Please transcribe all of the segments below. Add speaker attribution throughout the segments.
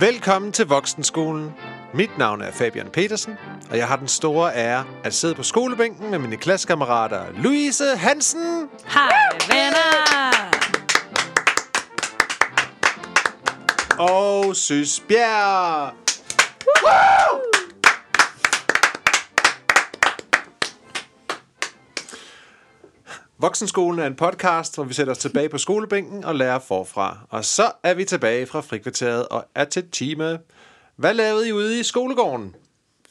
Speaker 1: Velkommen til Voksenskolen. Mit navn er Fabian Petersen, og jeg har den store ære at sidde på skolebænken med mine klassekammerater Louise Hansen
Speaker 2: Hej venner!
Speaker 1: og Søs Bjerg. Voksenskolen er en podcast, hvor vi sætter os tilbage på skolebænken og lærer forfra. Og så er vi tilbage fra frikvarteret og er til time. Hvad lavede I ude i skolegården?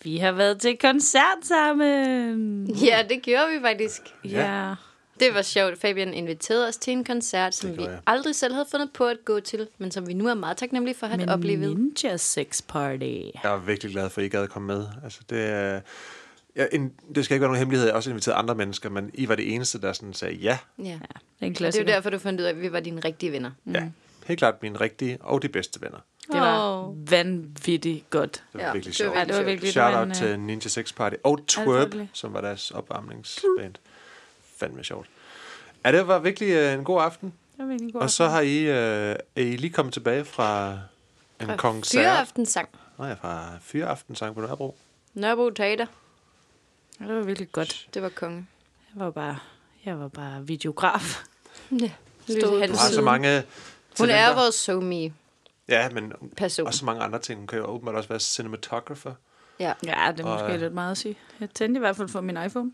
Speaker 2: Vi har været til koncert sammen.
Speaker 3: Ja, det gjorde vi faktisk.
Speaker 2: Ja.
Speaker 3: Det var sjovt. Fabian inviterede os til en koncert, som vi
Speaker 1: gjorde jeg.
Speaker 3: aldrig selv havde fundet på at gå til, men som vi nu er meget taknemmelige for at have oplevet.
Speaker 2: Ninja sex party.
Speaker 1: Jeg er virkelig glad for, at I gad at komme med. Altså, det, er- jeg, en, det skal ikke være nogen hemmelighed. Jeg har også inviteret andre mennesker, men I var det eneste, der sådan sagde ja.
Speaker 3: Ja.
Speaker 2: Ja, det er en
Speaker 3: Og det er
Speaker 2: klassiker.
Speaker 3: jo derfor, du fandt ud af, at vi var dine rigtige venner.
Speaker 1: Mm. ja. Helt klart mine rigtige og de bedste venner.
Speaker 2: det var
Speaker 3: Åh.
Speaker 2: vanvittigt godt.
Speaker 1: Det var
Speaker 3: Ja,
Speaker 1: virkelig
Speaker 3: det var
Speaker 1: sjovt.
Speaker 2: Ja, det var virkelig
Speaker 1: Shout out
Speaker 2: men, øh,
Speaker 1: til Ninja Sex Party og Twerp,
Speaker 2: selvfølgelig.
Speaker 1: som var deres opvarmningsband. Fandme sjovt. Ja, det var virkelig øh, en god aften.
Speaker 2: det var virkelig godt.
Speaker 1: Og så har I, øh, er I lige kommet tilbage fra en fra koncert.
Speaker 3: Fyreaftensang.
Speaker 1: Nej, fra Fyreaften sang på Nørrebro.
Speaker 3: Nørrebro Teater.
Speaker 2: Ja, Det var virkelig godt.
Speaker 3: Det var konge.
Speaker 2: Jeg var bare, jeg var bare videograf.
Speaker 3: Ja.
Speaker 2: Stod
Speaker 3: Stod
Speaker 2: på
Speaker 1: Du har så
Speaker 3: Hansen.
Speaker 1: mange
Speaker 3: Hun er
Speaker 1: talenter.
Speaker 3: vores somi.
Speaker 1: Ja, men
Speaker 3: person.
Speaker 1: Og så mange andre ting. Hun kan jo åbenbart også være cinematographer.
Speaker 3: Ja.
Speaker 2: Ja, det er
Speaker 1: Og,
Speaker 2: måske
Speaker 1: øh,
Speaker 2: lidt meget at sige. Jeg tændte i hvert fald for min iPhone.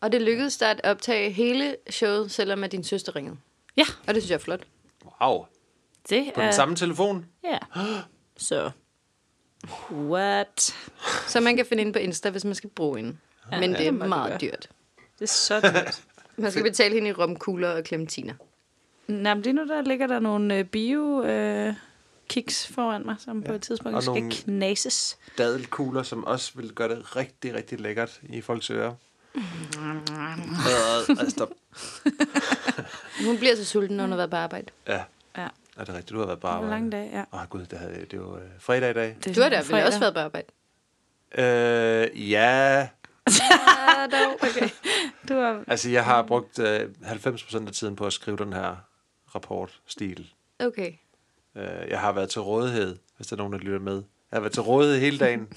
Speaker 3: Og det lykkedes dig at optage hele showet, selvom at din søster ringede.
Speaker 2: Ja,
Speaker 3: Og det synes jeg er flot.
Speaker 1: Wow.
Speaker 2: det er...
Speaker 1: På den samme telefon.
Speaker 2: Ja. Så. What?
Speaker 3: Så man kan finde hende på Insta, hvis man skal bruge hende.
Speaker 1: Ah,
Speaker 3: Ja, Men det
Speaker 2: det
Speaker 3: er
Speaker 2: må du gøre.
Speaker 3: meget dyrt.
Speaker 2: Det er så dyrt.
Speaker 3: Man skal betale hende i romkugler og klementiner.
Speaker 2: Nej, men lige nu der ligger der nogle øh, bio øh, kiks foran mig, som ja. på et tidspunkt
Speaker 1: Og
Speaker 2: skal
Speaker 1: nogle-
Speaker 2: nogle... knases.
Speaker 1: Dadelkugler, som også vil gøre det rigtig, rigtig lækkert i folks ører. Øh, ej, stop.
Speaker 3: Hun bliver så sulten, når hun har været på arbejde.
Speaker 1: Ja,
Speaker 2: Ja,
Speaker 1: er det er rigtigt? Du har været bare...
Speaker 2: en lang dag, ja.
Speaker 1: Åh oh, gud, det, havde, det er jo øh, fredag i dag.
Speaker 2: Det
Speaker 3: Du har da
Speaker 2: sådan
Speaker 3: vel også
Speaker 2: fredag.
Speaker 3: været på arbejde?
Speaker 1: Øh, ja,
Speaker 3: Ja, dog. Okay.
Speaker 2: Du har...
Speaker 1: altså jeg har brugt øh, 90% af tiden på at skrive den her rapportstil.
Speaker 3: okay.
Speaker 1: Øh, jeg har været til rådighed, hvis der er nogen, der lytter med. Jeg har været til rådighed hele dagen.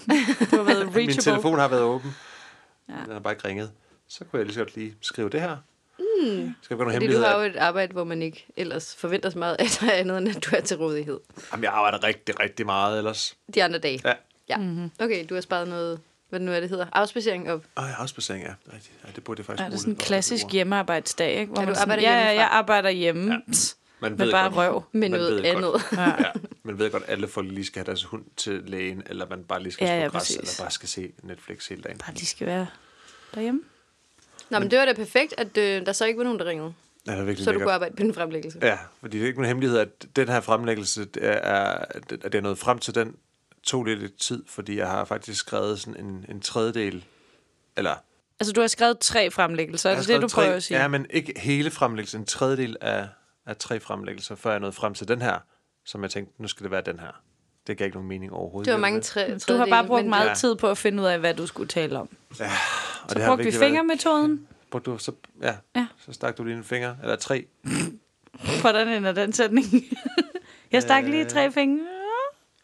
Speaker 2: Du har været reachable.
Speaker 1: Min telefon har været åben. Ja.
Speaker 2: Ja.
Speaker 1: Den har bare ikke ringet. Så kunne jeg lige så godt lige skrive det her. Mm. Skal vi gøre nogle
Speaker 3: Fordi du har jo
Speaker 1: hemmeligheder?
Speaker 3: et arbejde, hvor man ikke ellers forventer så meget af dig andet, end at du er til rådighed.
Speaker 1: Jamen, jeg arbejder rigtig, rigtig meget ellers.
Speaker 3: De andre dage.
Speaker 1: Ja.
Speaker 3: ja.
Speaker 2: Mhm.
Speaker 3: Mm-hmm. Okay, du har sparet noget, hvad det nu er, det hedder. Afspacering op.
Speaker 1: Og jeg har også basering, ja. Det er Rigtigt. Ja, det burde jeg faktisk
Speaker 2: Ja, det er
Speaker 1: bruge
Speaker 2: sådan en
Speaker 1: lidt på,
Speaker 2: klassisk
Speaker 1: det ord.
Speaker 2: hjemmearbejdsdag, ikke? Hvor
Speaker 3: Ja, du
Speaker 2: man sådan,
Speaker 3: arbejder
Speaker 2: ja, ja,
Speaker 3: hjemmefra."
Speaker 2: jeg arbejder hjemme. Ja.
Speaker 1: Man
Speaker 2: Med
Speaker 1: ved
Speaker 2: bare
Speaker 1: godt,
Speaker 2: røv.
Speaker 3: Med
Speaker 1: man
Speaker 3: noget
Speaker 1: ved godt-
Speaker 3: andet.
Speaker 1: Ja. Man ved godt, at alle folk lige skal have deres hund til lægen, eller man bare lige skal ja,
Speaker 2: Ja,
Speaker 1: slå ja,
Speaker 2: ja,
Speaker 1: græs,
Speaker 2: præcis.
Speaker 1: eller bare skal se Netflix hele dagen.
Speaker 2: Bare de skal være derhjemme.
Speaker 3: Nå, men det var da perfekt, at øh, der så ikke var nogen, der ringede.
Speaker 1: Ja, Mm. det er virkelig
Speaker 3: Så du
Speaker 1: lækkert.
Speaker 3: kunne arbejde på den fremlæggelse.
Speaker 1: Ja, fordi det er ikke nogen hemmelighed, at den her fremlæggelse, det er, at jeg nåede frem til den, tog lidt, lidt tid, fordi jeg har faktisk skrevet sådan en, en tredjedel, eller...
Speaker 2: Altså, du har skrevet tre fremlæggelser, er
Speaker 1: jeg har
Speaker 2: det det,
Speaker 1: skrevet
Speaker 2: du
Speaker 1: tre,
Speaker 2: prøver at sige?
Speaker 1: Ja, men ikke hele fremlæggelsen, en tredjedel af, af tre fremlæggelser, før jeg nåede frem til den her, som jeg tænkte, nu skal det være den her. Det gav ikke nogen mening overhovedet.
Speaker 3: Det var
Speaker 1: vel?
Speaker 3: mange tre,
Speaker 2: Du har bare
Speaker 3: tredjedele,
Speaker 2: brugt
Speaker 3: men-
Speaker 2: meget
Speaker 1: Ja.
Speaker 2: tid på at finde ud af, hvad du skulle tale om.
Speaker 1: Og
Speaker 2: Så
Speaker 1: det har
Speaker 2: brugte vi
Speaker 1: virkelig været-
Speaker 2: fingermetoden.
Speaker 1: Brugte du, så, ja, ja.
Speaker 2: Ja.
Speaker 1: så stak du lige en finger, eller tre.
Speaker 2: Hvordan ender den sætning? jeg stak lige tre fingre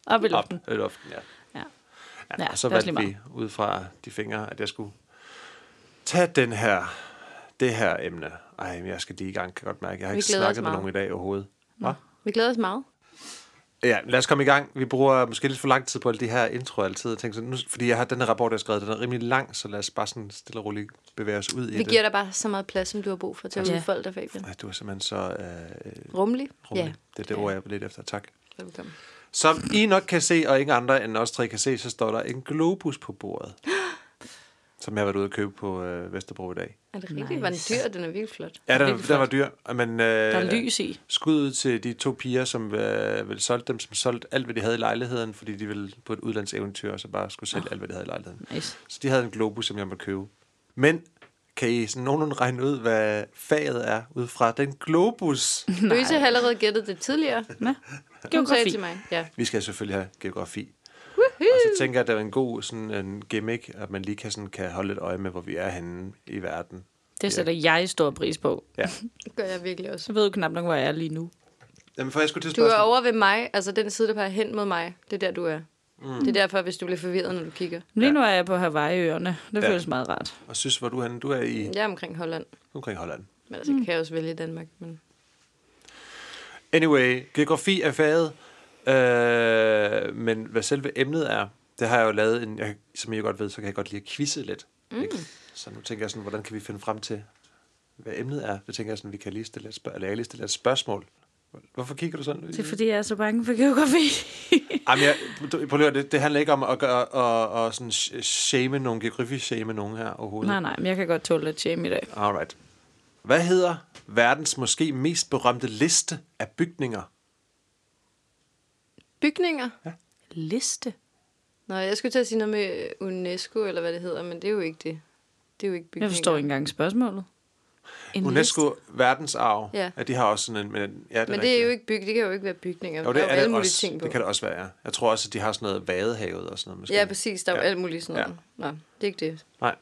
Speaker 2: op i luften.
Speaker 1: Op i luften, ja.
Speaker 2: Ja.
Speaker 1: Ja,
Speaker 2: Ja,
Speaker 1: og så
Speaker 2: det er også
Speaker 1: valgte
Speaker 2: lige
Speaker 1: vi ud fra de fingre, at jeg skulle tage den her, det her emne. Ej, men jeg skal lige i gang, kan jeg godt mærke. Jeg har
Speaker 3: Vi
Speaker 1: ikke
Speaker 3: glæder os
Speaker 1: snakket med
Speaker 3: meget.
Speaker 1: nogen i dag overhovedet. Hva?
Speaker 3: Vi glæder os meget.
Speaker 1: Ja, lad os komme i gang. Vi bruger måske lidt for lang tid på alle de her intro altid. Jeg tænker sådan, nu, fordi jeg har den her rapport, jeg har skrevet, den er rimelig lang, så lad os bare sådan stille og roligt bevæge os ud i
Speaker 3: Vi
Speaker 1: det.
Speaker 3: giver dig bare så meget plads, som du har brug for til at
Speaker 2: Ja.
Speaker 3: udfolde dig, Fabian.
Speaker 1: Ej, du er simpelthen så øh,
Speaker 3: Rummelig?
Speaker 1: rummelig.
Speaker 3: Ja,
Speaker 1: Det er det ord, jeg er lidt efter. Tak.
Speaker 3: velkommen.
Speaker 1: Som I nok kan se, og ingen andre end os tre kan se, så står der en globus på bordet. Som jeg har været ude at købe på øh, Vesterbro i dag.
Speaker 3: Er det rigtigt? Nice. Var den dyr? Den er virkelig flot.
Speaker 1: Ja, den,
Speaker 3: Virkelig
Speaker 1: den
Speaker 3: flot.
Speaker 1: var dyr. Men, øh, der
Speaker 2: Der er lys i.
Speaker 1: Skud ud til de to piger, som øh, ville solgte dem, som solgte alt, hvad de havde i lejligheden, fordi de ville på et udlandseventyr, og så bare skulle sælge oh. alt, hvad de havde i lejligheden.
Speaker 2: Nice.
Speaker 1: Så de havde en globus, som jeg måtte købe. Men kan I sådan nogenlunde regne ud, hvad faget er ud fra den globus?
Speaker 3: Louise har allerede gættet det tidligere.
Speaker 2: Nå,
Speaker 3: Hun sagde
Speaker 2: geografi.
Speaker 3: til mig. Ja.
Speaker 1: Vi skal selvfølgelig have geografi. Og så tænker jeg, at det er en god sådan en gimmick, at man lige kan, sådan, kan holde et øje med, hvor vi er henne i verden.
Speaker 2: Det sætter jeg stor pris på.
Speaker 1: Ja.
Speaker 3: Det gør jeg virkelig også.
Speaker 2: Så ved du knap nok, hvor jeg er lige nu.
Speaker 1: Jamen, for jeg skulle til
Speaker 3: Du er
Speaker 1: spørgsmål.
Speaker 3: over ved mig, altså den side, der peger hen mod mig. Det er der, du er. Mm. Det er derfor, hvis du bliver forvirret, når du kigger.
Speaker 2: Lige nu er jeg på Hawaii-øerne. Det
Speaker 1: Ja.
Speaker 2: ja. føles meget rart.
Speaker 1: Og synes, hvor er du henne? Du er i
Speaker 3: Jeg er omkring Holland,
Speaker 1: omkring Holland.
Speaker 3: men altså mm. kan jeg også vælge Danmark. Men...
Speaker 1: Anyway, geografi er faget, øh, men hvad selve emnet er, det har jeg jo lavet en, jeg, som I jo godt ved, så kan jeg godt lide at quizze lidt. Mm. Ikke? Så nu tænker jeg sådan, hvordan kan vi finde frem til, hvad emnet er? Det tænker jeg sådan, vi kan lige stille et, spørg- eller jeg kan lige stille et spørgsmål. Hvorfor kigger du sådan?
Speaker 2: Det er fordi, jeg er så bange for geografi.
Speaker 1: Jamen, jeg, du- prøv lige, at høre, det, det handler ikke om at gøre, og, og sådan sh- shame nogen, geografi-shame nogen her overhovedet.
Speaker 2: nej, nej, men jeg kan godt tåle lidt shame i dag.
Speaker 1: Alright. Hvad hedder verdens måske mest berømte liste af bygninger?
Speaker 3: Bygninger?
Speaker 2: Liste?
Speaker 3: Nå, jeg skulle til at sige noget med UNESCO, eller hvad det hedder, men det er jo ikke det. Det er jo ikke bygninger.
Speaker 2: Jeg forstår ikke engang spørgsmålet. En
Speaker 1: UNESCO
Speaker 2: liste?
Speaker 1: verdensarv.
Speaker 3: Ja.
Speaker 1: de har også sådan en... Men, ja, det
Speaker 3: Men det er jo ikke byg, det kan jo ikke være bygninger.
Speaker 1: Jo,
Speaker 3: der
Speaker 1: det
Speaker 3: jo
Speaker 1: er
Speaker 3: alle
Speaker 1: det
Speaker 3: mulige
Speaker 1: også.
Speaker 3: ting på.
Speaker 1: Det kan det også være, ja. Jeg tror også, at de har sådan noget vadehavet og sådan noget. Måske.
Speaker 3: Ja, præcis. Der er jo
Speaker 1: Ja.
Speaker 3: alt muligt sådan noget. Ja. Nå, det er ikke det.
Speaker 1: Nej.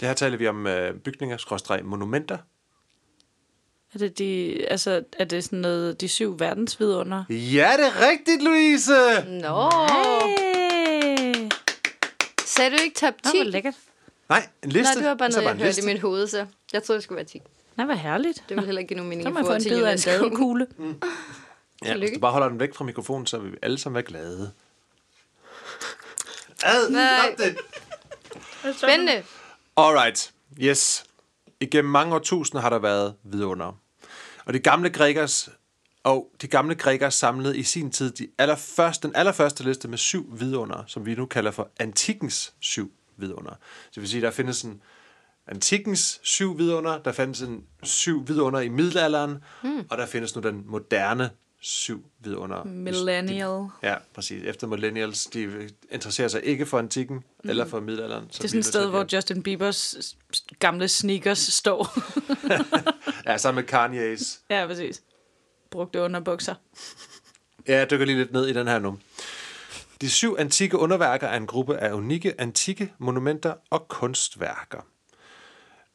Speaker 1: Det her taler vi om øh, bygninger, skråstreg, monumenter.
Speaker 2: Er det, de, altså, er det sådan noget, de syv verdensvidunder?
Speaker 1: Ja, det er rigtigt, Louise!
Speaker 3: Nå,
Speaker 2: Hey!
Speaker 3: sagde du ikke top 10?
Speaker 2: Nå, hvor lækkert.
Speaker 1: Nej, en
Speaker 3: Nej,
Speaker 1: liste.
Speaker 3: det var bare
Speaker 1: Så
Speaker 3: noget, jeg
Speaker 1: en
Speaker 3: hørte
Speaker 1: liste.
Speaker 3: i mit hoved, så jeg troede, det skulle være 10. Det
Speaker 2: Nej, hvor herligt.
Speaker 3: ville heller ikke give nogen mening
Speaker 2: Så
Speaker 3: i
Speaker 2: må jeg få
Speaker 3: forhold
Speaker 2: en
Speaker 3: til
Speaker 2: bid af en
Speaker 3: UNESCO.
Speaker 2: gadekugle.
Speaker 1: Ja, hvis
Speaker 3: Tillykke.
Speaker 1: du bare holder den væk fra mikrofonen, så vil vi alle sammen være glade. Ad,
Speaker 3: Nej.
Speaker 1: stop det.
Speaker 3: Spændende.
Speaker 1: Alright, yes. Igennem mange årtusinder har der været vidunder. Og de gamle grækers og de gamle grækere samlede i sin tid de allerførste, den allerførste liste med syv vidunder, som vi nu kalder for antikkens syv vidunder. Så det vil sige, der findes en antikkens syv vidunder, der findes en syv vidunder i middelalderen, mm.
Speaker 2: Hmm.
Speaker 1: og der findes nu den moderne syv vidunder.
Speaker 2: Millennial.
Speaker 1: Ja, præcis. Efter millennials, de interesserer sig ikke for antikken mm. eller for middelalderen.
Speaker 2: Hmm. Det er sådan et sted, hvor Justin Biebers s- s- gamle sneakers står.
Speaker 1: Ja, sammen med Kanye's.
Speaker 2: ja, præcis. Brugte underbukser.
Speaker 1: Ja, jeg dykker lige lidt ned i den her nu. De syv antikke underværker er en gruppe af unikke antikke monumenter og kunstværker.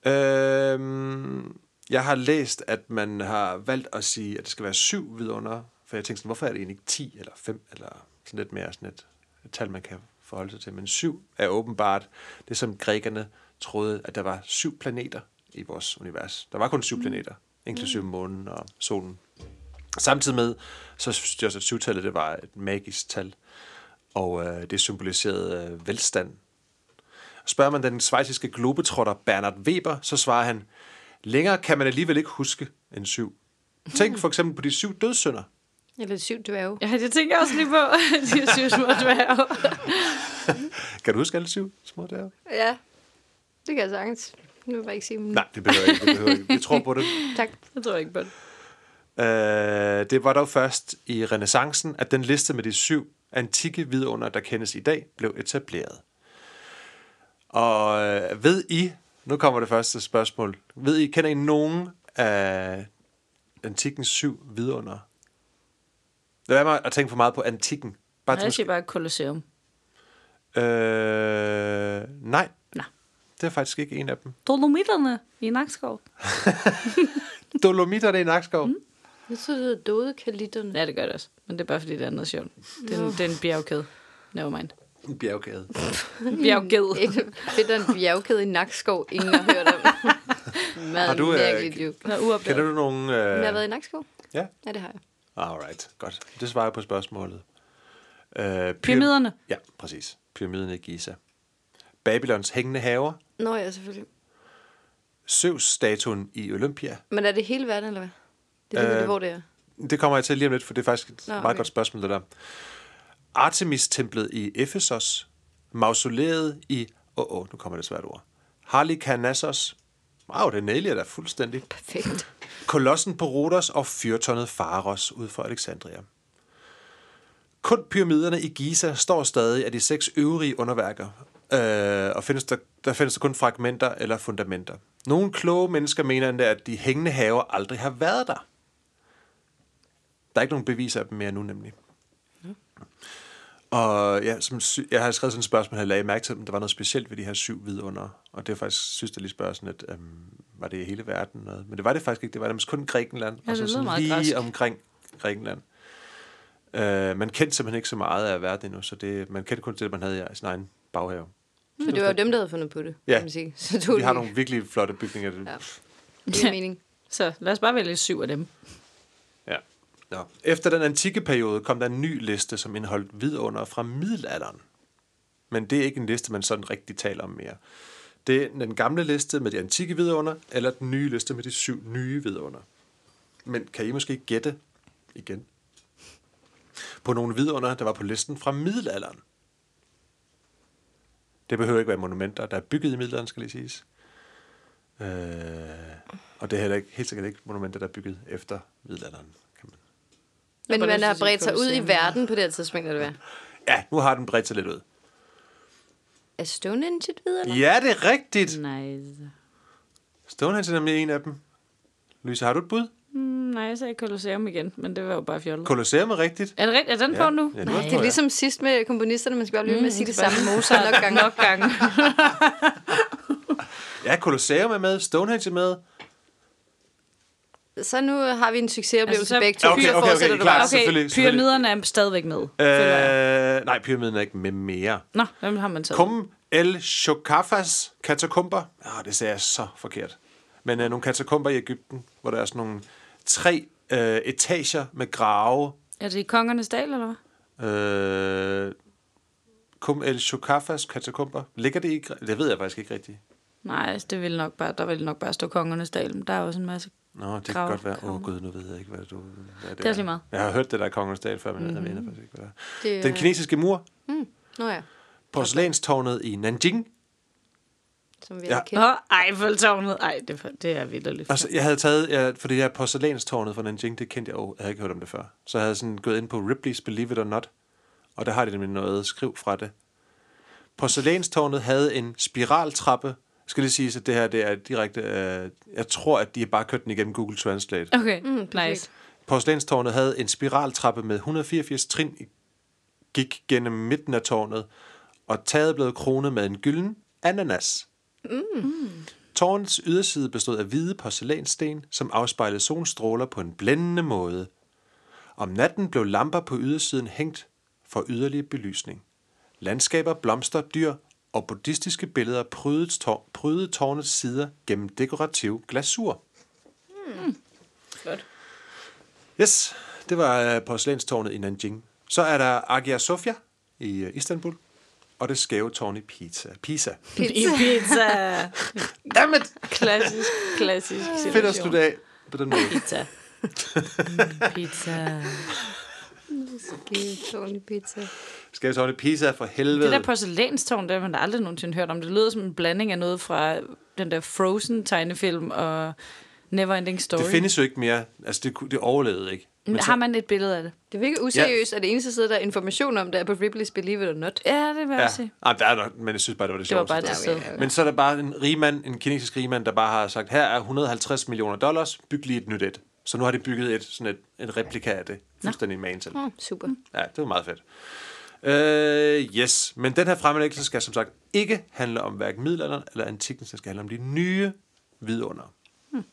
Speaker 1: Øhm, jeg har læst, at man har valgt at sige, at det skal være syv vidunder. For jeg tænkte sådan, hvorfor er det egentlig ikke ti eller fem, eller sådan lidt mere sådan et, et tal, man kan forholde sig til. Men syv er åbenbart det, som grækerne troede, at der var syv planeter i vores univers. Der var kun syv planeter, inklusive månen og solen. Samtidig med, så synes jeg også, at syvtallet det var et magisk tal, og øh, det symboliserede øh, velstand. Spørger man den svejsiske globetrotter Bernhard Weber, så svarer han, længere kan man alligevel ikke huske end syv. Tænk for eksempel på de syv dødssynder.
Speaker 3: Eller syv dværge.
Speaker 2: Ja, det tænker jeg også lige på. De er syv små dværge.
Speaker 1: Kan du huske alle syv små der?
Speaker 3: Ja, det kan jeg sagtens. Nu vil jeg bare ikke sige dem.
Speaker 1: Nej, det behøver jeg ikke. Det behøver jeg ikke. Vi tror på det.
Speaker 3: Tak.
Speaker 2: Jeg tror ikke på det.
Speaker 1: Øh, det var dog først i renaissancen, at den liste med de syv antikke vidunder, der kendes i dag, blev etableret. Og øh, ved I, nu kommer det første spørgsmål, ved I, kender I nogen af antikkens syv vidunder? Lad være med at tænke for meget på antikken. Bare
Speaker 2: Nej, jeg siger
Speaker 1: til,
Speaker 2: bare Colosseum.
Speaker 1: øh, nej,
Speaker 2: Nå.
Speaker 1: det er faktisk ikke en af dem.
Speaker 2: Dolomitterne i Nakskov.
Speaker 1: Dolomitterne i Nakskov. Mm.
Speaker 3: Jeg synes, det hedder dodekalitterne.
Speaker 2: Ja, det gør det også. Men det er bare, fordi det er noget sjovt. Det er, en, det er en bjergkæde. Nevermind.
Speaker 1: En bjergkæde.
Speaker 2: Bjergkæde.
Speaker 3: En Mm, fedt en bjergkæde i Nakskov, ingen har hørt om. Man,
Speaker 1: Har
Speaker 3: har
Speaker 1: du,
Speaker 3: du,
Speaker 1: øh,
Speaker 3: virkelig
Speaker 1: k-
Speaker 3: øh,
Speaker 2: Nå,
Speaker 1: Kender
Speaker 2: uopdaget.
Speaker 1: du nogen... Øh,
Speaker 3: Jeg har været i Nakskov.
Speaker 1: Ja,
Speaker 3: Ja, det har jeg.
Speaker 1: Alright, godt. Det svarer på spørgsmålet. Øh, pyram-
Speaker 2: Pyramiderne.
Speaker 1: Ja, præcis. Pyramiderne i Giza. Babylons hængende haver.
Speaker 3: Nå ja, selvfølgelig.
Speaker 1: Zeus-statuen i Olympia.
Speaker 3: Men er det hele verden, eller hvad? Det er
Speaker 1: Øh,
Speaker 3: øh, hvor det er.
Speaker 1: Det kommer jeg til lige om lidt, for det er faktisk et
Speaker 3: Nå,
Speaker 1: meget
Speaker 3: okay.
Speaker 1: godt spørgsmål, det der. Artemis-templet i Ephesos. Mausoleet i... Åh, oh, oh, nu kommer det svært ord. Harlikarnassos. Wow, det nælger da fuldstændig.
Speaker 3: Perfekt.
Speaker 1: Kolossen på Rhodos og fyrtårnet Faros ud for Alexandria. Kun pyramiderne i Giza står stadig af de seks øvrige underværker, øh, og findes der, der findes der kun fragmenter eller fundamenter. Nogle kloge mennesker mener endda, at de hængende haver aldrig har været der. Der er ikke nogen beviser af dem mere nu nemlig. Og ja, som sy- jeg har skrevet sådan et spørgsmål, her, lagde I mærke til, om der var noget specielt ved de her syv vidunder. Og det er faktisk, synes jeg lige spørger sådan, at øhm, var det i hele verden? Noget? Men det var det faktisk ikke. Det var nærmest kun Grækenland.
Speaker 2: Ja,
Speaker 1: og
Speaker 2: det
Speaker 1: så
Speaker 2: lyder
Speaker 1: sådan
Speaker 2: meget
Speaker 1: lige
Speaker 2: græsk.
Speaker 1: omkring Grækenland. Øh, man kendte simpelthen ikke så meget af verden endnu, så det, man kendte kun til det, man havde i sin egen baghave.
Speaker 3: Så det var jo dem, der havde fundet på det,
Speaker 1: Ja.
Speaker 3: kan man sige. Så tog
Speaker 1: Vi har
Speaker 3: de-
Speaker 1: nogle virkelig flotte bygninger.
Speaker 3: Ja.
Speaker 1: Ja.
Speaker 3: Det giver mening.
Speaker 2: Så lad os bare vælge syv af dem.
Speaker 1: Ja. Nå. Efter den antikke periode kom der en ny liste, som indeholdt vidunder fra middelalderen. Men det er ikke en liste, man sådan rigtig taler om mere. Det er enten den gamle liste med de antikke vidunder, eller den nye liste med de syv nye vidunder. Men kan I måske gætte igen på nogle vidunder, der var på listen fra middelalderen? Det behøver ikke være monumenter, der er bygget i middelalderen, skal lige siges. Øh, og det er heller ikke, helt sikkert ikke monumenter, der er bygget efter middelalderen. Kan man.
Speaker 3: Men
Speaker 2: bare
Speaker 3: man
Speaker 2: lyst
Speaker 3: har
Speaker 2: til at
Speaker 3: bredt
Speaker 2: sige,
Speaker 3: sig ud i
Speaker 2: producere.
Speaker 3: verden på det her tidspunkt, eller hvad?
Speaker 1: Ja, nu har den bredt sig lidt ud.
Speaker 3: Er Stone Age et videre?
Speaker 1: Ja, det er rigtigt.
Speaker 2: Nice.
Speaker 1: Stonehenge er nemlig en af dem. Louise, har du et bud?
Speaker 2: Mm, nej, jeg sagde Colosseum igen, men det var jo bare fjollet.
Speaker 1: Colosseum er rigtigt.
Speaker 2: Er det rigtigt? Er den
Speaker 1: Ja.
Speaker 2: på nu?
Speaker 1: Ja, nu er
Speaker 2: nej, Mm,
Speaker 1: den
Speaker 3: Det er ligesom sidst med komponisterne, man skal bare blive ved med at sige det samme Mozart nok gange.
Speaker 2: nok gange. Altså,
Speaker 1: Ja, Colosseum er med, Stonehenge er med.
Speaker 3: Så nu har vi en
Speaker 2: Altså,
Speaker 3: succesoplevelse
Speaker 2: så-
Speaker 3: altså, begge to.
Speaker 1: Ja, okay,
Speaker 3: Så
Speaker 1: okay,
Speaker 3: fortsætter
Speaker 1: okay,
Speaker 3: du
Speaker 1: klart.
Speaker 3: bare.
Speaker 1: selvfølgelig,
Speaker 2: Okay,
Speaker 1: selvfølgelig.
Speaker 2: pyramiderne er stadigvæk med. føler jeg.
Speaker 1: Øh, nej, pyramiden er ikke med mere.
Speaker 2: Nå, dem har man taget.
Speaker 1: Kum el Shokafas katakomber. Ah, det sagde jeg så forkert. Men øh, nogle katakomber i Ægypten, hvor der er sådan nogle tre øh, etager med grave.
Speaker 2: Er det i Kongernes Dal, eller hvad?
Speaker 1: Øh, Kum el Shokafas katakomber. Ligger det i... Gre- Det ved jeg faktisk ikke rigtigt.
Speaker 2: Nej, altså, det ville nok bare, der ville nok bare stå Kongernes Dal, men der er også en masse...
Speaker 1: Nå, det kan
Speaker 2: Grave-
Speaker 1: godt være. Åh,
Speaker 2: grave.
Speaker 1: oh, gud, nu ved jeg ikke, hvad du... Hvad det,
Speaker 2: er også lige meget. Mhm.
Speaker 1: Jeg har hørt det der kongens dal før, men mm-hmm. jeg ved faktisk ikke, hvad det er.
Speaker 3: Det
Speaker 1: Den
Speaker 3: er-
Speaker 1: kinesiske mur,
Speaker 3: Nå ja,
Speaker 1: porcelænstårnet i Nanjing.
Speaker 3: som vi
Speaker 1: Ja.
Speaker 3: har kendt.
Speaker 2: Nå, Eiffeltårnet. Ej, det, er for- det er vildt
Speaker 1: Altså, jeg havde taget, jeg, fordi det her porcelænstårnet fra Nanjing, det kendte jeg jo, jeg havde ikke hørt om det før. Så jeg havde sådan gået ind på Ripley's Believe It or Not, og der har de nemlig noget skriv fra det. Porcelænstårnet havde en spiraltrappe. Skal det sige, at det her det er direkte... Øh, jeg tror, at de har bare kørt den igennem Google Translate.
Speaker 2: Okay,
Speaker 3: Mm,
Speaker 2: mm,
Speaker 3: perfekt.
Speaker 2: nice.
Speaker 1: Porcelænstårnet havde en spiraltrappe med 184 trin, i- gik gennem midten af tårnet, og taget blev kronet med en gylden ananas. Mm. Tårnets yderside bestod af hvide porcelænssten, som afspejlede solstråler på en blændende måde. Om natten blev lamper på ydersiden hængt for yderligere belysning. Landskaber, blomster, dyr og buddhistiske billeder prydede, tår- prydede tårnets sider gennem dekorativ glasur.
Speaker 2: Flot.
Speaker 1: Yes, det var øh, porcelænstårnet i Nanjing. Så er der Hagia Sofia i øh, Istanbul, og det skæve tårn i Pisa. Pisa.
Speaker 2: I pizza.
Speaker 1: Dammit!
Speaker 2: Klassisk, klassisk situation.
Speaker 1: Fedt at slutte af på den måde.
Speaker 2: Pizza. Mm, pizza.
Speaker 3: Tårnlig pizza.
Speaker 1: Skæve tårn i Pisa for
Speaker 2: Det
Speaker 1: helvede.
Speaker 2: der porcelænstårn, det har man da aldrig nogensinde hørt om. Det lyder som en blanding af noget fra den der Frozen-tegnefilm og Neverending Story.
Speaker 1: det findes jo ikke mere. Altså, det, ku- det overlevede ikke.
Speaker 2: Men
Speaker 1: så-
Speaker 2: har man et billede af det?
Speaker 3: Det virker useriøst, at det eneste sted, der er information om, det er på Ripley's Believe It or Not.
Speaker 2: Ja, det vil jeg ja.
Speaker 1: Ja.
Speaker 2: sige.
Speaker 1: Ej, der er nok, men jeg synes bare, det var det
Speaker 2: Det var
Speaker 1: sjoveste.
Speaker 2: bare det sted.
Speaker 3: Ja,
Speaker 1: Men så er der bare en rigmand, en kinesisk rigmand, der bare har sagt, her er 150 millioner dollars, byg lige et nyt et. Så nu har de bygget et, sådan et, en replika af det. Fuldstændig magen til.
Speaker 3: Mm, super.
Speaker 1: Ja, det var meget fedt. Øh, yes, men den her fremlæggelse skal som sagt ikke handle om hverken middelalderen eller antikken, den skal handle om de nye vidunder. Hmm.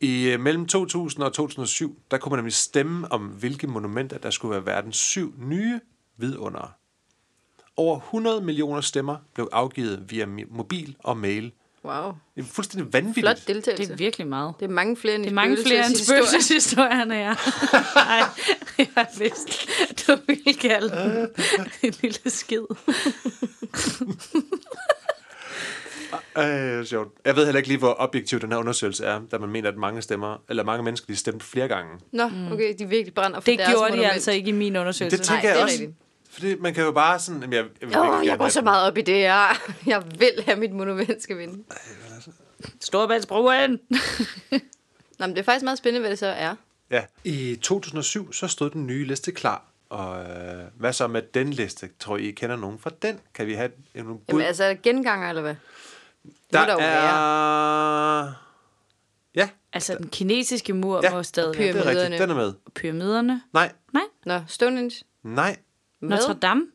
Speaker 1: I øh, mellem 2000 og 2007, der kunne man nemlig stemme om, hvilke monumenter, der skulle være verdens syv nye vidundere. Over 100 millioner stemmer blev afgivet via mi- mobil og mail.
Speaker 3: Wow.
Speaker 1: Det er fuldstændig vanvittigt.
Speaker 3: Flot
Speaker 2: Det
Speaker 3: deltagelse.
Speaker 2: er virkelig meget.
Speaker 3: Det er mange flere end
Speaker 2: Det er mange flere end spøgelseshistorierne, ja. Nej, jeg vidste, du ville kalde den en lille skid.
Speaker 1: Øh, det er sjovt. Jeg ved heller ikke lige, hvor objektiv den her undersøgelse er, da man mener, at mange stemmer, eller mange mennesker, de stemte flere gange.
Speaker 3: Nå, okay, de virkelig brænder for
Speaker 2: Mm. Det
Speaker 3: deres
Speaker 2: gjorde de
Speaker 3: monument.
Speaker 2: altså ikke i min
Speaker 1: Det,
Speaker 2: undersøgelse.
Speaker 1: det
Speaker 3: nej,
Speaker 1: tænker
Speaker 3: det
Speaker 1: jeg
Speaker 3: er
Speaker 1: også.
Speaker 3: rigtigt.
Speaker 1: Fordi man kan jo bare sådan... Jamen, jeg, jeg, vil
Speaker 3: Åh,
Speaker 1: virkelig
Speaker 3: oh, jeg
Speaker 1: gerne
Speaker 3: går
Speaker 1: have
Speaker 3: så
Speaker 1: den.
Speaker 3: meget op i det her. Jeg vil have mit monument skal vinde.
Speaker 2: Storebæltsbroen!
Speaker 3: Nå, men det er faktisk meget spændende, hvad det så er.
Speaker 1: Ja. I 2007, så stod den nye liste klar. Og øh, hvad så med den liste? Tror I, I kender nogen fra den? Kan vi have en nogle bud?
Speaker 3: Jamen altså, er det genganger, eller hvad?
Speaker 1: der
Speaker 3: må der jo
Speaker 1: er... Ja,
Speaker 2: Altså, den kinesiske mur
Speaker 1: Ja,
Speaker 2: ja, må
Speaker 1: det
Speaker 2: stadig være.
Speaker 1: er
Speaker 3: Pyramiderne.
Speaker 1: rigtigt. Den er med.
Speaker 2: Pyramiderne?
Speaker 1: Nej,
Speaker 2: Nej.
Speaker 3: Nå, Stonehenge?
Speaker 1: nej,
Speaker 3: Hvad?
Speaker 2: Notre Dame?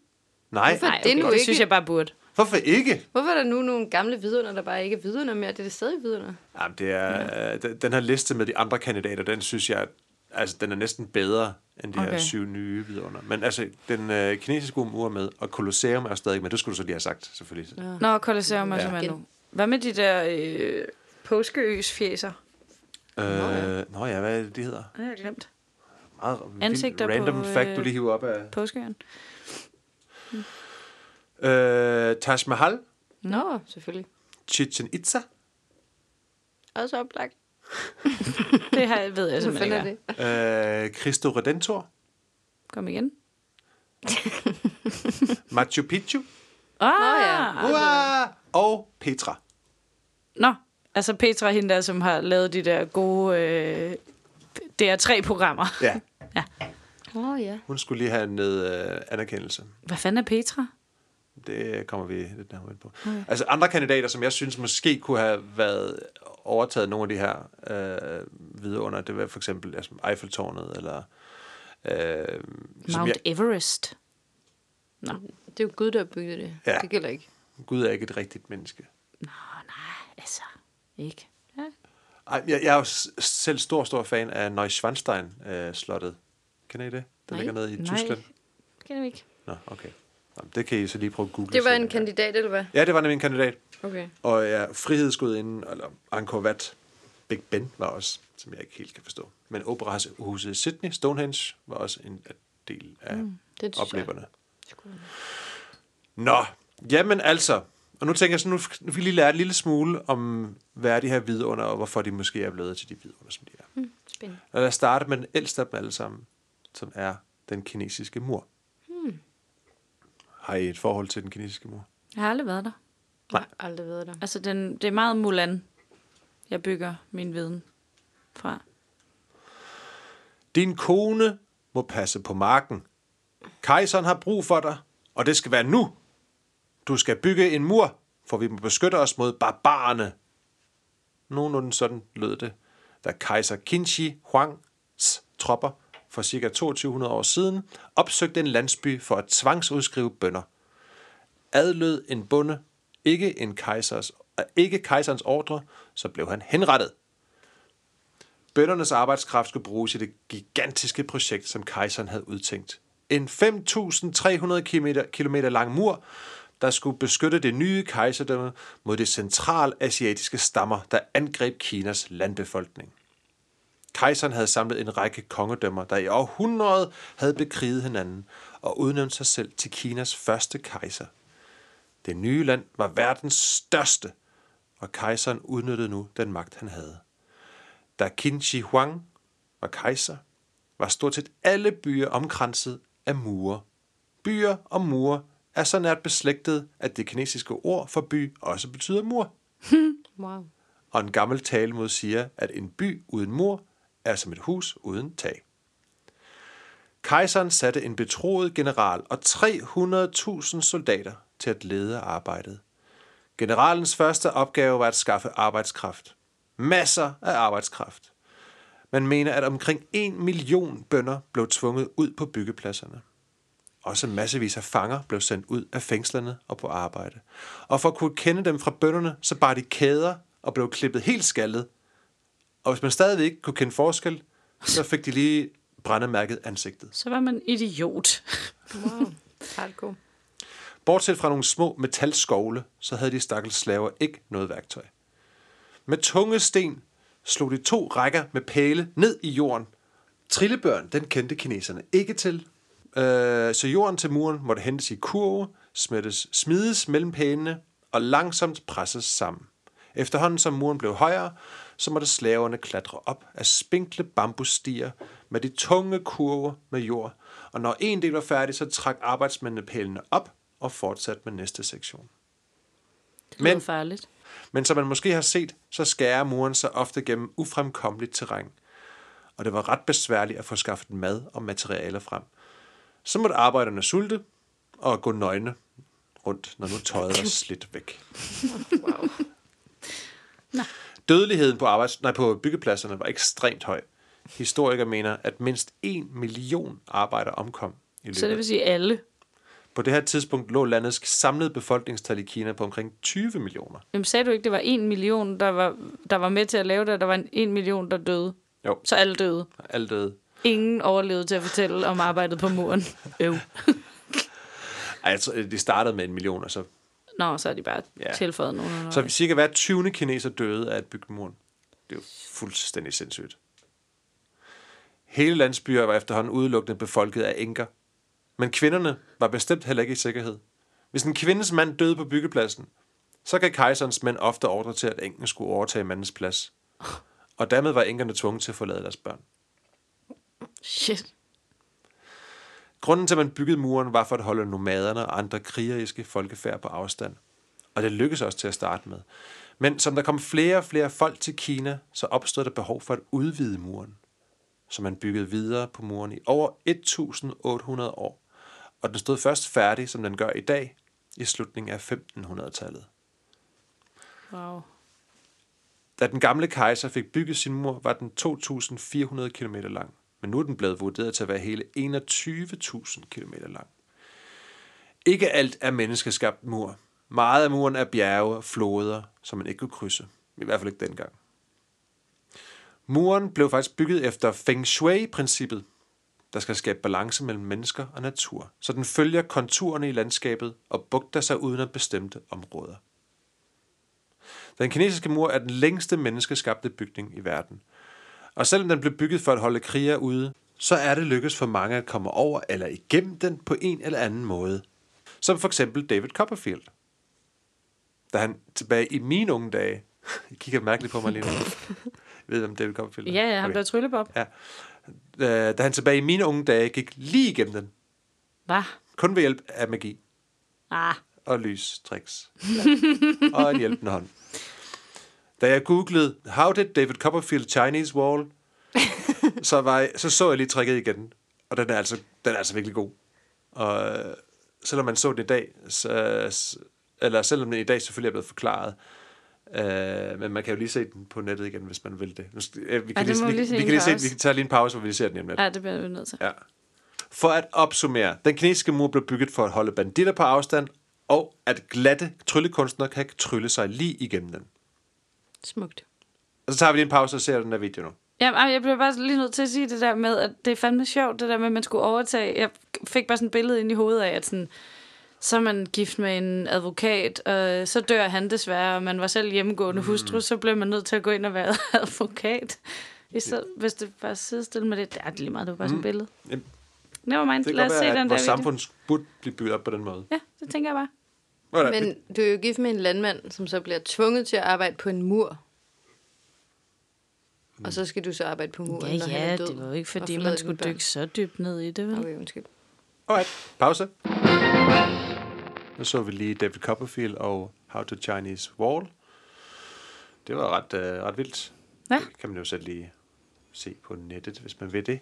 Speaker 1: nej.
Speaker 3: Hvorfor?
Speaker 2: Nej,
Speaker 3: det er
Speaker 2: okay.
Speaker 3: nu
Speaker 2: det
Speaker 3: ikke-
Speaker 2: synes jeg bare burde.
Speaker 1: Hvorfor ikke?
Speaker 3: Hvorfor er der nu nogle gamle vidunder, der bare ikke er vidunder mere? Det er det stadig vidunder.
Speaker 1: Jamen, det er, ja. øh, den- den her liste med de andre kandidater, den synes jeg, altså den er næsten bedre end de okay. her
Speaker 2: Okay.
Speaker 1: syv nye vidunder. Men altså, den øh, kinesiske mur er med, og Colosseum er stadig med. Det skulle du så lige have sagt, selvfølgelig. Øh, Ja.
Speaker 2: Nå, Colosseum er
Speaker 1: Ja.
Speaker 2: ja. med nu. Hvad med de der øh, påskeøs fjeser?
Speaker 1: Øh, nå ja, hvad er det, de hedder?
Speaker 2: Det har jeg glemt.
Speaker 1: Meget vildt
Speaker 2: Ansigter på,
Speaker 1: random
Speaker 2: øh,
Speaker 1: fact, du lige hiver op af.
Speaker 2: Påskeøen.
Speaker 1: Øh, Taj Mahal,
Speaker 3: Nå, selvfølgelig.
Speaker 1: Chichen Itza,
Speaker 3: Også oplagt.
Speaker 2: Det har, ved jeg
Speaker 3: Hvad
Speaker 2: simpelthen
Speaker 3: fanden er
Speaker 2: ikke.
Speaker 3: det?
Speaker 2: hvad
Speaker 1: øh, Cristo Redentor,
Speaker 2: er. Kom igen.
Speaker 1: Machu Picchu,
Speaker 2: Ah,
Speaker 3: ja.
Speaker 2: ja.
Speaker 1: Ua! og Petra.
Speaker 2: Nå, altså Petra, hende der, som har lavet de der gode øh, DR3-programmer.
Speaker 1: Ja,
Speaker 3: Åh, oh, ja.
Speaker 1: hun skulle lige have noget øh, anerkendelse.
Speaker 2: Hvad fanden er Petra?
Speaker 1: Det kommer vi lidt nærmere ind på. Okay. Altså andre kandidater, som jeg synes måske kunne have været overtaget nogle af de her øh, vidunder, det var for eksempel altså Eiffeltårnet, eller... Øh, som jeg,
Speaker 2: Mount Everest. Nå,
Speaker 3: Det er jo Gud, der byggede det.
Speaker 1: Ja.
Speaker 3: Det gælder ikke.
Speaker 1: Gud er ikke et rigtigt menneske.
Speaker 2: Nå nej, altså. Ikke. Ja.
Speaker 1: Ej, jeg, jeg er jo s- selv stor, stor fan af Neuschwanstein-slottet. Kender I det? Det
Speaker 3: Nej.
Speaker 1: ligger nede i
Speaker 2: Nej.
Speaker 1: Tyskland.
Speaker 2: Kender vi ikke.
Speaker 1: Nå, okay. Nå, det kan I så lige prøve at google.
Speaker 3: Det var
Speaker 1: senere.
Speaker 3: en kandidat, eller hvad?
Speaker 1: Ja, det var nemlig en kandidat.
Speaker 3: Okay.
Speaker 1: Og ja, Frihedsgudinden, eller Angkor Wat, Big Ben var også, som jeg ikke helt kan forstå. Men operahuset Sydney, Stonehenge, var også en del af mm,
Speaker 3: det synes jeg.
Speaker 1: opleverne. Nå, jamen altså. Og nu tænker jeg så, nu f- nu fik vi lige lære en lille smule om, hvad er de her vidunder, og hvorfor de måske er blevet til de vidunder, som de er. Mm.
Speaker 3: Spændende.
Speaker 1: Og lad os starte med den ældste af dem alle sammen, som er den kinesiske mur.
Speaker 3: Hmm.
Speaker 1: Mm. Har I et forhold til den kinesiske mur?
Speaker 2: Jeg har aldrig været der.
Speaker 3: Jeg har aldrig været der.
Speaker 2: Altså, den, det er meget Mulan, jeg bygger min viden fra.
Speaker 1: Din kone må passe på marken. Kejseren har brug for dig, og det skal være nu. Du skal bygge en mur, for vi må beskytte os mod barbarerne. Nogenlunde sådan lød det, da kejser Qinshi Huangs tropper for ca. 2200 år siden opsøgte en landsby for at tvangsudskrive bønder. Adlød en bonde, ikke, en kejsers, øh, ikke kejserens ordre, så blev han henrettet. Bøndernes arbejdskraft skulle bruges i det gigantiske projekt, som kejseren havde udtænkt. En 5.300 kilometer- kilometer lang mur, der skulle beskytte det nye kejserdømme mod de centralasiatiske stammer, der angreb Kinas landbefolkning. Kejseren havde samlet en række kongedømmer, der i århundrede havde bekriget hinanden og udnævnt sig selv til Kinas første kejser. Det nye land var verdens største, og kejseren udnyttede nu den magt, han havde. Da Qin Shi Huang var kejser, var stort set alle byer omkranset af mure. Byer og mure er så nært beslægtet, at det kinesiske ord for by også betyder mur.
Speaker 3: Wow.
Speaker 1: Og en gammel talemod siger, at en by uden mur er som et hus uden tag. Kejseren satte en betroet general og 300.000 soldater til at lede arbejdet. Generalens første opgave var at skaffe arbejdskraft. Masser af arbejdskraft. Man mener, at omkring en million bønder blev tvunget ud på byggepladserne. Også massevis af fanger blev sendt ud af fængslerne og på arbejde. Og for at kunne kende dem fra bønderne, så bar de kæder og blev klippet helt skaldet. Og hvis man stadigvæk ikke kunne kende forskel, så fik de lige brændemærket ansigtet.
Speaker 2: Så var man idiot.
Speaker 3: Wow. Hardcore.
Speaker 1: Bortset fra nogle små metalskovle, så havde de stakkels slaver ikke noget værktøj. Med tunge sten slog de to rækker med pæle ned i jorden. Trillebørn, den kendte kineserne ikke til. Øh, så jorden til muren måtte hentes i kurve, smettes, smides mellem pælene og langsomt presses sammen. Efterhånden som muren blev højere, så måtte slaverne klatre op af spinkle bambusstier med de tunge kurve med jord, og når en del var færdig, så trak arbejdsmændene pælene op og fortsatte med næste sektion.
Speaker 2: Det lyder
Speaker 1: Men-
Speaker 2: farligt.
Speaker 1: Men som man måske har set, så skærer muren sig ofte gennem ufremkommeligt terræn. Og det var ret besværligt at få skaffet mad og materialer frem. Så måtte arbejderne sulte og gå nøgne rundt, når nu tøjet var slidt væk.
Speaker 3: Wow.
Speaker 1: Dødeligheden på, arbejds- nej, på byggepladserne var ekstremt høj. Historikere mener, at mindst en million arbejdere omkom i løbet.
Speaker 2: Så det vil sige alle.
Speaker 1: På det her tidspunkt lå landets samlede befolkningstal i Kina på omkring 20 millioner.
Speaker 2: Jamen sagde du ikke, det var en million, der var, der var med til at lave det, og der var en, en million, der døde?
Speaker 1: Jo.
Speaker 2: Så alle døde.
Speaker 1: Alt døde.
Speaker 2: Ingen overlevede til at fortælle om arbejdet på muren. Øv.
Speaker 1: Ej, jeg tror, øh, det startede med en million, og så,
Speaker 2: Nå, så er de bare
Speaker 1: Ja.
Speaker 2: ja. tilføjet nogen.
Speaker 1: så
Speaker 2: undervejs.
Speaker 1: cirka hver 20. kineser døde af at bygge muren. Det er jo fuldstændig sindssygt. Hele landsbyer var efterhånden udelukkende befolket af enker. Men kvinderne var bestemt heller ikke i sikkerhed. Hvis en kvindes mand døde på byggepladsen, så gav kejserens mænd ofte ordre til, at enken skulle overtage mandens plads. Og dermed var enkerne tvunget til at forlade deres børn.
Speaker 2: Shit.
Speaker 1: Grunden til, at man byggede muren, var for at holde nomaderne og andre krigeriske folkefærd på afstand. Og det lykkedes også til at starte med. Men som der kom flere og flere folk til Kina, så opstod der behov for at udvide muren. Så man byggede videre på muren i over 1800 år. Og den stod først færdig, som den gør i dag, i slutningen af 1500-tallet.
Speaker 2: Wow.
Speaker 1: Da den gamle kejser fik bygget sin mur, var den 2.400 km lang, men nu er den blevet vurderet til at være hele 21.000 km lang. Ikke alt er menneskeskabt mur. Meget af muren er bjerge og floder, som man ikke kunne krydse. I hvert fald ikke dengang. Muren blev faktisk bygget efter Feng Shui-princippet, der skal skabe balance mellem mennesker og natur, så den følger konturerne i landskabet og bugter sig uden at bestemte områder. Den kinesiske mur er den længste menneskeskabte bygning i verden. Og selvom den blev bygget for at holde kriger ude, så er det lykkedes for mange at komme over eller igennem den på en eller anden måde. Som for eksempel David Copperfield. Da han tilbage i mine unge dage... I kigger mærkeligt på mig lige nu. Jeg ved, hvem David Copperfield er.
Speaker 2: Ja, ja, ham okay. der er tryllebop.
Speaker 1: Ja. Øh, Da han tilbage i mine unge dage gik lige igennem den.
Speaker 2: Hvad?
Speaker 1: Kun ved hjælp af magi
Speaker 2: Ah,
Speaker 1: og lys tricks. Ja. og en hjælpende hånd. Da jeg googlede, how did David Copperfield Chinese Wall, så, var jeg, så så jeg lige tricket igen. Og den er altså, den er altså virkelig god. Og øh, selvom man så den i dag, så, s- eller selvom den i dag selvfølgelig er blevet forklaret, øh, men man kan jo lige se den på nettet igen, hvis man vil det. Nu skal- øh, Vi kan
Speaker 2: det må vi
Speaker 1: lige
Speaker 2: lige se
Speaker 1: vi- vi
Speaker 2: en
Speaker 1: kan lige se,
Speaker 2: pause.
Speaker 1: vi kan tage lige en pause, hvor vi ser den hjemme.
Speaker 2: ja, det bliver vi nødt til.
Speaker 1: Ja. For at opsummere, den kinesiske mur blev bygget for at holde banditter på afstand, og at glatte tryllekunstnere kan trylle sig lige igennem den.
Speaker 3: Smukt.
Speaker 1: Og så tager vi lige en pause og ser den der video nu.
Speaker 2: Jamen, ej, ah, jeg blev bare lige nødt til at sige det der med, at det er fandme sjovt, det der med, at man skulle overtage. Jeg fik bare sådan et billede ind i hovedet af, at sådan, så er man gift med en advokat, og så dør han desværre, og man var selv hjemmegående mm. hustru, så blev man nødt til at gå ind og være advokat. I stedet, hvis det bare sidestille med det, det er det lige meget, det var bare sådan et billede.
Speaker 1: Jamen,
Speaker 2: Never mind,
Speaker 1: Mm. Det kan
Speaker 2: lad os
Speaker 1: godt
Speaker 2: se
Speaker 1: være, at
Speaker 2: den der
Speaker 1: vores
Speaker 2: video.
Speaker 1: samfund burde blive bygget op på den måde.
Speaker 2: Ja, det tænker jeg bare.
Speaker 1: Hvordan? Men...
Speaker 3: Men du er jo gift med en landmand, som så bliver tvunget til at arbejde på en mur. Og så skal du så arbejde på muren, når han er død. og forlade dine børn.
Speaker 2: så dybt ned i det,
Speaker 3: Okay, undskyld.
Speaker 1: Alright, pause. Nu så vi lige David Copperfield og How to Chinese Wall. Det var ret, øh, ret vildt.
Speaker 2: Ja.
Speaker 1: Det kan man jo selv lige se på nettet, hvis man vil det.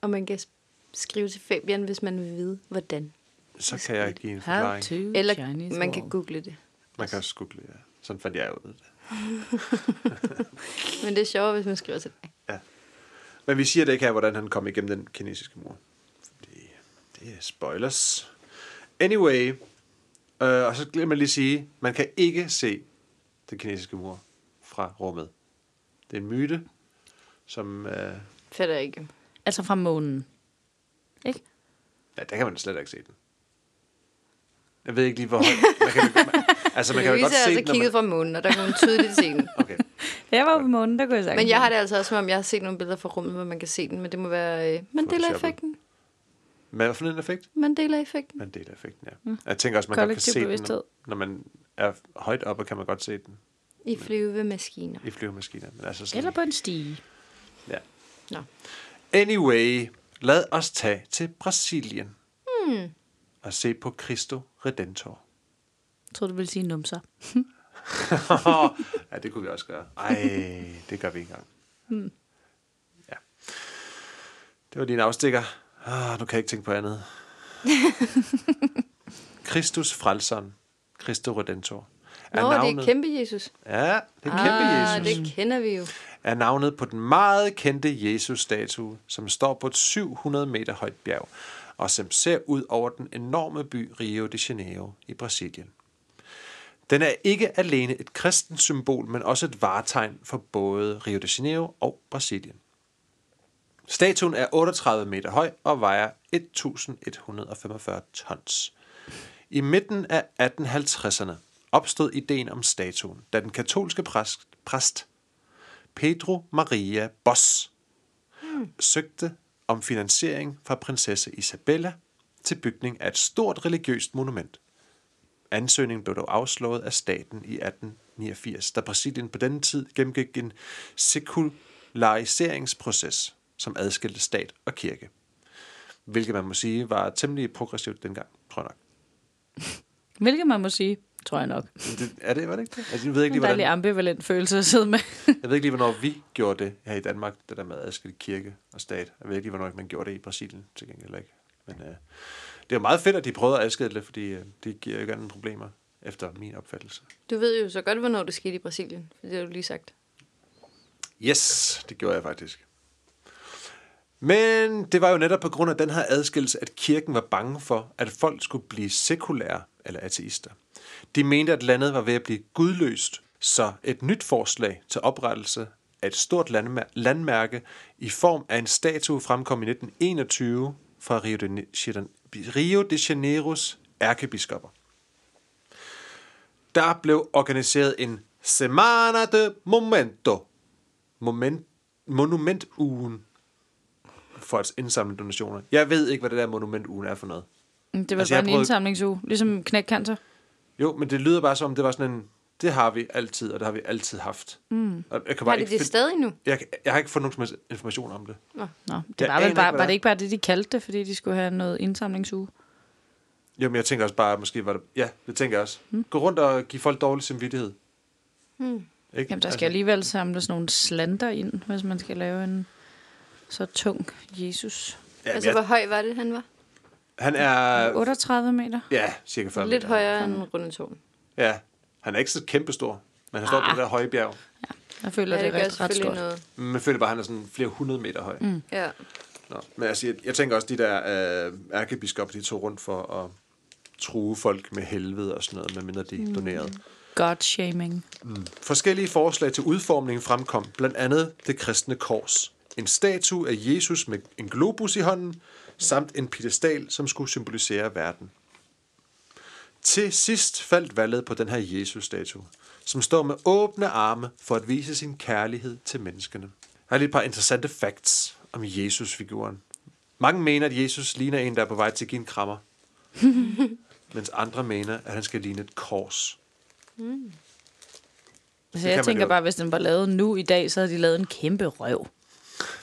Speaker 3: Og man kan s- skrive til Fabian, hvis man vil vide, hvordan.
Speaker 1: Så kan jeg give en forklaring.
Speaker 2: Mm.
Speaker 3: Eller man kan google det.
Speaker 1: Man kan også google, ja. Sådan fandt jeg ud af det.
Speaker 3: Men det er sjovere, hvis man skriver til dig.
Speaker 1: Men vi siger det ikke her, hvordan han kom igennem den kinesiske mur. Fordi det er spoilers. Anyway, øh, og så glemmer jeg lige at sige, man kan ikke se den kinesiske mur fra rummet. Det er en myte, som... Øh,
Speaker 3: Fatter jeg ikke.
Speaker 2: Altså fra månen. Ikke?
Speaker 1: ja, der kan man slet ikke se den. Jeg ved ikke lige, hvor højt... Man kan, man, altså, man kan jo
Speaker 3: Louise
Speaker 1: godt
Speaker 3: har
Speaker 1: se
Speaker 3: altså
Speaker 1: den, når
Speaker 3: kigget
Speaker 1: man,
Speaker 3: fra månen, og der kunne hun tydeligt se den.
Speaker 1: Okay.
Speaker 2: Da jeg var på månen, der kunne jeg sagtens.
Speaker 3: Men jeg har det altså også, som om jeg har set nogle billeder fra rummet, hvor man kan se den, men det må være øh, Mandela-effekten.
Speaker 1: Men hvad for en effekt?
Speaker 3: Mandela-effekten.
Speaker 1: Mandela-effekten, ja. Jeg tænker også, man godt kan
Speaker 2: Kollektiv
Speaker 1: se den,
Speaker 2: bevidsthed.
Speaker 1: når, når man er højt oppe, kan man godt se den
Speaker 3: I flyvemaskiner.
Speaker 1: i flyvemaskiner. Men altså sådan,
Speaker 2: Eller på en stige.
Speaker 1: ja.
Speaker 3: Nå.
Speaker 1: Anyway, lad os tage til Brasilien mm. og se på Cristo Redentor.
Speaker 2: Jeg tror, du ville sige numser.
Speaker 1: ja, det kunne vi også gøre. Ej, det gør vi ikke engang. Mm. Ja. Det var din afstikker. Ah, nu kan jeg ikke tænke på andet. Kristus frelseren. Cristo Redentor. Er
Speaker 3: Nå, det er kæmpe Jesus.
Speaker 1: Ja, det er kæmpe
Speaker 3: ah,
Speaker 1: Jesus.
Speaker 3: det kender vi jo.
Speaker 1: er navnet på den meget kendte Jesus-statue, som står på et 700 meter højt bjerg, og som ser ud over den enorme by Rio de Janeiro i Brasilien. Den er ikke alene et kristent symbol, men også et varetegn for både Rio de Janeiro og Brasilien. Statuen er 38 meter høj og vejer 1145 tons. I midten af 1850'erne opstod ideen om statuen, da den katolske præst, præst Pedro Maria Boss søgte om finansiering fra prinsesse Isabella til bygning af et stort religiøst monument. Ansøgningen blev dog afslået af staten i 1889, da Brasilien på denne tid gennemgik en sekulariseringsproces, som adskilte stat og kirke. Hvilket man må sige var temmelig progressivt dengang, tror jeg nok.
Speaker 2: Hvilket man må sige, tror jeg nok.
Speaker 1: Men Det, er det, var det ikke det? Altså, jeg ved ikke
Speaker 2: En
Speaker 1: lige, hvordan,
Speaker 2: dejlig ambivalent følelse at sidde med.
Speaker 1: jeg ved ikke lige, hvornår vi gjorde det her i Danmark, det der med at adskille kirke og stat. Jeg ved ikke lige, hvornår man gjorde det i Brasilien, til gengæld heller ikke. Men øh, det er jo meget fedt, at de prøvede at adskille det, fordi øh, det giver jo ikke andet problemer, efter min opfattelse.
Speaker 3: Du ved jo så godt, hvornår det skete i Brasilien. for Det har du lige sagt.
Speaker 1: Yes, det gjorde jeg faktisk. Men det var jo netop på grund af den her adskillelse, at kirken var bange for, at folk skulle blive sekulære eller ateister. De mente, at landet var ved at blive gudløst, så et nyt forslag til oprettelse af et stort landmær- landmærke i form af en statue fremkom i 1921 fra Rio de, Ne- Janeiro- Rio de Janeiros ærkebiskopper. Der blev organiseret en Semana de Momento, moment, monumentugen for at indsamle donationer. Jeg ved ikke, hvad det der monumentugen er for noget.
Speaker 2: Det var
Speaker 1: Altså,
Speaker 2: altså,
Speaker 1: jeg
Speaker 2: bare en
Speaker 1: prøvede-
Speaker 2: prøvede... indsamlingsuge, ligesom knæk cancer.
Speaker 1: Jo, men det lyder bare som, om det var sådan en, det har vi altid, og det har vi altid haft. Mm. Og jeg kan bare
Speaker 3: Har de
Speaker 1: ikke
Speaker 3: det
Speaker 1: finde-
Speaker 3: stadig nu?
Speaker 1: jeg, kan- jeg har ikke fået nogen som helst information om det.
Speaker 2: Nå, det
Speaker 1: Jeg
Speaker 2: var,
Speaker 1: aner
Speaker 2: vel
Speaker 1: ikke,
Speaker 2: bare,
Speaker 1: hvad
Speaker 2: var
Speaker 1: det
Speaker 2: det
Speaker 1: er.
Speaker 2: ikke bare det, de kaldte det, fordi de skulle have noget indsamlingsuge?
Speaker 1: Jo, men jeg tænker også bare, måske var det... Ja, det tænker jeg også. Mm. Gå rundt og give folk dårlig samvittighed. Mm. Ikke?
Speaker 2: Jamen, der skal alligevel samles nogle slander ind, hvis man skal lave en så tung Jesus.
Speaker 1: ja,
Speaker 3: altså,
Speaker 1: altså,
Speaker 3: hvor
Speaker 1: jeg,
Speaker 3: høj var det, han var?
Speaker 1: han er...
Speaker 2: 38 meter.
Speaker 1: Ja, cirka 40
Speaker 3: Lidt
Speaker 1: meter.
Speaker 3: højere end Rundetårn.
Speaker 1: Ja, han er ikke så kæmpestor, men han står ah. på det der høje bjerg.
Speaker 2: Jeg føler,
Speaker 3: Ja,
Speaker 2: ja,
Speaker 3: det
Speaker 2: det,
Speaker 3: gør
Speaker 2: er ret, ret
Speaker 3: selvfølgelig
Speaker 2: stort.
Speaker 3: noget.
Speaker 1: Men jeg føler bare, at han er sådan flere hundrede meter høj. Mm.
Speaker 3: Ja.
Speaker 1: Nå. Men altså, jeg, jeg tænker også, de der øh, ærkebiskopper, de tog rundt for at true folk med helvede og sådan noget, medmindre de mm. donerede.
Speaker 2: God-shaming.
Speaker 1: Forskellige forslag til udformningen fremkom, blandt andet det kristne kors. En statue af Jesus med en globus i hånden, samt en pedestal, som skulle symbolisere verden. Til sidst faldt valget på den her Jesus-statue, som står med åbne arme for at vise sin kærlighed til menneskene. Her er lige et par interessante facts om Jesus-figuren. Mange mener, at Jesus ligner en, der er på vej til at give en krammer, mens andre mener, at han skal ligne et kors.
Speaker 2: Altså,
Speaker 1: kan
Speaker 2: jeg
Speaker 1: man
Speaker 2: tænker
Speaker 1: jo.
Speaker 2: bare, hvis den var lavet nu i dag, så havde de lavet en kæmpe røv.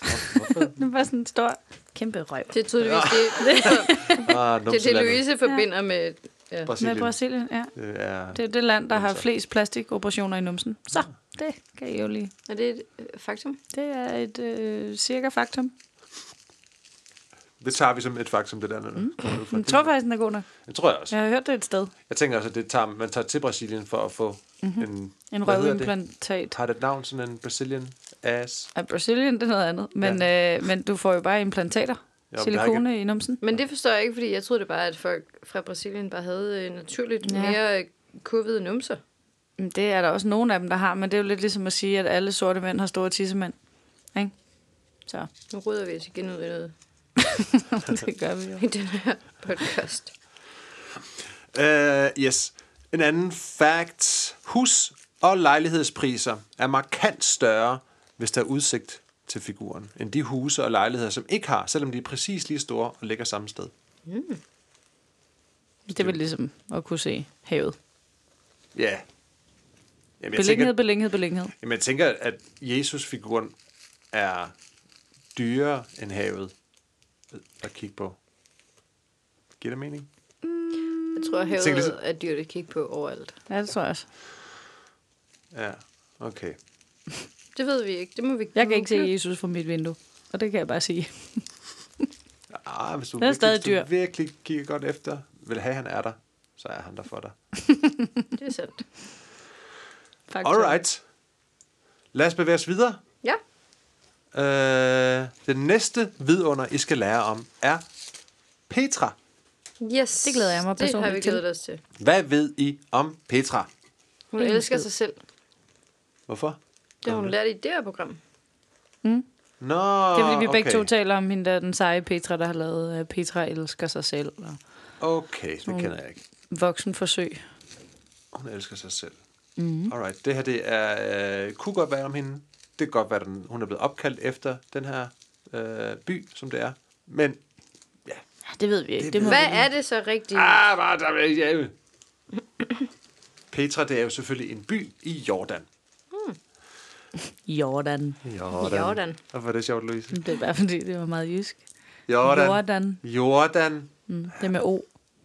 Speaker 2: den var sådan en stor, kæmpe røv.
Speaker 3: Det er tydeligvis det, det,
Speaker 1: Ah,
Speaker 3: det, det Louise forbinder med... Ja.
Speaker 2: Med
Speaker 1: Brasilien.
Speaker 2: Brasilien, ja.
Speaker 1: Det er,
Speaker 2: Det er det land, der har flest plastikoperationer i numsen. Så, det kan I jo lige.
Speaker 3: Er det et øh, faktum?
Speaker 2: Det er et øh, cirka faktum.
Speaker 1: det tager vi som et faktum, det der. Mm.
Speaker 2: Jeg tror faktisk, den er god nok.
Speaker 1: Det tror jeg også.
Speaker 2: Jeg har hørt det et sted.
Speaker 1: Jeg tænker også, at det tager, man tager til Brasilien for at få mm-hmm. en...
Speaker 2: Mhm. En
Speaker 1: hvad hedder det?
Speaker 2: røvimplantat.
Speaker 1: Har det et navn, sådan en Brazilian ass?
Speaker 2: Af Brasilien, det er noget andet. Men, ja. øh, men du får jo bare implantater.
Speaker 1: men der er
Speaker 2: Silikone i numsen.
Speaker 3: Men det forstår jeg ikke, fordi jeg troede det bare, at folk fra Brasilien bare havde øh, naturligt
Speaker 2: Ja.
Speaker 3: ja. mere øh, kurvede numser.
Speaker 2: Men Mm, Det er der også nogle af dem, der har, men det er jo lidt ligesom at sige, at alle sorte mænd har store tissemænd. Ikke? Så
Speaker 3: Nu råder vi os igen ud i noget
Speaker 2: det gør vi jo.
Speaker 3: i den her podcast.
Speaker 1: Uh, yes. En anden fact. Hus- og lejlighedspriser er markant større, hvis der er udsigt til figuren, end de huse og lejligheder, som ikke har, selvom de er præcis lige store og ligger samme sted.
Speaker 2: Det er vel ligesom at kunne se havet.
Speaker 1: Ja. Yeah. Jamen, jeg tænker,
Speaker 2: Beliggenhed, beliggenhed, beliggenhed.
Speaker 1: Jamen, jeg tænker, at Jesus-figuren er dyrere end havet at kigge på. Giver det mening?
Speaker 3: Jeg tror, havet
Speaker 1: Tænk lige-
Speaker 3: er dyrt at kigge på overalt.
Speaker 2: Ja, det tror jeg også.
Speaker 1: Ja, okay.
Speaker 3: Det ved vi ikke. Det må vi
Speaker 2: Jeg kan ikke se Jesus fra mit vindue, og det kan jeg bare sige.
Speaker 1: Ah, hvis du,
Speaker 2: Den er
Speaker 1: virkelig,
Speaker 2: stadig
Speaker 1: hvis du
Speaker 2: dyr.
Speaker 1: virkelig kigger godt efter, vil have, han er der, så er han der for dig.
Speaker 3: Det er sandt.
Speaker 2: Faktum.
Speaker 1: Alright. Lad os bevæge os videre.
Speaker 3: Ja.
Speaker 1: Øh, det næste vidunder, I skal lære om, er Petra.
Speaker 3: Yes.
Speaker 2: Det glæder jeg mig
Speaker 3: Det har vi
Speaker 2: personligt
Speaker 3: glædet os til.
Speaker 1: Hvad ved I om Petra?
Speaker 3: Hun
Speaker 2: Ingen
Speaker 3: elsker
Speaker 2: skid.
Speaker 3: sig selv.
Speaker 1: Hvorfor?
Speaker 3: Det har hun lært i det her program.
Speaker 1: Nå,
Speaker 2: Det er, fordi vi begge
Speaker 1: okay.
Speaker 2: to taler om hende, der er den seje Petra, der har lavet øh, Petra elsker sig selv og
Speaker 1: Okay, det kender jeg ikke.
Speaker 2: voksenforsøg.
Speaker 1: Hun elsker sig selv. Mm-hmm. Alright, det her det er, øh, kunne godt være om hende. Det kan godt være, den, hun er blevet opkaldt efter den her øh, by, som det er. Men, ja.
Speaker 2: Ja, Det ved vi ikke. Det må
Speaker 3: Hvad
Speaker 2: vi-
Speaker 3: er det så rigtigt?
Speaker 1: Ah, bare der vil jeg Petra, det er jo selvfølgelig en by i Jordan.
Speaker 2: Jordan.
Speaker 1: Jordan.
Speaker 3: Jordan.
Speaker 1: Hvorfor er det sjovt, Louise?
Speaker 2: Det er bare fordi, det var meget jysk.
Speaker 1: Jordan.
Speaker 2: Jordan.
Speaker 1: Jordan.
Speaker 2: Mm, det er med O.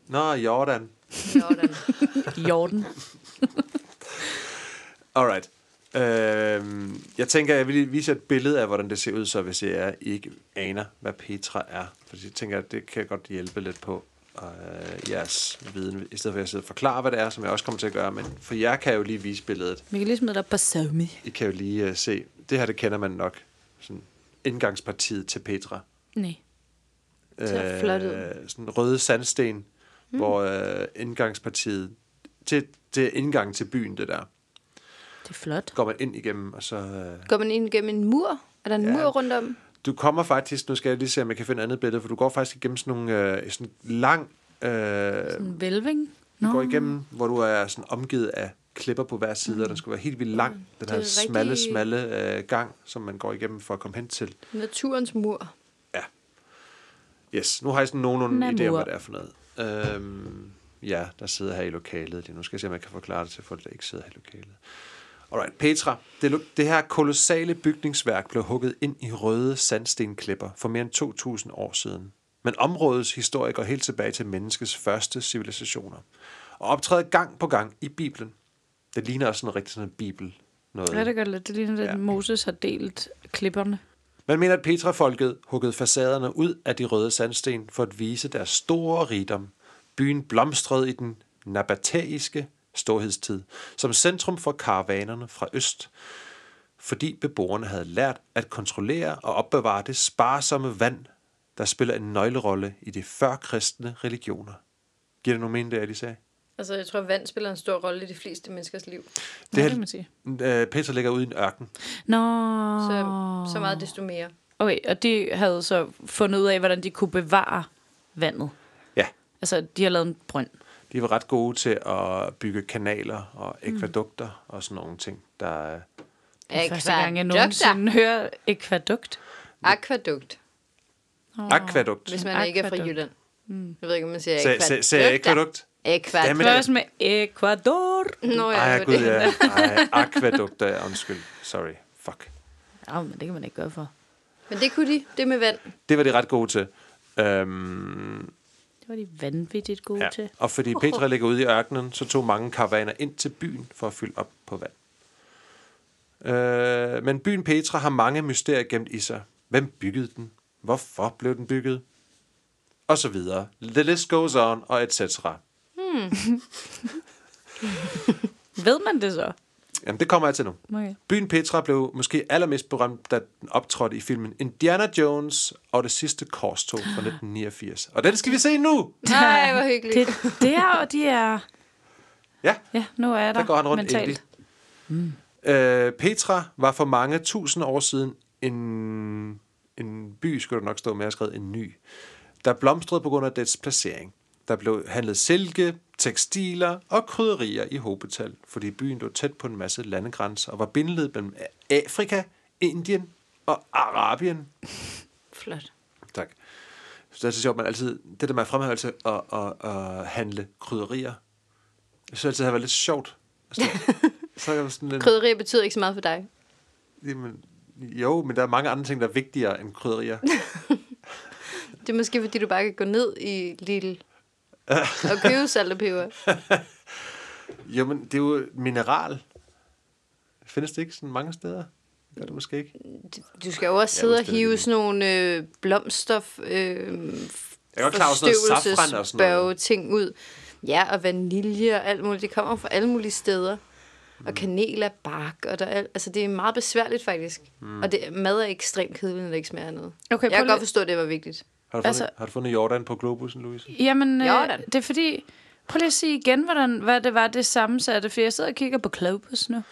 Speaker 1: Nå, Jordan.
Speaker 3: Jordan.
Speaker 2: Jordan.
Speaker 1: Alright. Øhm, jeg tænker, jeg vil lige vise jer et billede af, hvordan det ser ud, så hvis jeg er, I ikke aner, hvad Petra er. Fordi jeg tænker, at det kan godt hjælpe lidt på øh, jeres viden, i stedet for at jeg sidder og forklarer, hvad det er, som jeg også kommer til at gøre. Men for jer kan jeg jo lige vise billedet.
Speaker 2: Vi kan lige smide dig på Sami.
Speaker 1: I kan jo lige øh, se. Det her, det kender man nok. Sådan indgangspartiet til Petra.
Speaker 2: Nej.
Speaker 3: ser
Speaker 1: Øh,
Speaker 3: flot ud.
Speaker 1: Sådan røde sandsten, mm. hvor øh, indgangspartiet... Det, det er indgangen til byen, det der.
Speaker 2: Det er flot.
Speaker 1: Går man ind igennem, og så... Øh,
Speaker 3: Går man ind gennem en mur? Er der en
Speaker 1: Ja.
Speaker 3: ja. mur rundt om?
Speaker 1: Du kommer faktisk, nu skal jeg lige se, om jeg kan finde et andet billede, for du går faktisk igennem sådan nogle øh, sådan lang... Øh,
Speaker 2: En velving.
Speaker 1: du går igennem, hvor du er sådan omgivet af klipper på hver side, mm. og den skulle være helt vildt lang, den
Speaker 3: Det
Speaker 1: her
Speaker 3: er rigtig-
Speaker 1: smalle, smalle øh, gang, som man går igennem for at komme hen til.
Speaker 3: Naturens mur.
Speaker 1: Ja. Yes, nu har jeg sådan
Speaker 2: Den
Speaker 1: nogenlunde
Speaker 2: er
Speaker 1: idé om,
Speaker 2: mur.
Speaker 1: hvad det er for noget. Øhm, ja, der sidder her i lokalet lige nu. Skal jeg se, om jeg kan forklare det til folk, der ikke sidder her i lokalet. Alright, Petra. Det, lo- det her kolossale bygningsværk blev hugget ind i røde sandstenklipper for mere end 2.000 år siden. Men områdets historie går helt tilbage til menneskets første civilisationer. Og optræder gang på gang i Bibelen. Det ligner også sådan rigtig sådan en bibel. Noget.
Speaker 2: Ja, det gør det lidt. Det ligner, at
Speaker 1: Ja.
Speaker 2: ja. Moses har delt klipperne.
Speaker 1: Man mener, at Petra-folket huggede facaderne ud af de røde sandsten for at vise deres store rigdom. Byen blomstrede i den nabatæiske storhedstid, som centrum for karavanerne fra øst, fordi beboerne havde lært at kontrollere og opbevare det sparsomme vand, der spiller en nøglerolle i de førkristne religioner. Giver det nogen mening, det jeg lige sagde?
Speaker 3: Altså, jeg tror, vand spiller en stor rolle i de fleste menneskers liv.
Speaker 2: Det, det kan man sige.
Speaker 1: Øh, Petra ligger ude i en ørken.
Speaker 2: Nå.
Speaker 3: Så, så meget desto mere.
Speaker 2: Okay, og de havde så fundet ud af, hvordan de kunne bevare vandet.
Speaker 1: Ja,
Speaker 2: Altså, de har lavet en brønd.
Speaker 1: De var ret gode til at bygge kanaler og akvadukter mm. og sådan nogle ting. Der, øh,
Speaker 2: Det er første gang, jeg nogensinde hører akvadukt.
Speaker 3: Akvadukt,
Speaker 1: akvadukt.
Speaker 3: hvis man ikke er fra
Speaker 2: Akvadukt.
Speaker 3: Jylland.
Speaker 2: Mm.
Speaker 3: Jeg ved ikke, om man siger
Speaker 1: Sag- sag- sagde jeg akvadukt?
Speaker 3: Akvadukt.
Speaker 1: Jamen,
Speaker 2: Hvad også med Ecuador?
Speaker 3: Nå, ja,
Speaker 1: Ej,
Speaker 3: det var
Speaker 1: gud,
Speaker 3: det.
Speaker 1: ja. Ej, akvadukter, ja, undskyld. Sorry. Fuck.
Speaker 2: Ja, men det kan man ikke gøre for.
Speaker 3: Men det kunne de, det med vand.
Speaker 1: Det var de ret gode til. Øhm,
Speaker 2: Det var de vanvittigt gode ja.
Speaker 1: ja.
Speaker 2: til.
Speaker 1: Og fordi Petra ligger ude i ørkenen, så tog mange karavaner ind til byen for at fylde op på vand. Øh, men byen Petra har mange mysterier gemt i sig. Hvem byggede den? Hvorfor blev den bygget? Og så videre. The list goes on, og et cetera.
Speaker 2: Ved man det så?
Speaker 1: Jamen, det kommer jeg til nu.
Speaker 2: Okay.
Speaker 1: Byen Petra blev måske allermest berømt, da den optrådte i filmen Indiana Jones og det sidste korstog fra 1989. Og den skal vi se nu!
Speaker 3: Nej, hvor hyggeligt.
Speaker 2: Det, det er jo, de er...
Speaker 1: Ja,
Speaker 2: Ja, nu er jeg der.
Speaker 1: der går han rundt
Speaker 2: mentalt. Mm.
Speaker 1: endelig. Øh, Petra var for mange tusind år siden en, en by, skulle der nok stå med, jeg har skrevet en ny, der blomstrede på grund af dets placering. Der blev handlet silke, tekstiler og krydderier i hobetal, fordi byen lå tæt på en masse landegrænser og var bindeled mellem Afrika, Indien og Arabien.
Speaker 3: Flot.
Speaker 1: Tak. Så det er så sjovt, man altid, det der med fremhævelse og, og, og handle krydderier, jeg synes altid, det har været lidt sjovt. Altså, så er jeg sådan en,
Speaker 3: Krydderier betyder ikke så meget for dig.
Speaker 1: jamen, jo, men der er mange andre ting, der er vigtigere end krydderier.
Speaker 3: Det er måske, fordi du bare kan gå ned i Lidl og købe salt og peber.
Speaker 1: Jo, men det er jo et mineral. Findes det ikke sådan mange steder? Det gør det måske ikke.
Speaker 3: Du skal jo også sidde og
Speaker 1: udstiller
Speaker 3: hive
Speaker 1: det.
Speaker 3: sådan nogle øh, blomster... Øh,
Speaker 1: Jeg er godt klar over sådan noget safran og sådan noget.
Speaker 3: ting ud. Ja, og vanilje og alt muligt. Det kommer fra alle mulige steder. Og
Speaker 1: Mm.
Speaker 3: kanel er bark, og der er, alt- altså det er meget besværligt faktisk. Mm. Og det, mad er ekstremt kedeligt, når det ikke smager af noget.
Speaker 2: Okay, prøv
Speaker 3: jeg kan
Speaker 2: lige-
Speaker 3: godt forstå, at det var vigtigt.
Speaker 1: Har du, fundet, altså,
Speaker 2: Altså-
Speaker 1: har du fundet Jordan på Globusen, Louise?
Speaker 2: Jamen, øh,
Speaker 3: Jordan.
Speaker 2: det er fordi... Prøv lige at sige igen, hvordan, hvad det var, det sammensatte, for jeg sidder og kigger på Globus nu.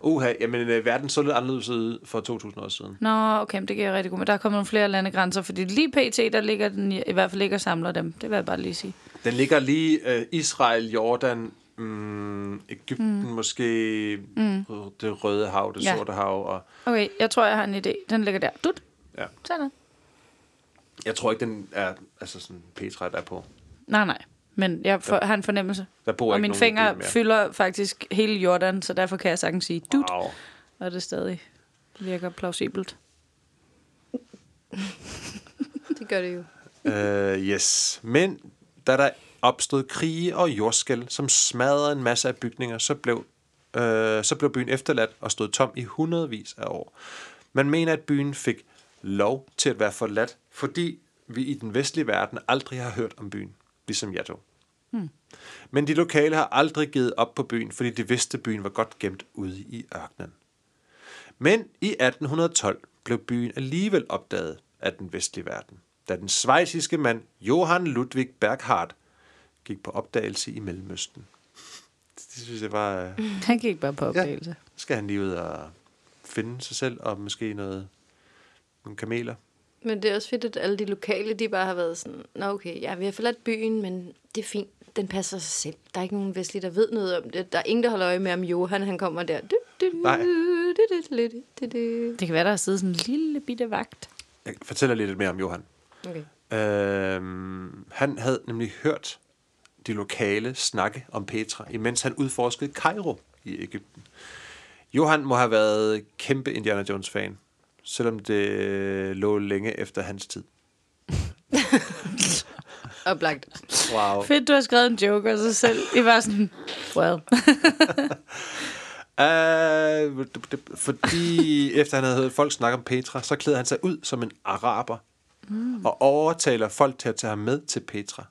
Speaker 1: Uha, jamen øh, verden så lidt anderledes ud for 2000 år siden.
Speaker 2: Nå, okay, men det giver rigtig godt, men der er kommet nogle flere landegrænser, fordi lige pt, der ligger den i, i hvert fald ikke og samler dem. Det vil jeg bare lige sige.
Speaker 1: Den ligger lige øh, Israel, Jordan, mm, Ægypten mm. måske, mm. det Røde Hav, det
Speaker 2: Ja.
Speaker 1: Sorte Hav. Og,
Speaker 2: Okay, jeg tror, jeg har en idé. Den ligger der. Dut.
Speaker 1: ja.
Speaker 2: Sådan.
Speaker 1: Jeg tror ikke, den er altså sådan Petra, der er på.
Speaker 2: Nej, nej. Men jeg for, har en fornemmelse.
Speaker 1: Der bor
Speaker 2: og
Speaker 1: ikke
Speaker 2: mine
Speaker 1: nogen idé
Speaker 2: fingre
Speaker 1: mere.
Speaker 2: fylder faktisk hele Jordan, så derfor kan jeg sagtens sige dut,
Speaker 1: Wow.
Speaker 2: og det stadig virker plausibelt.
Speaker 3: Det gør det jo.
Speaker 1: Øh, yes. Men da der opstod krige og jordskæl, som smadrede en masse af bygninger, så blev, øh, så blev byen efterladt og stod tom i hundredvis af år. Man mener, at byen fik lov til at være forladt, fordi vi i den vestlige verden aldrig har hørt om byen, ligesom jeg tog. Men de lokale har aldrig givet op på byen, fordi de vidste, at byen var godt gemt ude i ørkenen. Men i 1812 blev byen alligevel opdaget af den vestlige verden, da den svejsiske mand Johann Ludwig Berghardt gik på opdagelse i Mellemøsten. Det synes jeg var... øh,
Speaker 2: Han gik bare på
Speaker 1: Ja,
Speaker 2: opdagelse.
Speaker 1: så skal han lige ud og finde sig selv, og måske noget, nogle kameler.
Speaker 3: Men det er også fedt, at alle de lokale, de bare har været sådan, nå okay, ja, vi har forladt byen, men det er fint, den passer sig selv. Der er ikke nogen vestlige, der ved noget om det. Der er ingen, der holder øje med, om Johan han kommer der. Du, du, du,
Speaker 1: Nej.
Speaker 3: du, du, du, du, du.
Speaker 2: Det kan være, der har siddet sådan en lille bitte vagt.
Speaker 1: Jeg fortæller lidt mere om Johan.
Speaker 3: Okay.
Speaker 1: Øhm, han havde nemlig hørt de lokale snakke om Petra, imens han udforskede Kairo i Ægypten. Johan må have været kæmpe Indiana Jones-fan, selvom det øh, lå længe efter hans tid.
Speaker 3: Oplagt.
Speaker 1: Wow.
Speaker 2: Fedt, du har skrevet en joke og sig selv. I var sådan, well.
Speaker 1: Uh, fordi efter han havde hørt folk snakke om Petra, så klæder han sig ud som en araber mm. og overtaler folk til at tage ham med til Petra,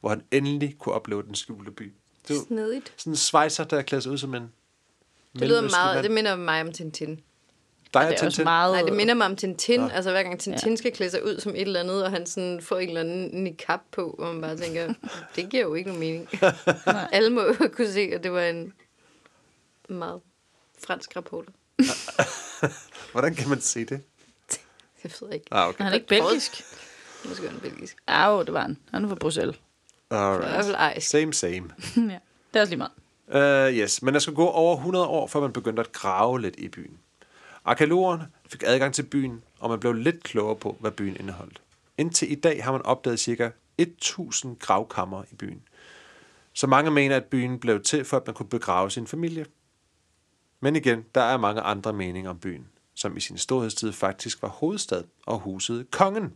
Speaker 1: hvor han endelig kunne opleve den skjulte by. Det var
Speaker 3: Snedigt.
Speaker 1: sådan en svejser, der klæder sig ud som en
Speaker 3: Det lyder meget, det minder mig om Tintin.
Speaker 1: Dig
Speaker 2: Det er også meget...
Speaker 3: Nej, det minder mig om Tintin. Ja. Altså hver gang Tintin ja. skal klæde sig ud som et eller andet, og han sådan får en eller anden niqab på, hvor man bare tænker, det giver jo ikke nogen mening. Alle må jo kunne se, at det var en meget fransk rapport.
Speaker 1: Hvordan kan man se det?
Speaker 3: Jeg ved ikke.
Speaker 1: Ah,
Speaker 2: Er
Speaker 1: okay.
Speaker 2: han ikke belgisk?
Speaker 3: Måske var den belgisk.
Speaker 2: Au, det var han. Han er fra Bruxelles.
Speaker 3: I hvert fald
Speaker 1: Alright.
Speaker 3: ejsk.
Speaker 1: Same, same.
Speaker 2: ja. Det er også lige meget.
Speaker 1: Uh, yes, men der skulle gå over 100 år, før man begyndte at grave lidt i byen. Arkeologerne fik adgang til byen, og man blev lidt klogere på, hvad byen indeholdt. Indtil i dag har man opdaget ca. 1000 gravkammer i byen. Så mange mener, at byen blev til, for at man kunne begrave sin familie. Men igen, der er mange andre meninger om byen, som i sin storhedstid faktisk var hovedstad og husede kongen.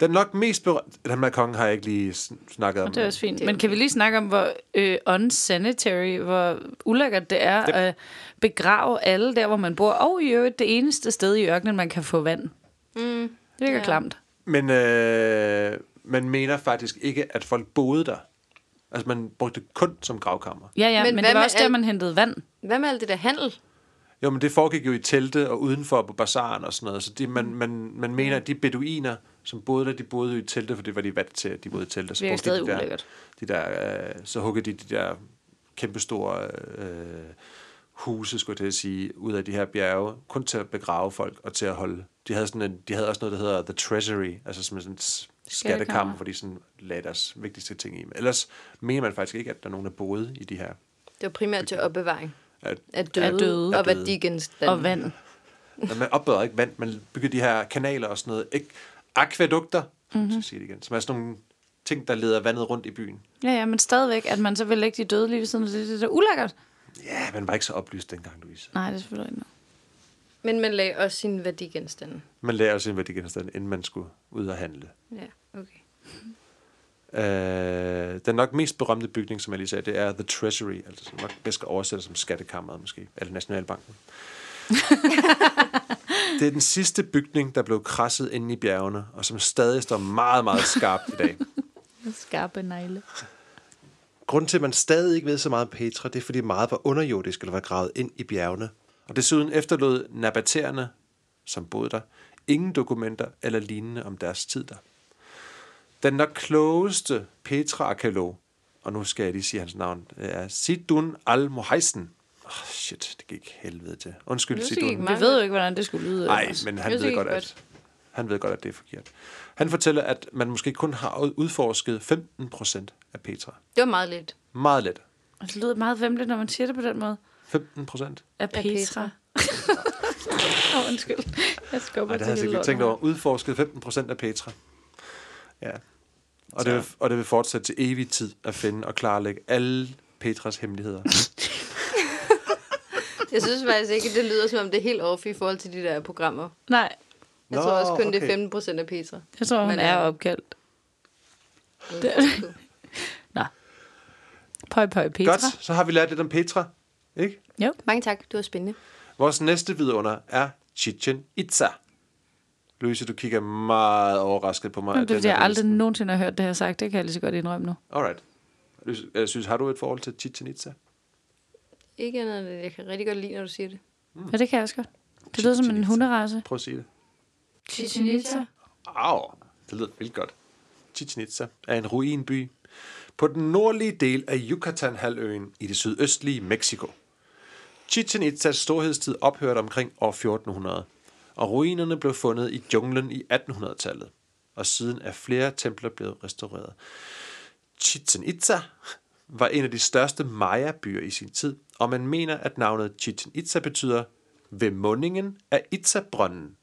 Speaker 1: Den nok mest berømte... Den her konge har jeg ikke lige sn- snakket om.
Speaker 2: Det er også fint.
Speaker 3: Det er
Speaker 2: Men kan vi lige snakke om, hvor øh, unsanitary, hvor ulækkert det er at begrave alle der, hvor man bor, og i øvrigt det eneste sted i ørkenen, man kan få vand.
Speaker 3: Mm.
Speaker 2: Det virker ja.
Speaker 3: Ja.
Speaker 2: klamt.
Speaker 1: Men øh, man mener faktisk ikke, at folk boede der. Altså, man brugte det kun som gravkammer.
Speaker 2: Ja, ja, men,
Speaker 3: Men
Speaker 2: men
Speaker 3: hvad
Speaker 2: det var
Speaker 3: med
Speaker 2: også der,
Speaker 3: al-
Speaker 2: man hentede vand.
Speaker 3: Hvad med alt det der handel?
Speaker 1: Jo, men det foregik jo i telte og udenfor på bazaren og sådan noget. Så det, man, man, man mener, at de beduiner, som boede der, de boede jo i telte, for det var de vant til, at de boede i telte. Så
Speaker 2: Virker
Speaker 1: brugte de
Speaker 2: stadig
Speaker 1: de der,
Speaker 2: ulækkert.
Speaker 1: de der, øh, så huggede de de der kæmpestore øh, huse, skulle jeg til at sige, ud af de her bjerge, kun til at begrave folk og til at holde. De havde, sådan en, de havde også noget, der hedder The Treasury, altså som er sådan en s- skattekammer,
Speaker 2: Skattekammer.
Speaker 1: hvor de sådan lagde deres vigtigste ting i. Men Ellers mener man faktisk ikke, at der er nogen, der boede i de her.
Speaker 3: Det var primært til opbevaring
Speaker 1: At,
Speaker 3: af døde,
Speaker 2: Af døde.
Speaker 1: Af
Speaker 3: og
Speaker 1: døde.
Speaker 3: værdigenstande.
Speaker 2: Og vand.
Speaker 1: Når man opbevarer ikke vand, man bygger de her kanaler og sådan noget. Ikke? Akvædukter, mm-hmm. sige det igen, som er sådan nogle ting, der leder vandet rundt i byen.
Speaker 2: Ja, ja, men stadigvæk, at man så vil lægge de døde lige ved siden, af det, det er da ulækkert.
Speaker 1: Ja, man var ikke så oplyst dengang, Louise.
Speaker 2: Nej, det er selvfølgelig ikke noget.
Speaker 3: Men man lagde også sine værdigenstande.
Speaker 1: Man lærer jo sin værdigenstand, inden man skulle ud og handle.
Speaker 3: Ja, okay.
Speaker 1: Øh, den nok mest berømte bygning, som jeg lige sagde, det er The Treasury, altså som nok bedst skal oversættes som skattekammeret måske, eller Nationalbanken. det er den sidste bygning, der blev krasset inde i bjergene, og som stadig står meget, meget skarpt i dag.
Speaker 2: Skarpe negle.
Speaker 1: Grunden til, at man stadig ikke ved så meget om Petra, det er, fordi meget var underjordisk eller var gravet ind i bjergene. Og desuden efterlod nabatererne, som boede der, ingen dokumenter eller lignende om deres tid der. Den nok klogeste Petrarchalog, og nu skal jeg lige sige hans navn, er Sidun al-Mohajsen. Oh, shit, det gik helvede til. Undskyld,
Speaker 3: Det gik
Speaker 1: Sidun.
Speaker 3: ikke altså.
Speaker 2: Vi ved jo ikke, hvordan det skulle lyde.
Speaker 1: Nej,
Speaker 2: ellers.
Speaker 1: men han
Speaker 3: Jeg
Speaker 1: ved
Speaker 3: synes
Speaker 1: godt,
Speaker 3: ikke
Speaker 1: at, han ved godt, at det er forkert. Han fortæller, at man måske kun har ud- udforsket 15 procent af Petra.
Speaker 3: Det var meget lidt.
Speaker 1: Meget let.
Speaker 2: Og Altså, Det lyder meget vemmeligt, når man siger det på den måde.
Speaker 1: 15 procent?
Speaker 2: Af
Speaker 3: Af Petra.
Speaker 2: Petra. Åh, undskyld. Jeg skubber
Speaker 1: Nej, det har jeg
Speaker 2: til
Speaker 1: slet ikke
Speaker 2: hele
Speaker 1: tænkt
Speaker 2: lorten.
Speaker 1: over. Udforsket 15 procent af Petra. Ja. Og det, vil, og det vil fortsætte til evig tid at finde og klarlægge alle Petras hemmeligheder.
Speaker 3: Jeg synes faktisk ikke, at det lyder som om det er helt off i forhold til de der programmer.
Speaker 2: Nej,
Speaker 3: Jeg
Speaker 1: Nå,
Speaker 3: tror også kun, det er
Speaker 1: okay.
Speaker 3: 15 procent af Petra.
Speaker 2: jeg tror, hun
Speaker 3: Men,
Speaker 2: er
Speaker 3: øh,
Speaker 2: opkaldt. Det. Nå. Pøj, pøj, Petra.
Speaker 1: Godt, så har vi lært lidt om Petra. Ikke?
Speaker 2: Jo.
Speaker 3: Mange tak, det var spændende.
Speaker 1: Vores næste vidunder er Chichen Itza. Louise, du kigger meget overrasket på mig.
Speaker 2: Jamen,
Speaker 1: at
Speaker 2: det er,
Speaker 1: den
Speaker 2: fordi
Speaker 1: er
Speaker 2: jeg
Speaker 1: på
Speaker 2: aldrig
Speaker 1: listen.
Speaker 2: nogensinde har hørt det her sagt. Det kan jeg lige så godt indrømme nu.
Speaker 1: Alright. Louise, Jeg synes, har du et forhold til Chichen Itza?
Speaker 3: Ikke andet, end at jeg kan rigtig godt lide, når du siger det.
Speaker 1: Mm.
Speaker 2: Ja, det kan jeg også godt. Det lyder som en hunderace.
Speaker 1: Prøv at sige det.
Speaker 2: Chichen Itza.
Speaker 1: Au, det lyder vildt godt. Chichen Itza er en ruinby på den nordlige del af Yucatan-halvøen i det sydøstlige Mexico. Chichen Itzas storhedstid ophørte omkring år 1400, og ruinerne blev fundet i junglen i 1800-tallet, og siden er flere templer blevet restaureret. Chichen Itza var en af de største Maya-byer i sin tid, og man mener, at navnet Chichen Itza betyder ved mundingen af Itza-brønden.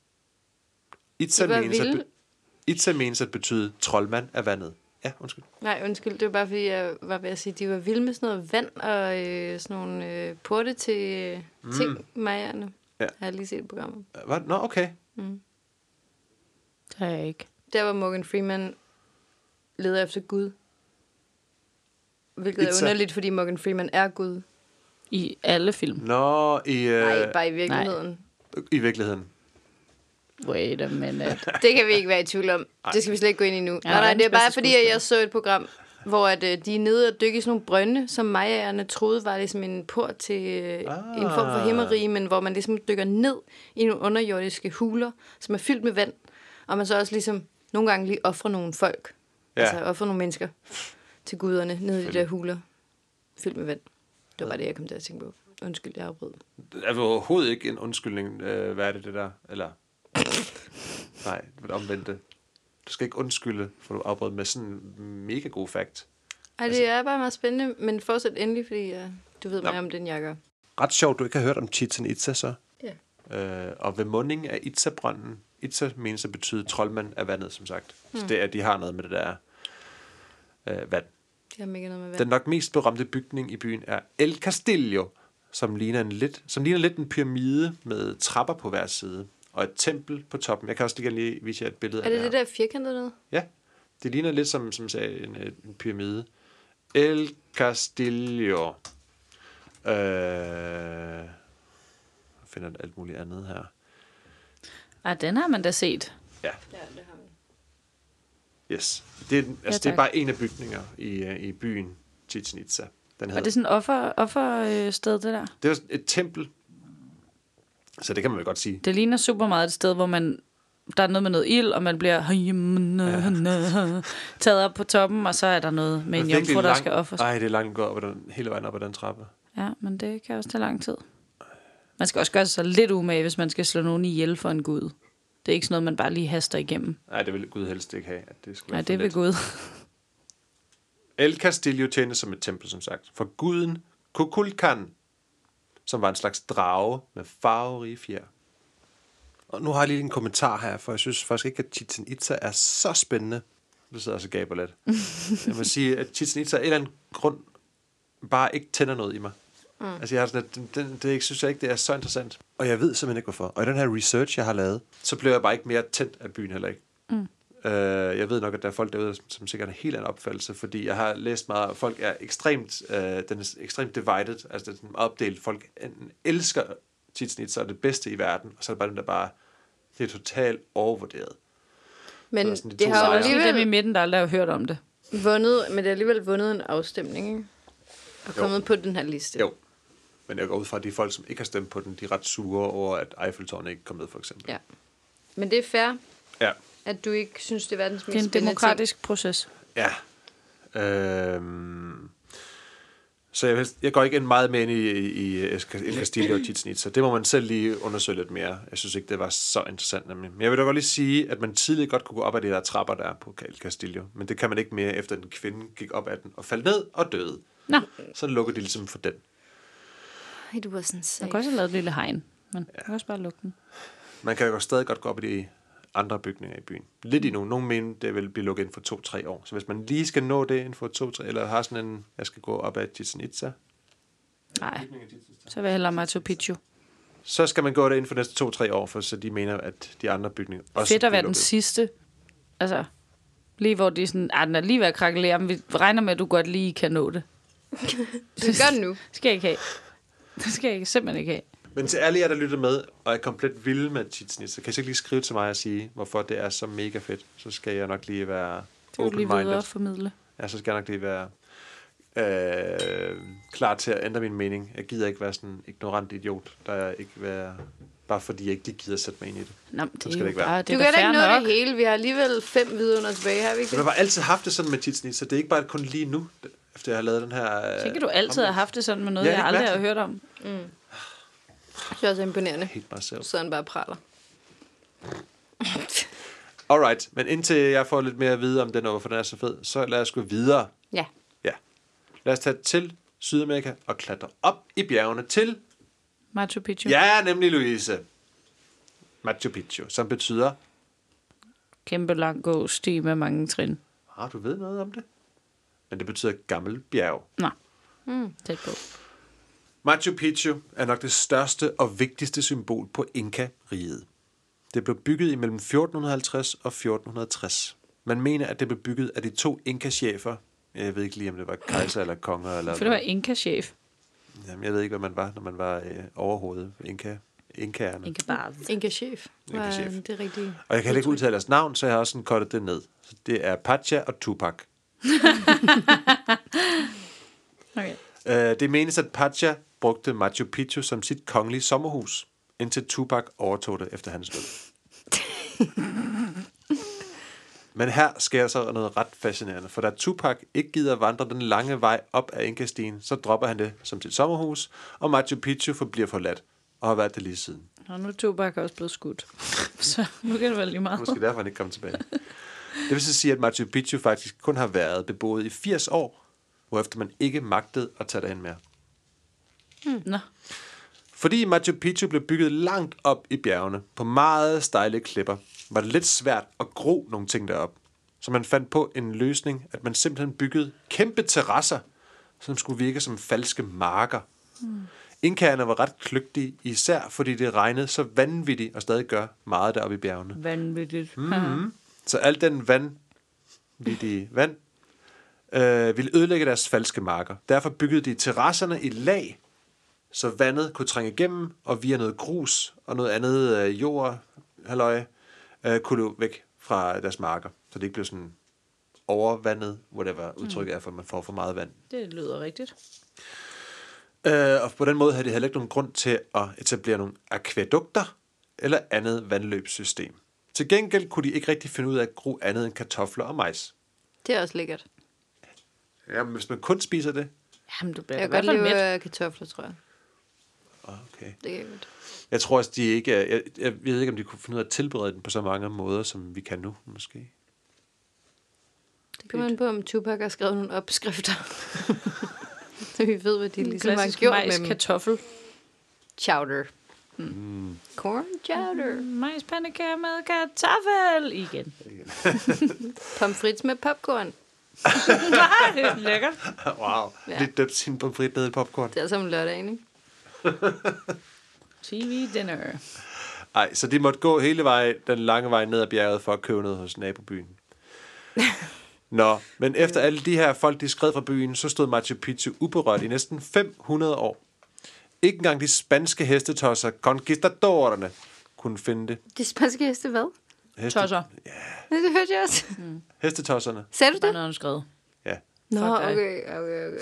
Speaker 1: Itza
Speaker 3: Det var
Speaker 1: menes, at,
Speaker 3: vildt.
Speaker 1: be- Itza menes at betyde troldmand af vandet. Ja, undskyld.
Speaker 3: Nej, undskyld, det var bare fordi, jeg var ved at sige, at de var vilde med sådan noget vand og øh, sådan nogle øh, porte til øh, mm. ting, Majerne.
Speaker 1: Ja.
Speaker 3: Ja. Har jeg lige set i programmet.
Speaker 1: Hvad? Nå, okay.
Speaker 2: Det har jeg ikke.
Speaker 3: Der var Morgan Freeman leder efter Gud. Hvilket
Speaker 1: It's
Speaker 3: er
Speaker 1: a-
Speaker 3: underligt, fordi Morgan Freeman er Gud.
Speaker 2: I alle film.
Speaker 1: Nå, i, øh,
Speaker 3: Nej, bare i virkeligheden. Nej.
Speaker 1: i virkeligheden.
Speaker 2: Wait a minute.
Speaker 3: Det kan vi ikke være i tvivl om. Det skal vi slet ikke gå ind i nu. Nej, nej,
Speaker 2: verdens
Speaker 3: det er bare
Speaker 2: bedste
Speaker 3: fordi, at jeg så et program, hvor at, øh, de er nede og dykke i sådan nogle brønde, som majaerne troede var ligesom en port til øh, en form for
Speaker 1: Ah.
Speaker 3: himmerige, men hvor man ligesom dykker ned i nogle underjordiske huler, som er fyldt med vand, og man så også ligesom nogle gange lige offrer nogle folk,
Speaker 1: Ja.
Speaker 3: ja. altså offrer nogle mennesker til guderne nede i de der huler, fyldt med vand. Det var bare det, jeg kom til at tænke på. Undskyld, jeg afbrød.
Speaker 1: Det er vel overhovedet ikke en undskyldning. Øh, hvad er det, det der? Eller... Nej, det var det omvendte. Du skal ikke undskylde, for du afbrød med sådan en mega god fact.
Speaker 3: Ej, det er bare meget spændende, men fortsæt endelig, fordi øh, du ved mere om den, jeg gør.
Speaker 1: Ret sjovt, du ikke har hørt om Chichen Itza så.
Speaker 3: Ja.
Speaker 1: Øh, og ved mundingen af Itza-brønden, Itza menes at betyde troldmand af vandet, som sagt. Mm. Så det er, at de har noget med det der øh, vand.
Speaker 3: Det har mega noget med vand.
Speaker 1: Den nok mest berømte bygning i byen er El Castillo, som ligner, en lidt, som ligner lidt en pyramide med trapper på hver side og et tempel på toppen. Jeg kan også lige gerne lige vise jer et billede
Speaker 3: Er
Speaker 1: af
Speaker 3: det
Speaker 1: her.
Speaker 3: det der firkantede noget?
Speaker 1: Ja, det ligner lidt som, som sagde, en, øh, en pyramide. El Castillo. Øh, jeg finder alt muligt andet her.
Speaker 2: Ej, den har man da set.
Speaker 1: Ja,
Speaker 3: Ja, det har man.
Speaker 1: yes. Det er, den- altså, ja, det er
Speaker 2: tak.
Speaker 1: bare en af bygninger i, øh, i byen Chichen Itza. Den
Speaker 2: Var
Speaker 1: hedder
Speaker 2: det sådan et offer, offersted, det der?
Speaker 1: Det var et tempel. Så det kan man vel godt sige.
Speaker 2: Det ligner super meget et sted, hvor man der er noget med noget ild, og man bliver taget op på toppen, og så er der noget med en
Speaker 1: Det er virkelig
Speaker 2: jomfru, der
Speaker 1: langt-
Speaker 2: skal offres.
Speaker 1: Ej, det er langt at gå op ad den, hele vejen op ad den trappe.
Speaker 2: Ja, men det kan også tage lang tid. Man skal også gøre sig lidt umage, hvis man skal slå nogen ihjel for en gud. Det er ikke sådan noget, man bare lige haster igennem.
Speaker 1: Nej, det vil Gud helst ikke have. At det skal være
Speaker 2: Nej,
Speaker 1: for
Speaker 2: det vil
Speaker 1: let.
Speaker 2: Gud.
Speaker 1: El Castillo tjente som et tempel, som sagt, for guden Kukulkan, som var en slags drage med farverige fjer. Og nu har jeg lige en kommentar her, for jeg synes faktisk ikke, at Chichen Itza er så spændende. Du sidder også og gaber lidt. Jeg må sige, at Chichen Itza af en eller anden grund bare ikke tænder noget i mig. Mm. Altså, jeg har sådan, at den, den, det synes jeg ikke, det er så interessant. Og jeg ved simpelthen ikke, hvorfor. Og i den her research, jeg har lavet, så blev jeg bare ikke mere tændt af byen heller ikke. Øh, jeg ved nok, at der er folk derude, som, som sikkert har en helt anden opfattelse, fordi jeg har læst meget, at folk er ekstremt, øh, den er s- ekstremt divided, altså det er sådan meget opdelt. Folk enten elsker Chichen Itza og det bedste i verden, og så er der bare den, der bare, det er totalt overvurderet.
Speaker 3: Men
Speaker 1: Så er sådan de
Speaker 3: det
Speaker 1: to
Speaker 3: har jo
Speaker 1: sejre.
Speaker 2: Og lige dem i
Speaker 3: alligevel
Speaker 2: midten, der aldrig har hørt om det.
Speaker 3: vundet, men det har alligevel vundet en afstemning, ikke? Og kommet på den her liste.
Speaker 1: Jo. Men jeg går ud fra, at de folk, som ikke har stemt på den, de er ret sure over, at Eiffeltårnet ikke kom med, for eksempel.
Speaker 3: Ja. Men det er fair,
Speaker 1: Ja.
Speaker 3: at du ikke synes, det er verdens
Speaker 2: Det er
Speaker 3: mest
Speaker 2: en
Speaker 3: spændende
Speaker 2: demokratisk proces.
Speaker 1: Ja. Øhm. Så jeg, vil helst- jeg går ikke ind meget mere ind i, i Esk- El Castillo og Chichen så det må man selv lige undersøge lidt mere. Jeg synes ikke, det var så interessant nemlig. Men jeg vil da godt lige sige, at man tidligere godt kunne gå op ad de der trapper, der er på El Castillo. Men det kan man ikke mere, efter en kvinde gik op ad den og faldt ned og døde.
Speaker 2: Nå,
Speaker 1: Så lukker de ligesom for den.
Speaker 3: ting. It wasn't
Speaker 2: man
Speaker 3: safe.
Speaker 2: kan også have lavet et lille hegn. Man kan også bare lukke den.
Speaker 1: Man kan jo stadig godt gå op i de andre bygninger i byen. Lidt endnu. Nogle mener, det vil blive lukket inden for 2-3 år. Så hvis man lige skal nå det inden for 2-3, eller har sådan en, jeg skal gå op ad Chichen Itza,
Speaker 2: Nej, så vil jeg hellere Machu Picchu.
Speaker 1: så skal man gå det inden for næste 2-3 år, for så de mener, at de andre bygninger også
Speaker 2: Fedt at
Speaker 1: bliver
Speaker 2: være den
Speaker 1: lukket.
Speaker 2: sidste. Altså, lige hvor de er sådan, ah, den er lige ved at krakkelere, men vi regner med, at du godt lige kan nå det.
Speaker 3: Du gør det nu.
Speaker 2: Det skal jeg ikke have. Det skal jeg ikke, simpelthen ikke have.
Speaker 1: Men til alle jer, der lytter med, og er komplet vilde med Chichen Itza, kan I så ikke lige skrive til mig og sige, hvorfor det er så mega fedt. Så skal jeg nok lige være
Speaker 2: Det vil du lige videre
Speaker 1: open-minded.
Speaker 2: formidle.
Speaker 1: Ja, så skal jeg nok lige være øh, klar til at ændre min mening. Jeg gider ikke være sådan en ignorant idiot, der ikke være, bare fordi jeg ikke lige gider sætte mig ind i det.
Speaker 2: Nå, men det
Speaker 1: skal
Speaker 2: er
Speaker 1: det
Speaker 2: jo
Speaker 1: ikke være.
Speaker 2: bare, det
Speaker 3: Du
Speaker 2: er
Speaker 3: gør da
Speaker 2: fair
Speaker 3: ikke noget af
Speaker 2: nok.
Speaker 3: det hele. Vi har alligevel fem vidunder tilbage, har vi ikke
Speaker 1: Men jeg
Speaker 3: det?
Speaker 1: har altid haft det sådan med Chichen Itza. Det er ikke bare kun lige nu, efter jeg har lavet den her... Øh,
Speaker 2: Tænker du altid har haft det sådan med noget,
Speaker 1: Ja,
Speaker 2: ja,
Speaker 1: det er
Speaker 2: jeg aldrig har
Speaker 1: mærkeligt.
Speaker 2: hørt om?
Speaker 3: Det er også imponerende.
Speaker 1: Helt mig selv.
Speaker 3: Så sidder han bare og praler.
Speaker 1: Alright, men indtil jeg får lidt mere at vide om den, og hvorfor den er så fed, så lad os gå videre.
Speaker 3: Ja.
Speaker 1: Ja. Lad os tage til Sydamerika og klatre op i bjergene til,
Speaker 2: Machu Picchu?
Speaker 1: ja, nemlig Louise. Machu Picchu, som betyder,
Speaker 2: Kæmpe lang god sti med mange trin.
Speaker 1: har "Ah, du ved noget om det? Men det betyder gammel bjerg.
Speaker 2: Nå, mm. tæt på.
Speaker 1: Machu Picchu er nok det største og vigtigste symbol på Inka-riget. Det blev bygget imellem 1450 og 1460. Man mener, at det blev bygget af de to Inka-chefer. Jeg ved ikke lige, om det var kejser eller konger. Eller
Speaker 2: For det var Inka-chef.
Speaker 1: Jamen, jeg ved ikke, hvad man var, når man var øh, overhovedet Inka, Inkaerne.
Speaker 2: Inka bare.
Speaker 3: Inka Chef.
Speaker 1: Inka Chef.
Speaker 3: Det er rigtigt.
Speaker 1: Og jeg kan heller ikke udtale deres navn, så jeg har også sådan kottet det ned. Så det er Pacha og Tupac.
Speaker 2: Okay.
Speaker 1: Øh, det menes, at Pacha brugte Machu Picchu som sit kongelige sommerhus, indtil Tupac overtog det efter hans død. Men her sker så noget ret fascinerende, for da Tupac ikke gider at vandre den lange vej op ad Inkastien, så dropper han det som sit sommerhus, og Machu Picchu forbliver forladt, og har været det lige siden.
Speaker 2: Og nu er Tobak også blevet skudt. Så nu kan det være lige meget.
Speaker 1: Måske derfor han ikke kom tilbage. Det vil så sige, at Machu Picchu faktisk kun har været beboet i 80 år, hvorefter man ikke magtede at tage derhen mere.
Speaker 2: Nå,
Speaker 1: Fordi Machu Picchu blev bygget langt op i bjergene, på meget stejle klipper, var det lidt svært at gro nogle ting derop. Så man fandt på en løsning, at man simpelthen byggede kæmpe terrasser, som skulle virke som falske marker. Mm. Inkaerne var ret kløgtige, især fordi det regnede så vanvittigt og stadig gør meget deroppe i bjergene.
Speaker 2: vanvittigt.
Speaker 1: Hmm.
Speaker 2: Mm.
Speaker 1: Så alt den vand, de vand, øh, ville ødelægge deres falske marker. Derfor byggede de terrasserne i lag, så vandet kunne trænge igennem, og via noget grus og noget andet øh, jord, halløj, øh, kunne løbe væk fra deres marker. Så det ikke blev sådan overvandet, whatever udtrykket er, for at man får for meget vand
Speaker 2: Det lyder rigtigt.
Speaker 1: Øh, og på den måde havde de heller ikke nogen grund til at etablere nogle akvædukter eller andet vandløbssystem. Til gengæld kunne de ikke rigtig finde ud af at gro andet end kartofler og majs.
Speaker 3: Det er også lækkert.
Speaker 1: Jamen, hvis man kun spiser det.
Speaker 2: Jamen, du bliver
Speaker 3: Jeg
Speaker 2: da
Speaker 3: kan
Speaker 2: i hvert
Speaker 3: godt
Speaker 2: fald mæt.
Speaker 3: lide øh, kartofler, tror jeg.
Speaker 1: Okay.
Speaker 3: Det kan jeg godt.
Speaker 1: Jeg tror også, de ikke... er- Jeg, jeg ved ikke, om de kunne finde ud af at tilberede den på så mange måder, som vi kan nu, måske.
Speaker 3: Det kan man på, om Tupac har skrevet nogle opskrifter. så vi ved, hvad de ligesom har
Speaker 2: Klassisk
Speaker 3: gjort
Speaker 2: majs,
Speaker 3: med dem.
Speaker 2: kartoffel.
Speaker 3: Chowder. Mm. Corn chowder.
Speaker 2: Majspandekager med kartoffel igen.
Speaker 3: Pomfrits med popcorn.
Speaker 2: Nej, lækkert.
Speaker 1: wow. Ja.
Speaker 3: Ja.
Speaker 1: Lidt døbt sin pomfrit ned i popcorn.
Speaker 3: Det er som lørdagen, ikke?
Speaker 2: TV dinner.
Speaker 1: Nej, så de måtte gå hele vejen, den lange vej ned ad bjerget for at købe noget hos nabobyen. Nå, men efter alle de her folk, de skred fra byen, så stod Machu Picchu uberørt i næsten 500 år. Ikke engang de spanske hestetosser, conquistadorerne, kunne finde det.
Speaker 3: De spanske heste hvad?
Speaker 1: Heste,
Speaker 2: Tosser.
Speaker 3: Ja, Det hørte jeg også. Mm.
Speaker 1: Hestetosserne,
Speaker 3: Sagde du
Speaker 2: Der er
Speaker 3: det?
Speaker 2: noget, han skrev.
Speaker 1: ja.
Speaker 3: Nå,
Speaker 2: Fuck dig.
Speaker 3: okay, okay, okay, okay.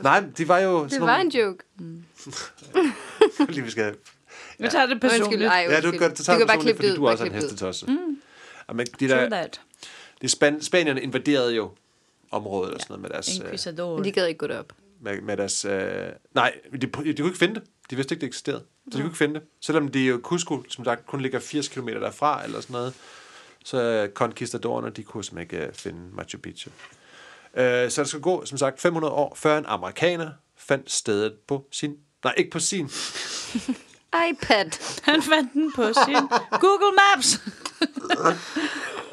Speaker 1: Nej, de var jo...
Speaker 3: Det var en joke.
Speaker 1: Lige, vi skal
Speaker 2: Vi tager det personligt.
Speaker 3: Undskyld, ej,
Speaker 1: Ja, du,
Speaker 3: undskyld.
Speaker 1: gør, du tager
Speaker 3: kan
Speaker 1: det
Speaker 3: bare
Speaker 1: personligt,
Speaker 3: klippe det
Speaker 1: fordi
Speaker 3: ud.
Speaker 1: du er
Speaker 3: bare
Speaker 1: også er en
Speaker 3: klippe det ud.
Speaker 1: hestetosse. Mm. Jamen, de
Speaker 2: True
Speaker 1: der,
Speaker 2: that.
Speaker 1: de span, spanierne invaderede jo området og sådan noget med deres... øh,
Speaker 2: Inquisador.
Speaker 3: Men de gad ikke gå derop.
Speaker 1: med, med deres... Øh, nej, de, de kunne ikke finde det. De vidste ikke, det eksisterede. Så de kunne ikke finde det. Selvom det jo Cusco, som sagt, kun ligger 80 km derfra, eller sådan noget, så øh, conquistadorerne, de kunne simpelthen ikke øh, finde Machu Picchu. Øh, så der skulle gå, som sagt, 500 år, før en amerikaner fandt stedet på sin... Nej, ikke på sin.
Speaker 3: iPad.
Speaker 2: Han fandt den på sin Google Maps.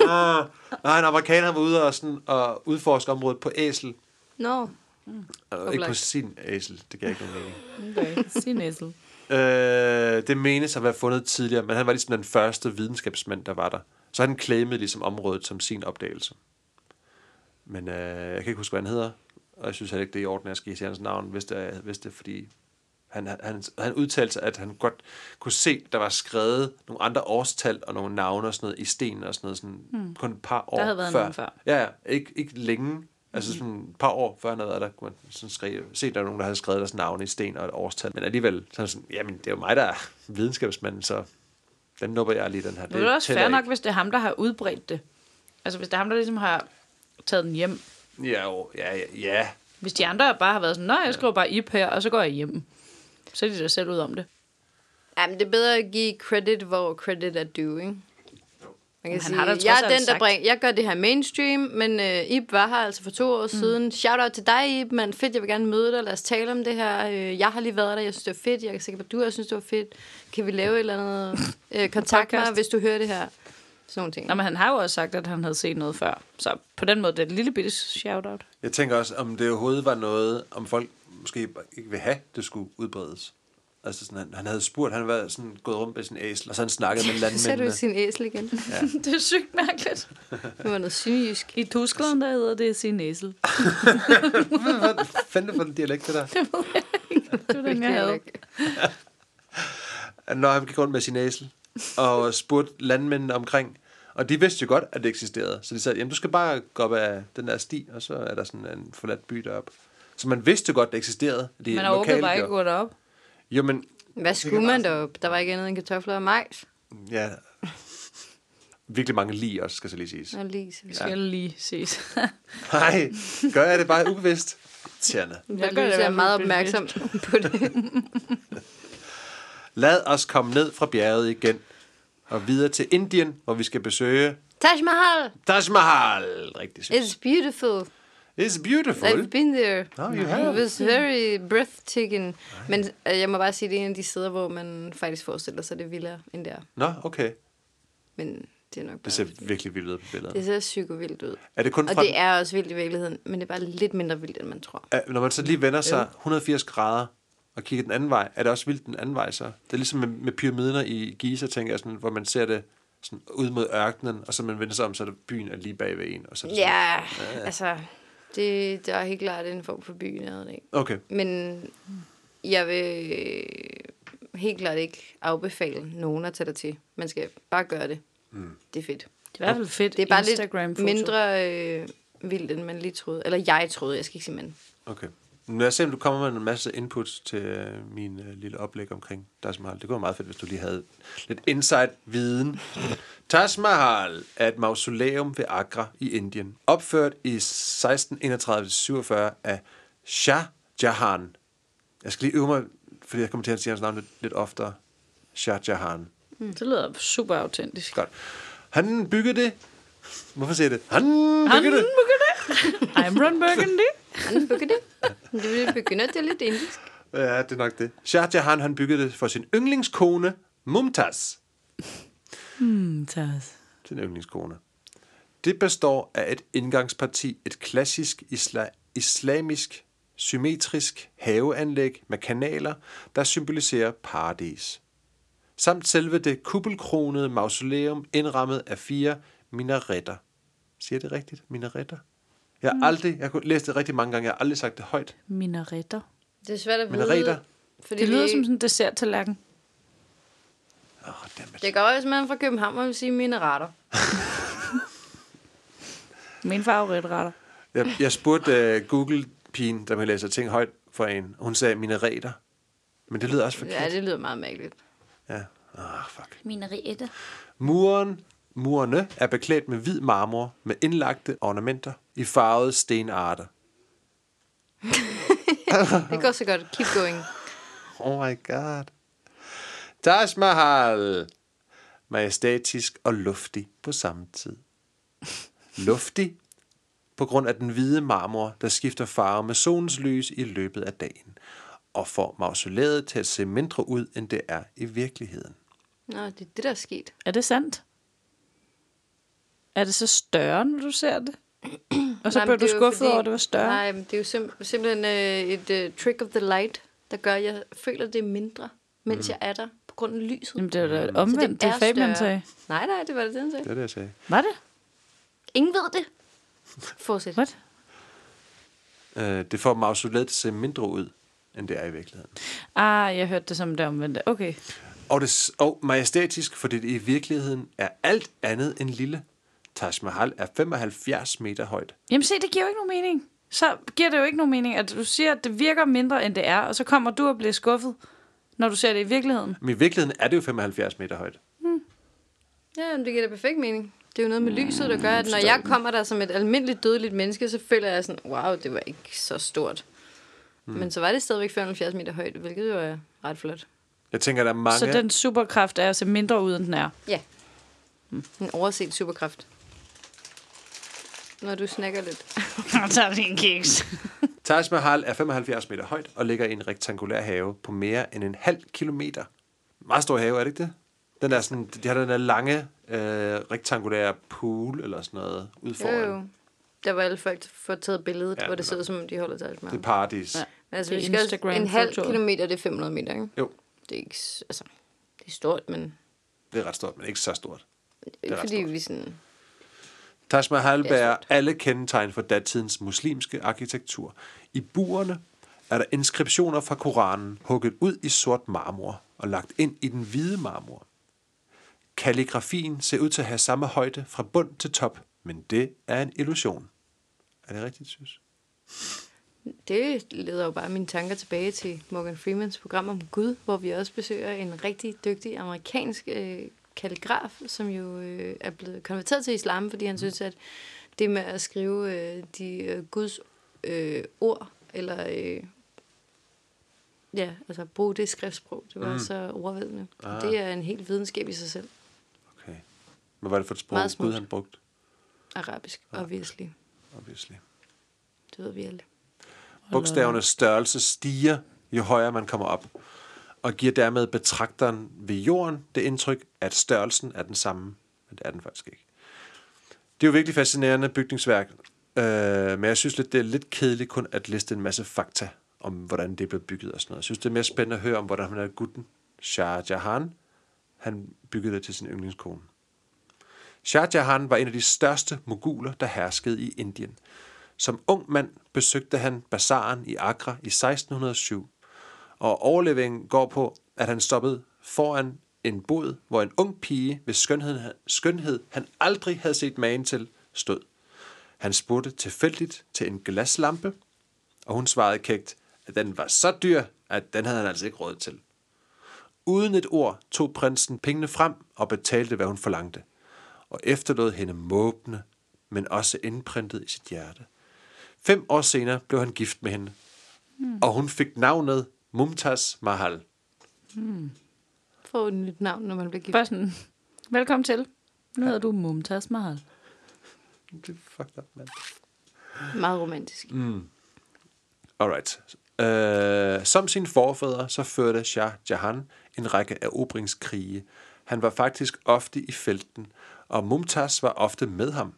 Speaker 1: Ah, nej, en amerikaner var ude og, sådan, og udforske området på æsel.
Speaker 3: Nå.
Speaker 1: Øh, ikke på
Speaker 3: Oplagt.
Speaker 1: sin æsel. Det gav ikke nogen mening.
Speaker 2: Sin æsel.
Speaker 1: Øh, det menes at være fundet tidligere, men han var ligesom den første videnskabsmand, der var der. Så han claimede ligesom området som sin opdagelse. Men øh, jeg kan ikke huske, hvad han hedder, og jeg synes heller ikke, det er i orden, at jeg skal sige hans navn, hvis det, er, hvis det er, fordi han, han, han udtalte sig, at han godt kunne se, der var skrevet nogle andre årstal og nogle navne og sådan noget i sten og sådan noget, sådan, mm. kun et par år
Speaker 2: Hmm. havde været
Speaker 1: før.
Speaker 2: nogen før.
Speaker 1: Ja, ja, ikke, ikke længe. Altså sådan et par år før han havde været der, kunne man sådan skrive, se, der var nogen, der havde skrevet deres navne i sten og et årstal. Men alligevel, så er det sådan, jamen, det er jo mig, der er videnskabsmanden, så den nupper jeg lige, den her.
Speaker 2: Det er det også
Speaker 1: tæller
Speaker 2: fair
Speaker 1: ikke.
Speaker 2: nok, hvis det er ham, der har udbredt det. Altså, hvis det er ham, der ligesom har taget den hjem.
Speaker 1: Ja, jo, ja, ja, ja.
Speaker 2: Hvis de andre bare har været sådan, nej, jeg skriver bare IP her, og så går jeg hjem. Så er de der selv ud om det.
Speaker 3: Jamen, det er bedre at give credit, hvor credit er due, ikke? Man
Speaker 2: han
Speaker 3: kan sige,
Speaker 2: har da trods
Speaker 3: jeg er
Speaker 2: alt
Speaker 3: den, der
Speaker 2: sagt-
Speaker 3: bringer, jeg gør det her mainstream, men øh, Ib var her altså for to år mm. siden. Shout out til dig, Ib, man. Fedt, jeg vil gerne møde dig. Lad os tale om det her. Øh, Jeg har lige været der, jeg synes, det var fedt. Jeg er sikker på, at du også synes, det var fedt. Kan vi lave et eller andet? Øh, kontakt mig,
Speaker 2: Podcast.
Speaker 3: hvis du hører det her. Sådan nogle ting.
Speaker 2: Nå, men han har jo også sagt, at han havde set noget før. Så på den måde, det er et lille bitte shout-out.
Speaker 1: Jeg tænker også, om det overhovedet var noget, om folk måske bare ikke vil have, det skulle udbredes. Altså sådan, han, han havde spurgt, han var sådan gået rundt med sin æsel, og så han snakkede med
Speaker 3: Så er du i
Speaker 1: landmændene.
Speaker 3: sin æsel igen.
Speaker 2: det er sygt mærkeligt.
Speaker 3: Det var noget synjysk.
Speaker 2: I Tyskland, der hedder det sin æsel.
Speaker 1: Hvad fanden er det for en dialekt, det der?
Speaker 2: Det var den, jeg havde.
Speaker 1: når han gik rundt med sin æsel og spurgte landmændene omkring. Og de vidste jo godt, at det eksisterede. Så de sagde, jamen du skal bare gå op ad den der sti, og så er der sådan en forladt by deroppe. Så man vidste jo godt, det eksisterede. De
Speaker 2: Man overhovedet bare ikke
Speaker 1: gjorde.
Speaker 2: gået derop.
Speaker 1: Jo, men
Speaker 3: Hvad skulle man derop? Der var ikke andet end kartofler og majs.
Speaker 1: ja, virkelig mange lige også, skal så lige siges.
Speaker 3: Og lise.
Speaker 2: Vi skal lige ses.
Speaker 1: Nej, gør jeg det bare ubevidst? Tjerne.
Speaker 2: gør
Speaker 3: Jeg
Speaker 2: det i hvert
Speaker 3: er
Speaker 2: fald
Speaker 3: meget
Speaker 2: bevidst.
Speaker 3: opmærksom på det.
Speaker 1: Lad os komme ned fra bjerget igen og videre til Indien, hvor vi skal besøge
Speaker 3: Taj Mahal,
Speaker 1: Taj Mahal. Rigtig sødt.
Speaker 3: it's beautiful.
Speaker 1: It's beautiful.
Speaker 3: I've been there. Mm-hmm.
Speaker 1: No, you have.
Speaker 3: It was very breathtaking. Men øh, jeg må bare sige, det er en af de steder, hvor man faktisk forestiller sig, det er vildere end der.
Speaker 1: Nå, okay.
Speaker 3: Men det er nok bare...
Speaker 1: Det ser virkelig vildt ud på billedet.
Speaker 3: det ser psykovildt ud.
Speaker 1: Er det kun
Speaker 3: Og
Speaker 1: fra-
Speaker 3: det er også vildt i virkeligheden, men det er bare lidt mindre vildt, end man tror.
Speaker 1: Er- Når man så lige vender sig 180 grader og kigger den anden vej, er det også vildt den anden vej så? Det er ligesom med, med pyramiderne i Giza, tænker jeg, sådan, hvor man ser det sådan ud mod ørkenen, og så man vender sig om, så er det byen er lige bag ved en. Og så er det sådan,
Speaker 3: Ja, altså... Det, det er helt klart en form for byen, ikke?
Speaker 1: Okay,
Speaker 3: Men jeg vil øh, helt klart ikke afbefale nogen at tage dig til. Man skal bare gøre det. Mm. Det er fedt.
Speaker 2: Det er i hvert fald fedt
Speaker 3: Det er bare lidt
Speaker 2: Instagram-foto.
Speaker 3: mindre øh, vildt, end man lige troede. Eller jeg troede, jeg skal ikke sige man.
Speaker 1: okay. Nu lad os se, om du kommer med en masse input til øh, min øh, lille oplæg omkring Taj Mahal. Det kunne være meget fedt, hvis du lige havde lidt insight-viden. Taj Mahal er et mausoleum ved Agra i Indien, opført i 1631-47 af Shah Jahan, Jeg skal lige øve mig, fordi jeg kommer til at sige hans navn lidt, lidt oftere. Shah Jahan.
Speaker 2: Det lyder super autentisk.
Speaker 1: Godt. Han byggede det. Hvorfor siger jeg det? Han byggede det.
Speaker 2: I'm Ron Burgundy.
Speaker 3: Han bygger det. Det begynder det er lidt indisk.
Speaker 1: Ja, det er nok det. Shah Jahan, han byggede det for sin yndlingskone, Mumtaz.
Speaker 2: Hmm, Tas.
Speaker 1: Sin yndlingskone. Det består af et indgangsparti, et klassisk isla- islamisk symmetrisk haveanlæg med kanaler, der symboliserer paradis. samt selve det kuppelkronede mausoleum indrammet af fire minaretter. Siger jeg det rigtigt? Minaretter? Jeg har aldrig, jeg har kun læst det rigtig mange gange, jeg har aldrig sagt det højt.
Speaker 2: Minaretter.
Speaker 3: Det er svært at
Speaker 1: Men Rita?
Speaker 3: vide. Fordi
Speaker 2: Det lyder
Speaker 3: vi-
Speaker 2: som sådan en dessert-tallerken.
Speaker 1: Åh, oh, dammit.
Speaker 3: Det gør også, man er fra København, man vil sige mine retter.
Speaker 2: Min favoritretter.
Speaker 1: Jeg, jeg spurgte uh, Google-pigen, der man læser ting højt for en. Hun sagde minaretter. Men det lyder også forkert.
Speaker 3: Ja, det lyder meget mærkeligt.
Speaker 1: Ja. Ah, fuck.
Speaker 4: Minariette.
Speaker 1: Muren, murene er beklædt med hvid marmor med indlagte ornamenter i farvede stenarter.
Speaker 3: Det går så godt. Keep going.
Speaker 1: Oh my god. Taj Mahal. Majestætisk og luftig på samme tid. Luftig på grund af den hvide marmor, der skifter farve med solens lys i løbet af dagen, og får mausoleet til at se mindre ud, end det er i virkeligheden.
Speaker 3: Nå, det er det, der er sket.
Speaker 2: Er det sandt? Er det så større, når du ser det? Og så
Speaker 3: Nej,
Speaker 2: blev
Speaker 3: men
Speaker 2: du
Speaker 3: er jo
Speaker 2: skuffet
Speaker 3: fordi-
Speaker 2: over, at det var større?
Speaker 3: Nej, men det er jo sim- simpelthen øh, et uh, trick of the light, der gør, at jeg føler, det er mindre, mens mm. jeg er der, på grund af lyset.
Speaker 2: Jamen, det var da
Speaker 3: Så
Speaker 2: omvendt, det, det Fabian
Speaker 3: større.
Speaker 2: sagde.
Speaker 3: Nej, nej, det var det, den
Speaker 1: Det
Speaker 3: sagde.
Speaker 1: er det, jeg sagde.
Speaker 2: Var det?
Speaker 3: Ingen ved det. Fortsæt.
Speaker 2: What?
Speaker 1: Øh, det får mausoleet til at se mindre ud, end det er i virkeligheden.
Speaker 2: Ah, jeg hørte det som det omvendte. Okay.
Speaker 1: Og, det, s- og majestætisk, fordi det i virkeligheden er alt andet end lille. Taj Mahal er 75 meter højt.
Speaker 2: Jamen se, det giver jo ikke nogen mening. Så giver det jo ikke nogen mening, at du siger, at det virker mindre, end det er, og så kommer du og bliver skuffet, når du ser det i virkeligheden.
Speaker 1: Men i virkeligheden er det jo 75 meter højt.
Speaker 3: Ja, men det giver da perfekt mening. Det er jo noget med lyset, der
Speaker 1: Mm,
Speaker 3: gør, at når jeg kommer der som et almindeligt dødeligt menneske, så føler jeg sådan, wow, det var ikke så stort. Mm. Men så var det stadigvæk 75 meter højt, hvilket jo er ret flot.
Speaker 1: Jeg tænker, der er mange...
Speaker 2: Så den superkraft er at se mindre ud, end den er.
Speaker 3: Ja. Mm. En overset superkraft. Når du snakker lidt.
Speaker 2: Og tager din kiks.
Speaker 1: Taj Mahal er 75 meter højt og ligger i en rektangulær have på mere end en halv kilometer. Meget stor have, er det ikke det? Den er sådan, de har den der lange, øh, rektangulære pool eller sådan noget ude
Speaker 3: Jo,
Speaker 1: foran.
Speaker 3: jo. Der var alle folk får taget billedet,
Speaker 1: Ja,
Speaker 3: ja, hvor det
Speaker 1: det var-
Speaker 3: ser ud som om de holder sig med.
Speaker 1: Det er paradis. Ja.
Speaker 3: Men altså,
Speaker 2: Det er
Speaker 3: vi skal også-
Speaker 2: Instagram
Speaker 3: en halv
Speaker 2: fotoet.
Speaker 3: kilometer, det er 500 meter, ikke?
Speaker 1: Jo,
Speaker 3: Det er ikke, s- altså, det er stort, men
Speaker 1: det er ret stort, men ikke så stort.
Speaker 3: ikke
Speaker 1: ret
Speaker 3: fordi
Speaker 1: stort.
Speaker 3: vi sådan...
Speaker 1: Taj Mahal
Speaker 3: er
Speaker 1: bærer
Speaker 3: smukt.
Speaker 1: alle kendetegn for datidens muslimske arkitektur. I buerne er der inskriptioner fra Koranen, hugget ud i sort marmor og lagt ind i den hvide marmor. Kalligrafien ser ud til at have samme højde fra bund til top, men det er en illusion. Er det rigtigt, synes?
Speaker 3: Det leder jo bare mine tanker tilbage til Morgan Freemans program om Gud, hvor vi også besøger en rigtig dygtig amerikansk øh, kalligraf, som jo øh, er blevet konverteret til islam, fordi han synes, at det med at skrive øh, de øh, Guds øh, ord, eller øh, ja, altså bruge det skriftsprog, det var mm. så overvældende. Ah. Det er en helt videnskab i sig selv,
Speaker 1: Okay. Men hvad er det for et sprog,
Speaker 3: Meget smukt.
Speaker 1: Gud han brugte?
Speaker 3: arabisk, obviously.
Speaker 1: Obviously.
Speaker 3: Det ved vi alle.
Speaker 1: Bogstavernes størrelse stiger, jo højere man kommer op, og giver dermed betragteren ved jorden det indtryk, at størrelsen er den samme. Men det er den faktisk ikke. Det er jo virkelig fascinerende bygningsværk, øh, men jeg synes lidt, det er lidt kedeligt kun at liste en masse fakta om, hvordan det blev bygget og sådan noget. Jeg synes, det er mere spændende at høre om, hvordan han er gutten. Shah Jahan, han byggede det til sin yndlingskone. Shah Jahan var en af de største moguler, der herskede i Indien. Som ung mand besøgte han bazaren i Agra i 1607, og overleveringen går på, at han stoppede foran en bod, hvor en ung pige ved skønhed, skønhed han aldrig havde set magen til, stod. Han spurgte tilfældigt til en glaslampe, og hun svarede kægt, at den var så dyr, at den havde han altså ikke råd til. Uden et ord tog prinsen pengene frem og betalte, hvad hun forlangte, og efterlod hende måbende, men også indprintet i sit hjerte. Fem år senere blev han gift med hende, mm. og hun fik navnet Mumtaz Mahal.
Speaker 3: Få et nyt navn, når man bliver gift.
Speaker 2: Bare sådan, velkommen til. Nu hedder du Mumtaz Mahal.
Speaker 1: Det er fucked up, man.
Speaker 3: Meget romantisk.
Speaker 1: Alright. Uh, som sine forfædre, så førte Shah Jahan en række erobringskrige. Han var faktisk ofte i felten, og Mumtaz var ofte med ham.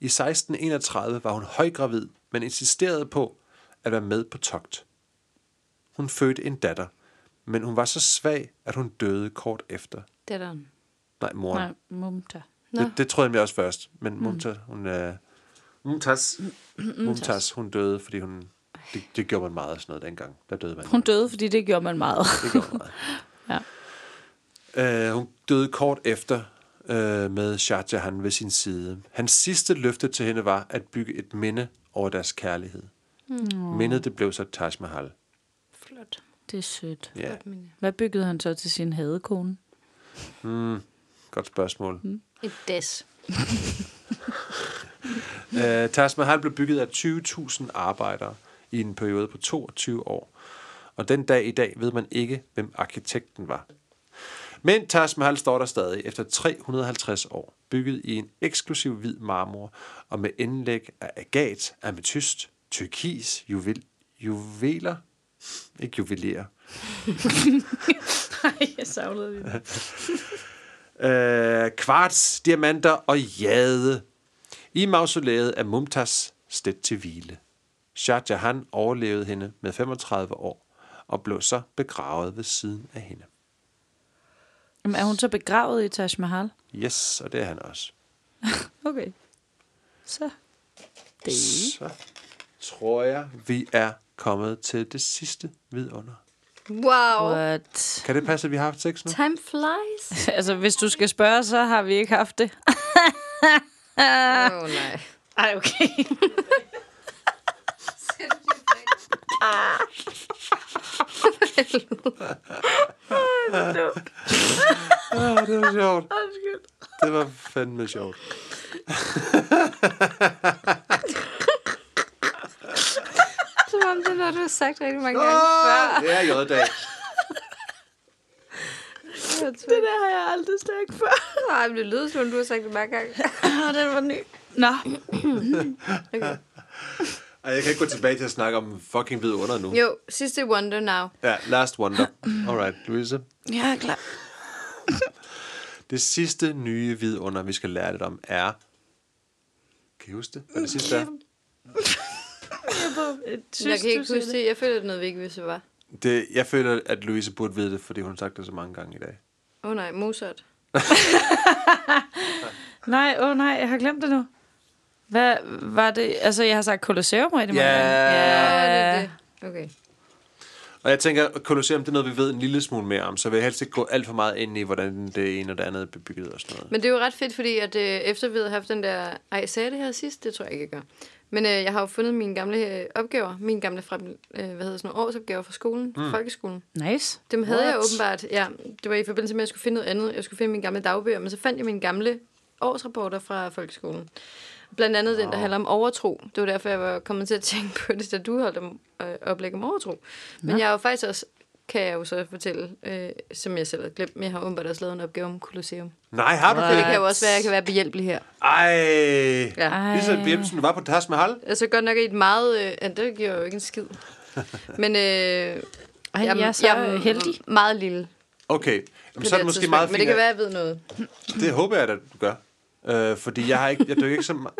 Speaker 1: I 1631 var hun højgravid, men insisterede på at være med på togt. Hun fødte en datter, men hun var så svag, at hun døde kort efter.
Speaker 3: Datteren.
Speaker 1: Nej, moren.
Speaker 2: Nej, Mumtaz.
Speaker 3: Nå.
Speaker 1: Det, det troede jeg mig også først, men Mumtaz, hun er... Mumtaz. Mm. Mumtaz, hun døde, fordi hun... Det, det gjorde man meget af sådan noget dengang. Der døde man.
Speaker 2: Hun døde, fordi det gjorde man meget.
Speaker 1: Det gjorde man meget. ja. øh, hun døde kort efter øh, med Shah Jahan ved sin side. Hans sidste løfte til hende var at bygge et minde over deres kærlighed. Mm. Mindet, det blev så Taj Mahal.
Speaker 3: Flot.
Speaker 2: Det er sødt.
Speaker 1: Ja.
Speaker 3: Flot minde.
Speaker 2: Hvad byggede han så til sin hadekone?
Speaker 1: Mm, godt spørgsmål. Mm.
Speaker 3: Et des.
Speaker 1: Øh, Taj Mahal blev bygget af 20.000 arbejdere i en periode på 22 år. Og den dag i dag ved man ikke, hvem arkitekten var. Men Taj Mahal står der stadig efter 350 år, bygget i en eksklusiv hvid marmor og med indlæg af agat, ametyst, tyrkis, juvel, juveler, ikke juvelerer,
Speaker 2: Nej, jeg savlede lige.
Speaker 1: øh, kvarts, diamanter og jade. I mausolæet er Mumtaz stedt til hvile. Shah Jahan overlevede hende med 35 år og blev så begravet ved siden af hende.
Speaker 2: Jamen, er hun så begravet i Taj Mahal?
Speaker 1: Yes, og det er han også.
Speaker 2: Okay. Så. Det.
Speaker 1: Så tror jeg, vi er kommet til det sidste vidunder.
Speaker 3: Wow.
Speaker 2: What?
Speaker 1: Kan det passe, at vi har haft sex nu?
Speaker 3: Time flies.
Speaker 2: Altså, hvis du skal spørge, så har vi ikke haft det.
Speaker 3: Åh, oh, nej.
Speaker 2: Ej, okay.
Speaker 1: Ah, det var sjovt. Det var fandme sjovt.
Speaker 3: Som om det er noget, du har sagt rigtig mange gange
Speaker 1: Ah, det er jøddag.
Speaker 3: før.
Speaker 2: det der har jeg aldrig snakket før.
Speaker 3: Nej, men det lyder som om, du har sagt det mange gange.
Speaker 2: Åh, den var ny. Nå,
Speaker 1: Ej, jeg kan ikke gå tilbage til at snakke om fucking vidunder nu.
Speaker 3: Jo, sidste Wonder Now.
Speaker 1: Ja, last wonder. Alright, Louise.
Speaker 2: jeg er klar.
Speaker 1: Det sidste nye vidunder, vi skal lære lidt om, er... Kan I huske det?
Speaker 3: Mm,
Speaker 1: Hvad det sidste er?
Speaker 3: Synes, jeg kan ikke huske det. Jeg føler, det er noget, vi ikke vidste, hvad var.
Speaker 1: Det, jeg føler, at Louise burde vide det, fordi hun har sagt det så mange gange i dag.
Speaker 3: Åh oh, nej, Mozart.
Speaker 2: Nej, åh oh, nej, jeg har glemt det nu. Hvad var det? Altså, jeg har sagt Colosseum rigtig mange
Speaker 1: Ja.
Speaker 2: gange.
Speaker 3: Åh,
Speaker 2: Ja.
Speaker 3: det er det. Okay.
Speaker 1: Og jeg tænker, at Colosseum, det er noget, vi ved en lille smule mere om, så vil jeg helst ikke gå alt for meget ind i, hvordan det ene og det andet er bebygget og sådan noget.
Speaker 3: Men det er jo ret fedt, fordi at, øh, efter vi havde haft den der... Ej, sagde jeg det her sidst? Det tror jeg ikke, jeg gør. Men øh, jeg har jo fundet mine gamle øh, opgaver, mine gamle frem, øh, hvad hedder sådan nogle årsopgaver fra skolen, mm. folkeskolen.
Speaker 2: Nice.
Speaker 3: Dem havde What? jeg åbenbart, ja. Det var i forbindelse med, at jeg skulle finde noget andet. Jeg skulle finde mine gamle dagbøger, men så fandt jeg mine gamle årsrapporter fra folkeskolen. Blandt andet wow. den, der handler om overtro. Det var derfor, jeg var kommet til at tænke på det, da du holdt om, øh, oplæg om overtro. Men jeg har jo faktisk også, kan jeg jo så fortælle, øh, som jeg selv havde glemt, men jeg har åbenbart også lavet en opgave om Colosseum.
Speaker 1: Nej, har du
Speaker 3: Så det
Speaker 1: det?
Speaker 3: kan jo også være, at jeg kan være behjælpelig her.
Speaker 1: Ej!
Speaker 3: Ja.
Speaker 1: Ja. Lisa Jebsen var på Taj Mahal.
Speaker 3: Altså godt nok i et meget... Øh, ja, det giver jo ikke en skid. Men øh, Ej,
Speaker 2: Ej, jeg er så heldig.
Speaker 3: meget lille.
Speaker 1: Okay, Jamen,
Speaker 3: på
Speaker 1: så er det
Speaker 3: her
Speaker 1: måske
Speaker 3: tidspunkt,
Speaker 1: meget
Speaker 3: Men
Speaker 1: fint.
Speaker 3: det
Speaker 1: at-
Speaker 3: kan være, at jeg ved noget.
Speaker 1: Det håber jeg, at du gør. Øh, fordi jeg har ikke, jeg dykker ikke så meget.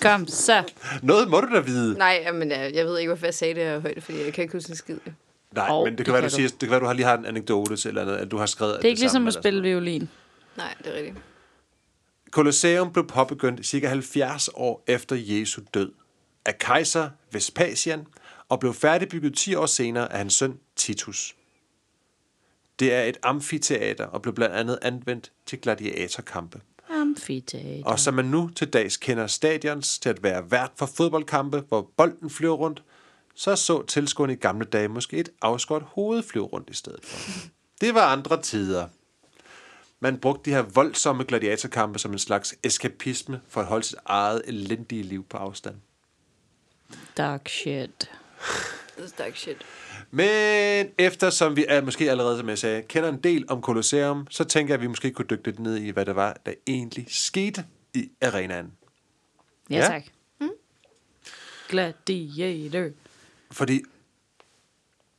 Speaker 2: Kom så.
Speaker 1: Noget må du da vide.
Speaker 3: Nej, men øh, jeg, jeg ved ikke, hvorfor jeg sagde det her højt, fordi jeg kan ikke huske en skid. jo.
Speaker 1: Nej,
Speaker 2: Hov,
Speaker 1: men det
Speaker 2: det
Speaker 1: kan, være, du
Speaker 2: kan du.
Speaker 1: siger, det kan være, du har lige har en anekdote til eller andet, at du har skrevet
Speaker 2: Det er ikke ligesom
Speaker 1: samme
Speaker 2: at
Speaker 1: eller sådan
Speaker 2: spille violin.
Speaker 3: Nej, det er rigtigt.
Speaker 1: Colosseum blev påbegyndt cirka 70 år efter Jesu død af kejser Vespasian og blev færdigbygget 10 år senere af hans søn Titus. Det er et amfiteater og blev blandt andet anvendt til gladiatorkampe.
Speaker 2: Amfiteater.
Speaker 1: Og som man nu til dags kender stadions til at være vært for fodboldkampe, hvor bolden flyver rundt, så så tilskuerne i gamle dage måske et afskåret hoved flyve rundt i stedet for. Det var andre tider. Man brugte de her voldsomme gladiatorkampe som en slags eskapisme for at holde sit eget elendige liv på afstand.
Speaker 2: Dark shit.
Speaker 3: Det er stak shit.
Speaker 1: Men eftersom vi er, måske allerede, som jeg sagde, kender en del om Colosseum, så tænker jeg, at vi måske kunne dykke lidt ned i, hvad der var, der egentlig skete i arenaen.
Speaker 2: Ja,
Speaker 1: Ja.
Speaker 2: ja. tak. Mm. Gladiator.
Speaker 1: Fordi...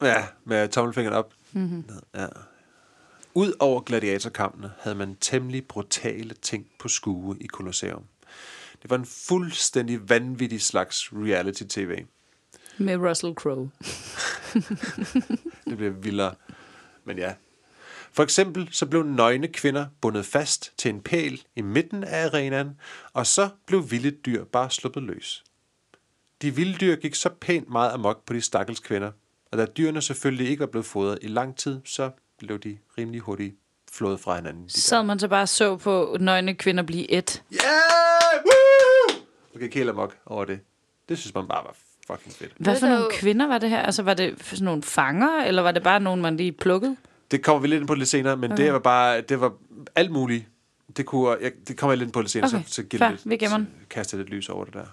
Speaker 1: Ja, med tommelfingeren op. Mm-hmm. Ja. Udover gladiatorkampene havde man temmelig brutale ting på skue i Colosseum. Det var en fuldstændig vanvittig slags reality-tv.
Speaker 2: Med Russell Crowe.
Speaker 1: Det bliver vildere. Men ja. For eksempel så blev nøgne kvinder bundet fast til en pæl i midten af arenaen, og så blev vilde dyr bare sluppet løs. De vilde dyr gik så pænt meget amok på de stakkels kvinder, og da dyrene selvfølgelig ikke var blevet fodret i lang tid, så blev de rimelig hurtigt flået fra hinanden. de
Speaker 2: Sad man så bare og så på nøgne kvinder blive et.
Speaker 1: der. Yeah! Woo! Okay, helt amok over det. Det synes man bare var fucking fedt.
Speaker 2: Hvad
Speaker 3: Det
Speaker 2: for
Speaker 3: er der
Speaker 2: nogle
Speaker 3: jo-
Speaker 2: kvinder var det her? Altså, var det sådan nogle fanger, eller var det bare nogen, man lige plukkede?
Speaker 1: Det kommer vi lidt ind på lidt senere, men okay. det var bare, det var alt muligt. Det, kunne, jeg, det kommer jeg lidt ind på lidt senere,
Speaker 2: Okay,
Speaker 1: så, så giver
Speaker 2: fair.
Speaker 1: det lidt,
Speaker 2: Vi gemmer den.
Speaker 1: så kaster lidt lys over det der.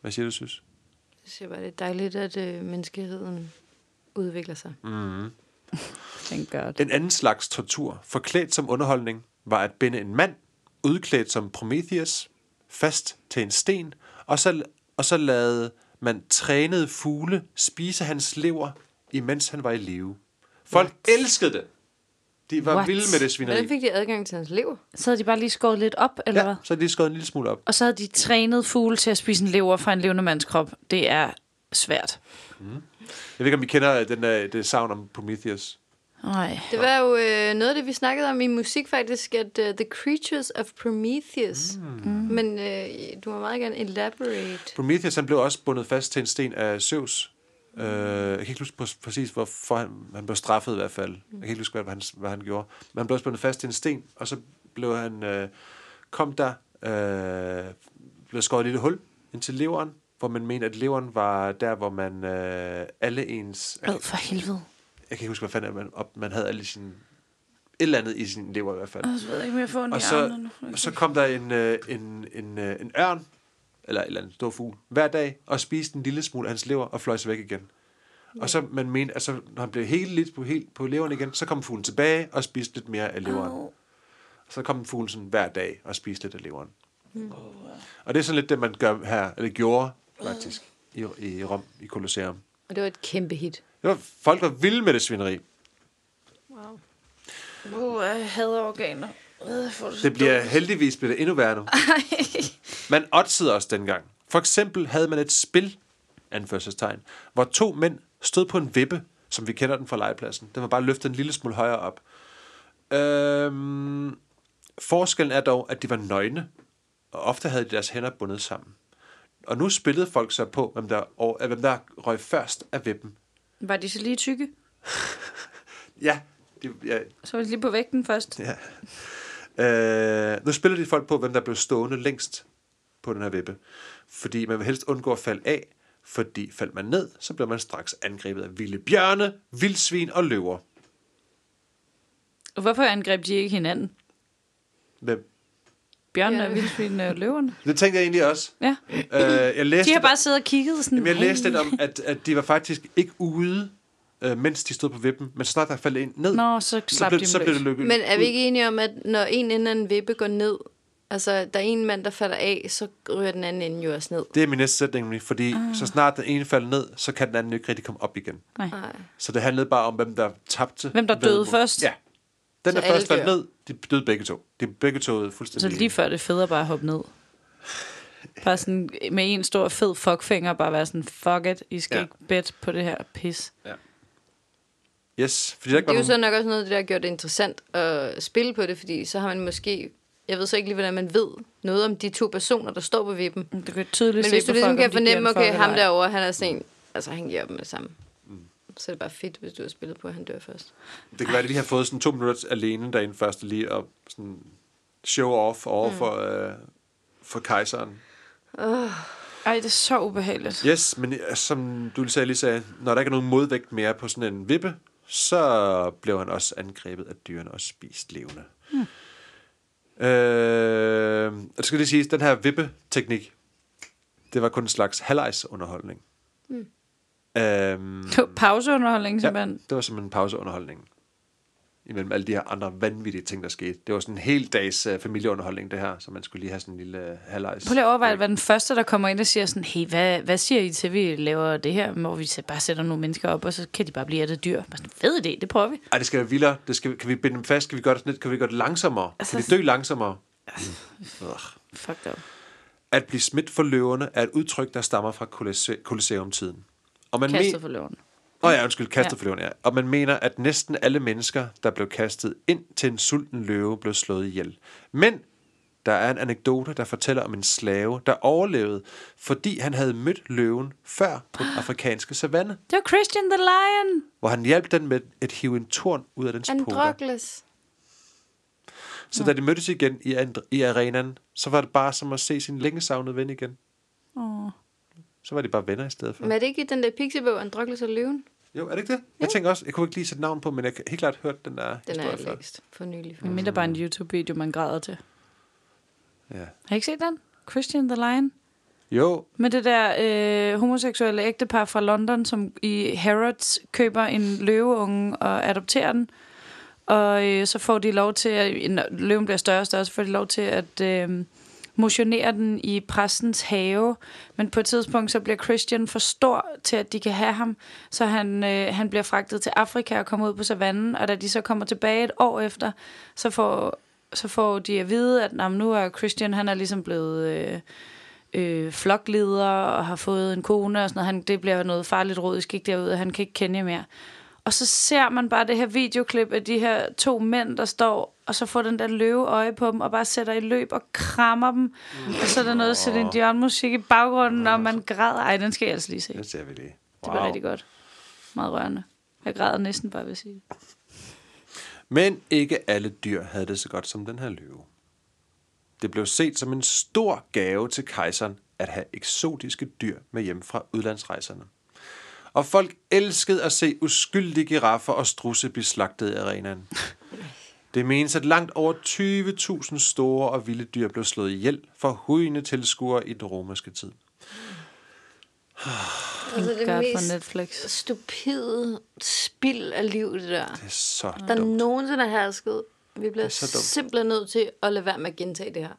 Speaker 1: Hvad siger du, synes?
Speaker 3: Jeg synes bare, det er dejligt, at øh, menneskeheden udvikler sig.
Speaker 2: Thank God.
Speaker 1: En anden slags tortur, forklædt som underholdning, var at binde en mand, udklædt som Prometheus, fast til en sten, og så, og så lade man trænede fugle spise hans lever, imens han var i live. Folk What? elskede det. De var What?
Speaker 2: What?
Speaker 1: vilde med det
Speaker 3: Hvordan
Speaker 1: svineri.
Speaker 3: fik de adgang til hans liv?
Speaker 2: Så havde de bare lige skåret lidt op, eller ja.
Speaker 1: Ja,
Speaker 2: hvad?
Speaker 1: så er de lige skåret en lille smule op.
Speaker 2: Og så havde de trænet fugle til at spise en lever fra en levende mands krop. Det er svært.
Speaker 1: Jeg ved ikke, om I kender øh, den der, det savn om Prometheus.
Speaker 2: Nej.
Speaker 3: Det var jo øh, noget af det, vi snakkede om i musik faktisk, at uh, The Creatures of Prometheus. Mm. Men øh, du må meget gerne elaborate.
Speaker 1: Prometheus han blev også bundet fast til en sten af Zeus. Mm. jeg kan ikke huske præ- præcis, hvorfor han, han blev straffet i hvert fald. Jeg kan ikke huske, hvad, hvad han, hvad han gjorde. Men han blev også bundet fast til en sten, og så blev han, øh, kom der, øh, blev skåret et lille hul ind til leveren, hvor man mente, at leveren var der, hvor man øh, alle ens... Jeg,
Speaker 2: Ad
Speaker 1: kan-
Speaker 2: for helvede.
Speaker 1: jeg kan ikke huske, hvad fanden man, op, man havde alle sine... Et eller andet i sin lever i hvert fald.
Speaker 2: Jeg ved ikke, om jeg får en
Speaker 1: Og så, så kom der en, øh, en, en, øh, en ørn, eller, eller en stor fugl, hver dag, og spiste en lille smule af hans lever og fløj sig væk igen. Og så man mente, at så, når han blev helt lidt på, helt på leveren igen, så kom fuglen tilbage og spiste lidt mere af leveren. Oh. Så kom fuglen sådan hver dag og spiste lidt af leveren. Og det er sådan lidt det, man gør her, eller gjorde faktisk, i, i Rom, i Colosseum.
Speaker 3: Og det var et kæmpe hit.
Speaker 1: Det var, folk var vilde med det svineri.
Speaker 2: Uh, jeg hader organer. Øh, får
Speaker 1: Det bliver heldigvis bliver det endnu værre nu. Man oddsede også dengang. For eksempel havde man et spil, anførselstegn, hvor to mænd stod på en vippe, som vi kender den fra legepladsen. Den var bare løftet en lille smule højere op. Øhm, forskellen er dog, at de var nøgne, og ofte havde de deres hænder bundet sammen. Og nu spillede folk så på, hvem der, og, hvem der røg først af vippen.
Speaker 2: Var de så lige tykke?
Speaker 1: Ja, det, ja,
Speaker 2: Så var de lige på vægten først.
Speaker 1: Ja. Øh, nu spiller de folk på, hvem der blev stående længst på den her vippe. Fordi man vil helst undgå at falde af, fordi faldt man ned, så bliver man straks angrebet af vilde bjørne, vildsvin og løver.
Speaker 2: Hvorfor angreb de ikke hinanden?
Speaker 1: Hvem?
Speaker 2: Bjørnene
Speaker 3: Ja.
Speaker 2: og vildsvinene og øh, løverne.
Speaker 1: Det tænkte jeg egentlig også.
Speaker 2: Ja.
Speaker 1: Øh, jeg læste
Speaker 2: De har bare siddet og kigget sådan.
Speaker 1: Jamen, jeg
Speaker 2: "Ej."
Speaker 1: læste lidt om, at, at de var faktisk ikke ude, øh, mens de stod på vippen, men så snart der faldt en ned,
Speaker 2: Nå, så
Speaker 1: så
Speaker 2: slap
Speaker 1: blev,
Speaker 2: de
Speaker 1: så
Speaker 2: så
Speaker 1: blev det lykket.
Speaker 3: Men er vi ikke enige om, at når en ende af en vippe går ned, altså der er en mand, der falder af, så ryger den anden ende jo også ned.
Speaker 1: Det er min næste sætning, nemlig, fordi
Speaker 2: Ah.
Speaker 1: uh. så snart den ene faldt ned, så kan den anden ikke rigtig komme op igen.
Speaker 2: Nej.
Speaker 3: Nej.
Speaker 1: Så det handlede bare om, hvem der tabte.
Speaker 2: Hvem der
Speaker 1: væddemål.
Speaker 2: døde først?
Speaker 1: Ja. Den,
Speaker 3: Så
Speaker 1: der først
Speaker 3: alle
Speaker 1: faldt
Speaker 3: dør.
Speaker 1: ned, de døde begge to. De begge to
Speaker 2: Så
Speaker 1: fuldstændig.
Speaker 2: lige før det er federe bare at hoppe ned. Bare sådan med en stor fed fuckfinger, bare være sådan, fuck it, I skal
Speaker 1: Ja.
Speaker 2: ja. ikke bet på det her pis.
Speaker 1: Yes, fordi der ikke
Speaker 3: Det
Speaker 1: var
Speaker 3: er jo
Speaker 1: nogen...
Speaker 3: så nok også noget af det, der har gjort det interessant at spille på det, fordi så har man måske... Jeg ved så ikke lige, hvordan man ved noget om de to personer, der står på vippen.
Speaker 2: Du kan tydeligt
Speaker 3: Men
Speaker 2: se
Speaker 3: hvis du
Speaker 2: på
Speaker 3: ligesom
Speaker 2: folk,
Speaker 3: kan
Speaker 2: om de giver en
Speaker 3: fornemme,
Speaker 2: fuck
Speaker 3: okay,
Speaker 2: eller
Speaker 3: ham
Speaker 2: ej.
Speaker 3: derovre, han er sådan en... Altså, han giver dem det samme. Så er det bare fedt, hvis du har spillet på, at han dør først.
Speaker 1: Det kan være, at de lige har fået sådan to minutter alene derinde først, lige og sådan show off over mm. for, øh, for kejseren.
Speaker 2: Ej, det er så ubehageligt.
Speaker 1: Yes, men øh, som du lige sagde, lige sagde, når der ikke er nogen modvægt mere på sådan en vippe, så blev han også angrebet af dyrene og spist levende. Hmm. Øh, og det skal lige siges, den her vippeteknik, det var kun en slags halvlejsunderholdning. Hmm. Øhm,
Speaker 2: Det var pauseunderholdning,
Speaker 1: ja,
Speaker 2: simpelthen.
Speaker 1: det var som en pauseunderholdning. Imellem alle de her andre vanvittige ting, der skete. Det var sådan en hel dags øh, familieunderholdning, det her, så man skulle lige have sådan en lille øh, halvlejs.
Speaker 2: Prøv lige at overveje, hvad den første, der kommer ind og siger sådan, hey, hvad, hvad siger I til, at vi laver det her, hvor vi sæt- bare sætter nogle mennesker op, og så kan de bare blive af det dyr. Bare sådan, fed idé, det prøver vi.
Speaker 1: Ej, det skal være vildere. Det skal, kan vi binde dem fast? Kan vi gøre det sådan lidt? Kan vi gøre det langsommere? Altså, kan vi
Speaker 2: Altså-
Speaker 1: dø langsommere? Ugh.
Speaker 2: Fuck up.
Speaker 1: At blive smidt for løverne er et udtryk, der stammer fra Colosse- Colosseum-tiden. Og man
Speaker 2: Kastet
Speaker 1: mener...
Speaker 2: for løven.
Speaker 1: Åh oh, ja, undskyld, kastet
Speaker 2: Ja.
Speaker 1: for løverne, ja. Og man mener, at næsten alle mennesker, der blev kastet ind til en sulten løve, blev slået ihjel. Men der er en anekdote, der fortæller om en slave, der overlevede, fordi han havde mødt løven før på den afrikanske savanne,
Speaker 2: Det var Christian the Lion.
Speaker 1: hvor han hjalp den med at hive en torn ud af dens poter.
Speaker 3: Androkles.
Speaker 1: Så da de mødtes igen i, and- i arenaen, så var det bare som at se sin længe savnede ven igen.
Speaker 2: Åh.
Speaker 1: Så var de bare venner i stedet for.
Speaker 3: Men er det ikke i den der pixiebog, Androkles og løven?
Speaker 1: Jo, er det ikke det? Jeg tænker også, jeg kunne ikke lige sætte navn på, men jeg har helt klart hørt den der
Speaker 3: Den har
Speaker 1: historie
Speaker 3: jeg
Speaker 1: før.
Speaker 3: læst for nylig.
Speaker 2: Men mindre bare en YouTube-video, man græder til.
Speaker 1: Ja.
Speaker 2: Har I ikke set den? Christian the Lion?
Speaker 1: Jo,
Speaker 2: Med det der øh, homoseksuelle ægtepar fra London, som i Harrods køber en løveunge og adopterer den. Og øh, så får de lov til, at når løven bliver større og større, så får de lov til at øh, motionere den i præstens have. Men på et tidspunkt, så bliver Christian for stor til, at de kan have ham. Så han, øh, han bliver fragtet til Afrika og kommer ud på savannen. Og da de så kommer tilbage et år efter, så får, så får de at vide, at "Nå, men nu er Christian, han er ligesom blevet... Øh, øh, flokleder og har fået en kone og sådan noget. Han, det bliver noget farligt råd, I skal ikke derud, og han kan ikke kende jer mere. Og så ser man bare det her videoklip af de her to mænd, der står, og så får den der løve øje på dem, og bare sætter i løb og krammer dem. Og så er der noget Celine Dion-musik i baggrunden, og man græder. Ej, den skal jeg altså lige se.
Speaker 1: den ser vi lige.
Speaker 2: Det var rigtig godt. Meget rørende. Jeg græder næsten bare ved at sige det.
Speaker 1: Men ikke alle dyr havde det så godt som den her løve. Det blev set som en stor gave til kejseren at have eksotiske dyr med hjem fra udlandsrejserne. Og folk elskede at se uskyldige giraffer og strusse blive slagtet i arenaen. Det menes, at langt over 20.000 store og vilde dyr blev slået ihjel for hujende tilskuere i den romerske tid.
Speaker 3: Altså det
Speaker 2: Gør
Speaker 3: mest
Speaker 2: for Netflix.
Speaker 3: stupide spild af liv, det der.
Speaker 1: Det er så
Speaker 3: Der
Speaker 1: dumt.
Speaker 3: nogensinde har hersket. Vi bliver
Speaker 1: så dumt.
Speaker 3: simpelthen nødt til at lade være med at gentage det her.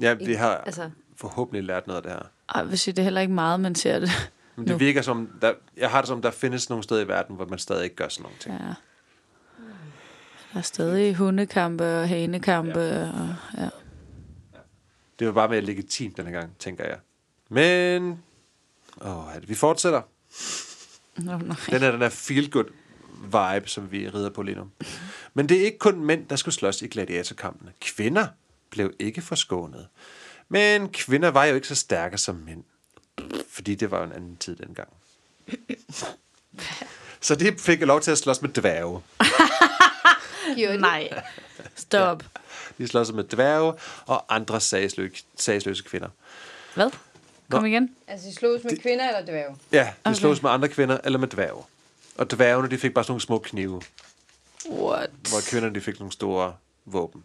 Speaker 1: Ja, vi har
Speaker 3: altså-
Speaker 1: forhåbentlig lært noget af det her.
Speaker 2: Ej, hvis det er heller ikke meget, man ser det.
Speaker 1: Men det virker som, der, jeg har det som, der findes nogle steder i verden, hvor man stadig ikke gør sådan nogle ting. Ja.
Speaker 2: Ja. Der er stadig hundekampe og hanekampe. Ja. Og, ja.
Speaker 1: Det var bare mere legitimt denne gang, tænker jeg. Men åh, er det- vi fortsætter.
Speaker 2: Nå, nej.
Speaker 1: Den er den der feel-good vibe, som vi rider på lige nu. Men det er ikke kun mænd, der skulle slås i gladiatorkampene. Kvinder blev ikke forskånet. Men kvinder var jo ikke så stærke som mænd. Fordi det var jo en anden tid dengang. Så de fik lov til at slås med dværge.
Speaker 3: Gjorde det?
Speaker 2: nej. Stop. Ja.
Speaker 1: De slås med dværge og andre sagsløse, sagsløse kvinder.
Speaker 2: Hvad? Kom
Speaker 1: Nå.
Speaker 2: igen.
Speaker 3: Altså, I slås med det... kvinder eller dværge?
Speaker 1: Ja, de okay. slås med andre kvinder eller med dværge. Og dværgene, de fik bare sådan nogle små knive,
Speaker 2: What?
Speaker 1: hvor kvinderne, de fik nogle store våben.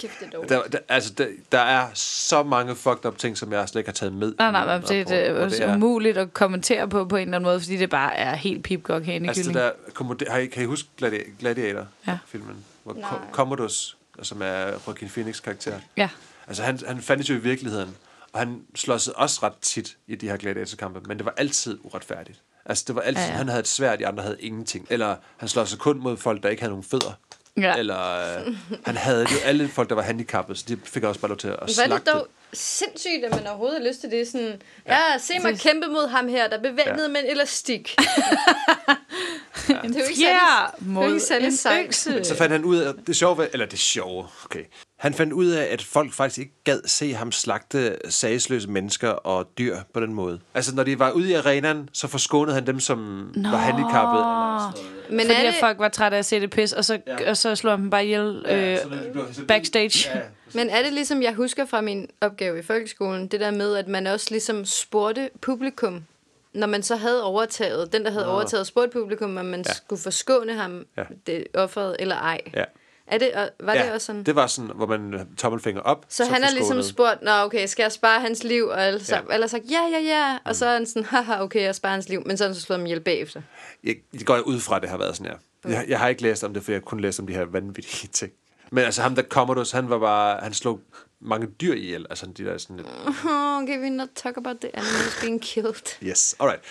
Speaker 3: Kæft, det er dårligt.
Speaker 1: Der, der, altså, der, der er så mange fucked up ting, som jeg slet ikke har taget med.
Speaker 2: Nej, nej, nej
Speaker 1: Og-
Speaker 2: det, det er
Speaker 1: og- og
Speaker 2: også umuligt at kommentere på på en eller anden måde, fordi det bare er helt pipgok
Speaker 1: Altså, det
Speaker 2: hanekylling.
Speaker 1: der, Commodo- har I, kan I huske Gladi- Gladiator-filmen? Hvor
Speaker 3: Nej.
Speaker 1: Co- Commodus, altså, som er Joaquin Phoenix karakter,
Speaker 2: Ja.
Speaker 1: altså han, han fandtes jo i virkeligheden, og han slåsede også ret tit i de her gladiatorkampe, men det var altid uretfærdigt. Altså, det var altid, ja,
Speaker 2: Ja,
Speaker 1: ja.
Speaker 2: ja.
Speaker 1: han havde et svært, de andre havde ingenting. Eller han slåsede kun mod folk, der ikke havde nogen fødder.
Speaker 2: Ja.
Speaker 1: Eller øh, han havde jo alle folk, der var handicappede, så de fik også bare lov til at
Speaker 3: Hvor er det
Speaker 1: slagte.
Speaker 3: dog sindssygt, at man overhovedet har lyst til det. Sådan, ja, se mig kæmpe mod ham her, der er bevæbnet
Speaker 1: Ja.
Speaker 3: ja. med en elastik.
Speaker 2: En
Speaker 3: Det er jo ikke
Speaker 2: fjer
Speaker 3: særlig- det er jo
Speaker 2: mod
Speaker 3: ikke særlig
Speaker 2: en
Speaker 3: sejt.
Speaker 2: økse.
Speaker 1: Så fandt han ud af, det sjove, var- eller det sjove, okay. Han fandt ud af, at folk faktisk ikke gad se ham slagte sagsløse mennesker og dyr på den måde. Altså, når de var ude i arenaen, så forskånede han dem, som Nå. var handicappede. Eller sådan noget.
Speaker 3: Men
Speaker 2: Fordi
Speaker 3: er
Speaker 2: at
Speaker 3: det,
Speaker 2: folk var trætte af at se det pis, og så, ja. og så slog han dem bare ihjel øh,
Speaker 1: så det blev- så det-
Speaker 2: backstage.
Speaker 1: Ja.
Speaker 3: men er det ligesom, jeg husker fra min opgave i folkeskolen, det der med, at man også ligesom spurgte publikum, når man så havde overtaget, den der havde overtaget spurgte publikum, om man ja. skulle forskåne ham,
Speaker 1: Ja.
Speaker 3: ja. det offeret eller ej.
Speaker 1: Ja.
Speaker 3: Er det, og var ja. det også sådan?
Speaker 1: det var sådan, hvor man øh, tommelfinger op.
Speaker 3: Så, så han har ligesom
Speaker 1: forskånede.
Speaker 3: spurgt, nå okay, skal jeg spare hans liv? Og alle, ja.
Speaker 1: Ja.
Speaker 3: alle har sagt, ja, ja, ja. Og så er han sådan, haha, okay, jeg sparer hans liv. Men så har han så slået ham ihjel bagefter.
Speaker 1: jeg, det går jeg ud fra, at det har været sådan her. Jeg, jeg har ikke læst om det, for jeg har kun læst om de her vanvittige ting. Men altså ham der Commodus, han var bare, han slog mange dyr ihjel. Altså de der sådan lidt,
Speaker 3: Oh, okay, we not talk about the animals being killed.
Speaker 1: yes, alright.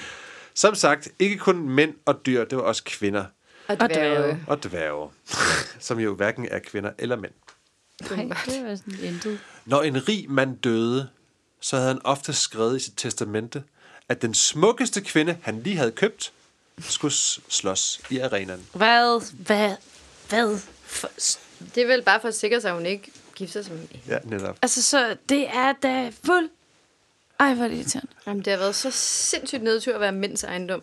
Speaker 1: Som sagt, ikke kun mænd og dyr, det var også kvinder
Speaker 3: Og
Speaker 2: Og
Speaker 3: dværge.
Speaker 2: dværge.
Speaker 1: og dværge, som jo hverken er kvinder eller mænd.
Speaker 2: Nej, det var sådan intet.
Speaker 1: Når en rig mand døde, så havde han ofte skrevet i sit testamente, at den smukkeste kvinde, han lige havde købt, skulle s- slås i arenaen.
Speaker 2: Hvad? Hvad? Hvad? For,
Speaker 3: Det er vel bare for at sikre sig, at hun ikke gifter sig som
Speaker 1: Ja, netop.
Speaker 2: altså, så det er da fuld... Ej, hvor er det irriterende.
Speaker 3: Jamen, det har været så sindssygt nedtur at være mænds ejendom.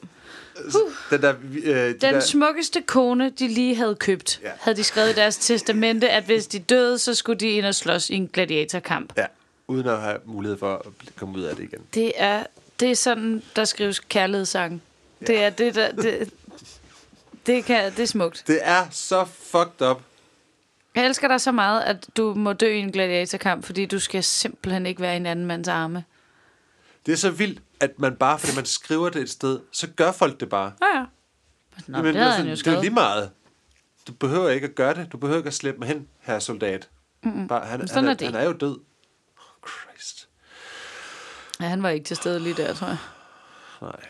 Speaker 1: Den der, øh, de
Speaker 2: Den
Speaker 1: der,
Speaker 2: smukkeste kone, de lige havde købt,
Speaker 1: Ja.
Speaker 2: ja. havde de skrevet i deres testamente, at hvis de døde, så skulle de ind og slås i en gladiatorkamp. Ja.
Speaker 1: Ja, uden at have mulighed for at bl- komme ud af det igen.
Speaker 2: Det, er, det er sådan, der skrives kærlighedssange. Det er det, der... Det, det, kan, det er smukt.
Speaker 1: Det er så fucked up.
Speaker 2: Jeg elsker dig så meget, at du må dø i en gladiatorkamp, fordi du skal simpelthen ikke være i en anden mands arme.
Speaker 1: Det er så vildt, at man bare, fordi man skriver det et sted, så gør folk det bare.
Speaker 2: Ja, ja. Nå,
Speaker 1: Men
Speaker 2: det havde
Speaker 1: sådan,
Speaker 2: han
Speaker 1: altså, det er
Speaker 2: jo
Speaker 1: jo
Speaker 2: skrevet.
Speaker 1: lige meget. Du behøver ikke at gøre det. Du behøver ikke at slæbe mig hen, herre soldat. Mm-hmm. Bare, han,
Speaker 2: sådan
Speaker 1: han,
Speaker 2: er det.
Speaker 1: han er jo død. Oh, Christ.
Speaker 2: Ja, han var ikke til stede lige der, tror jeg.
Speaker 1: Nej.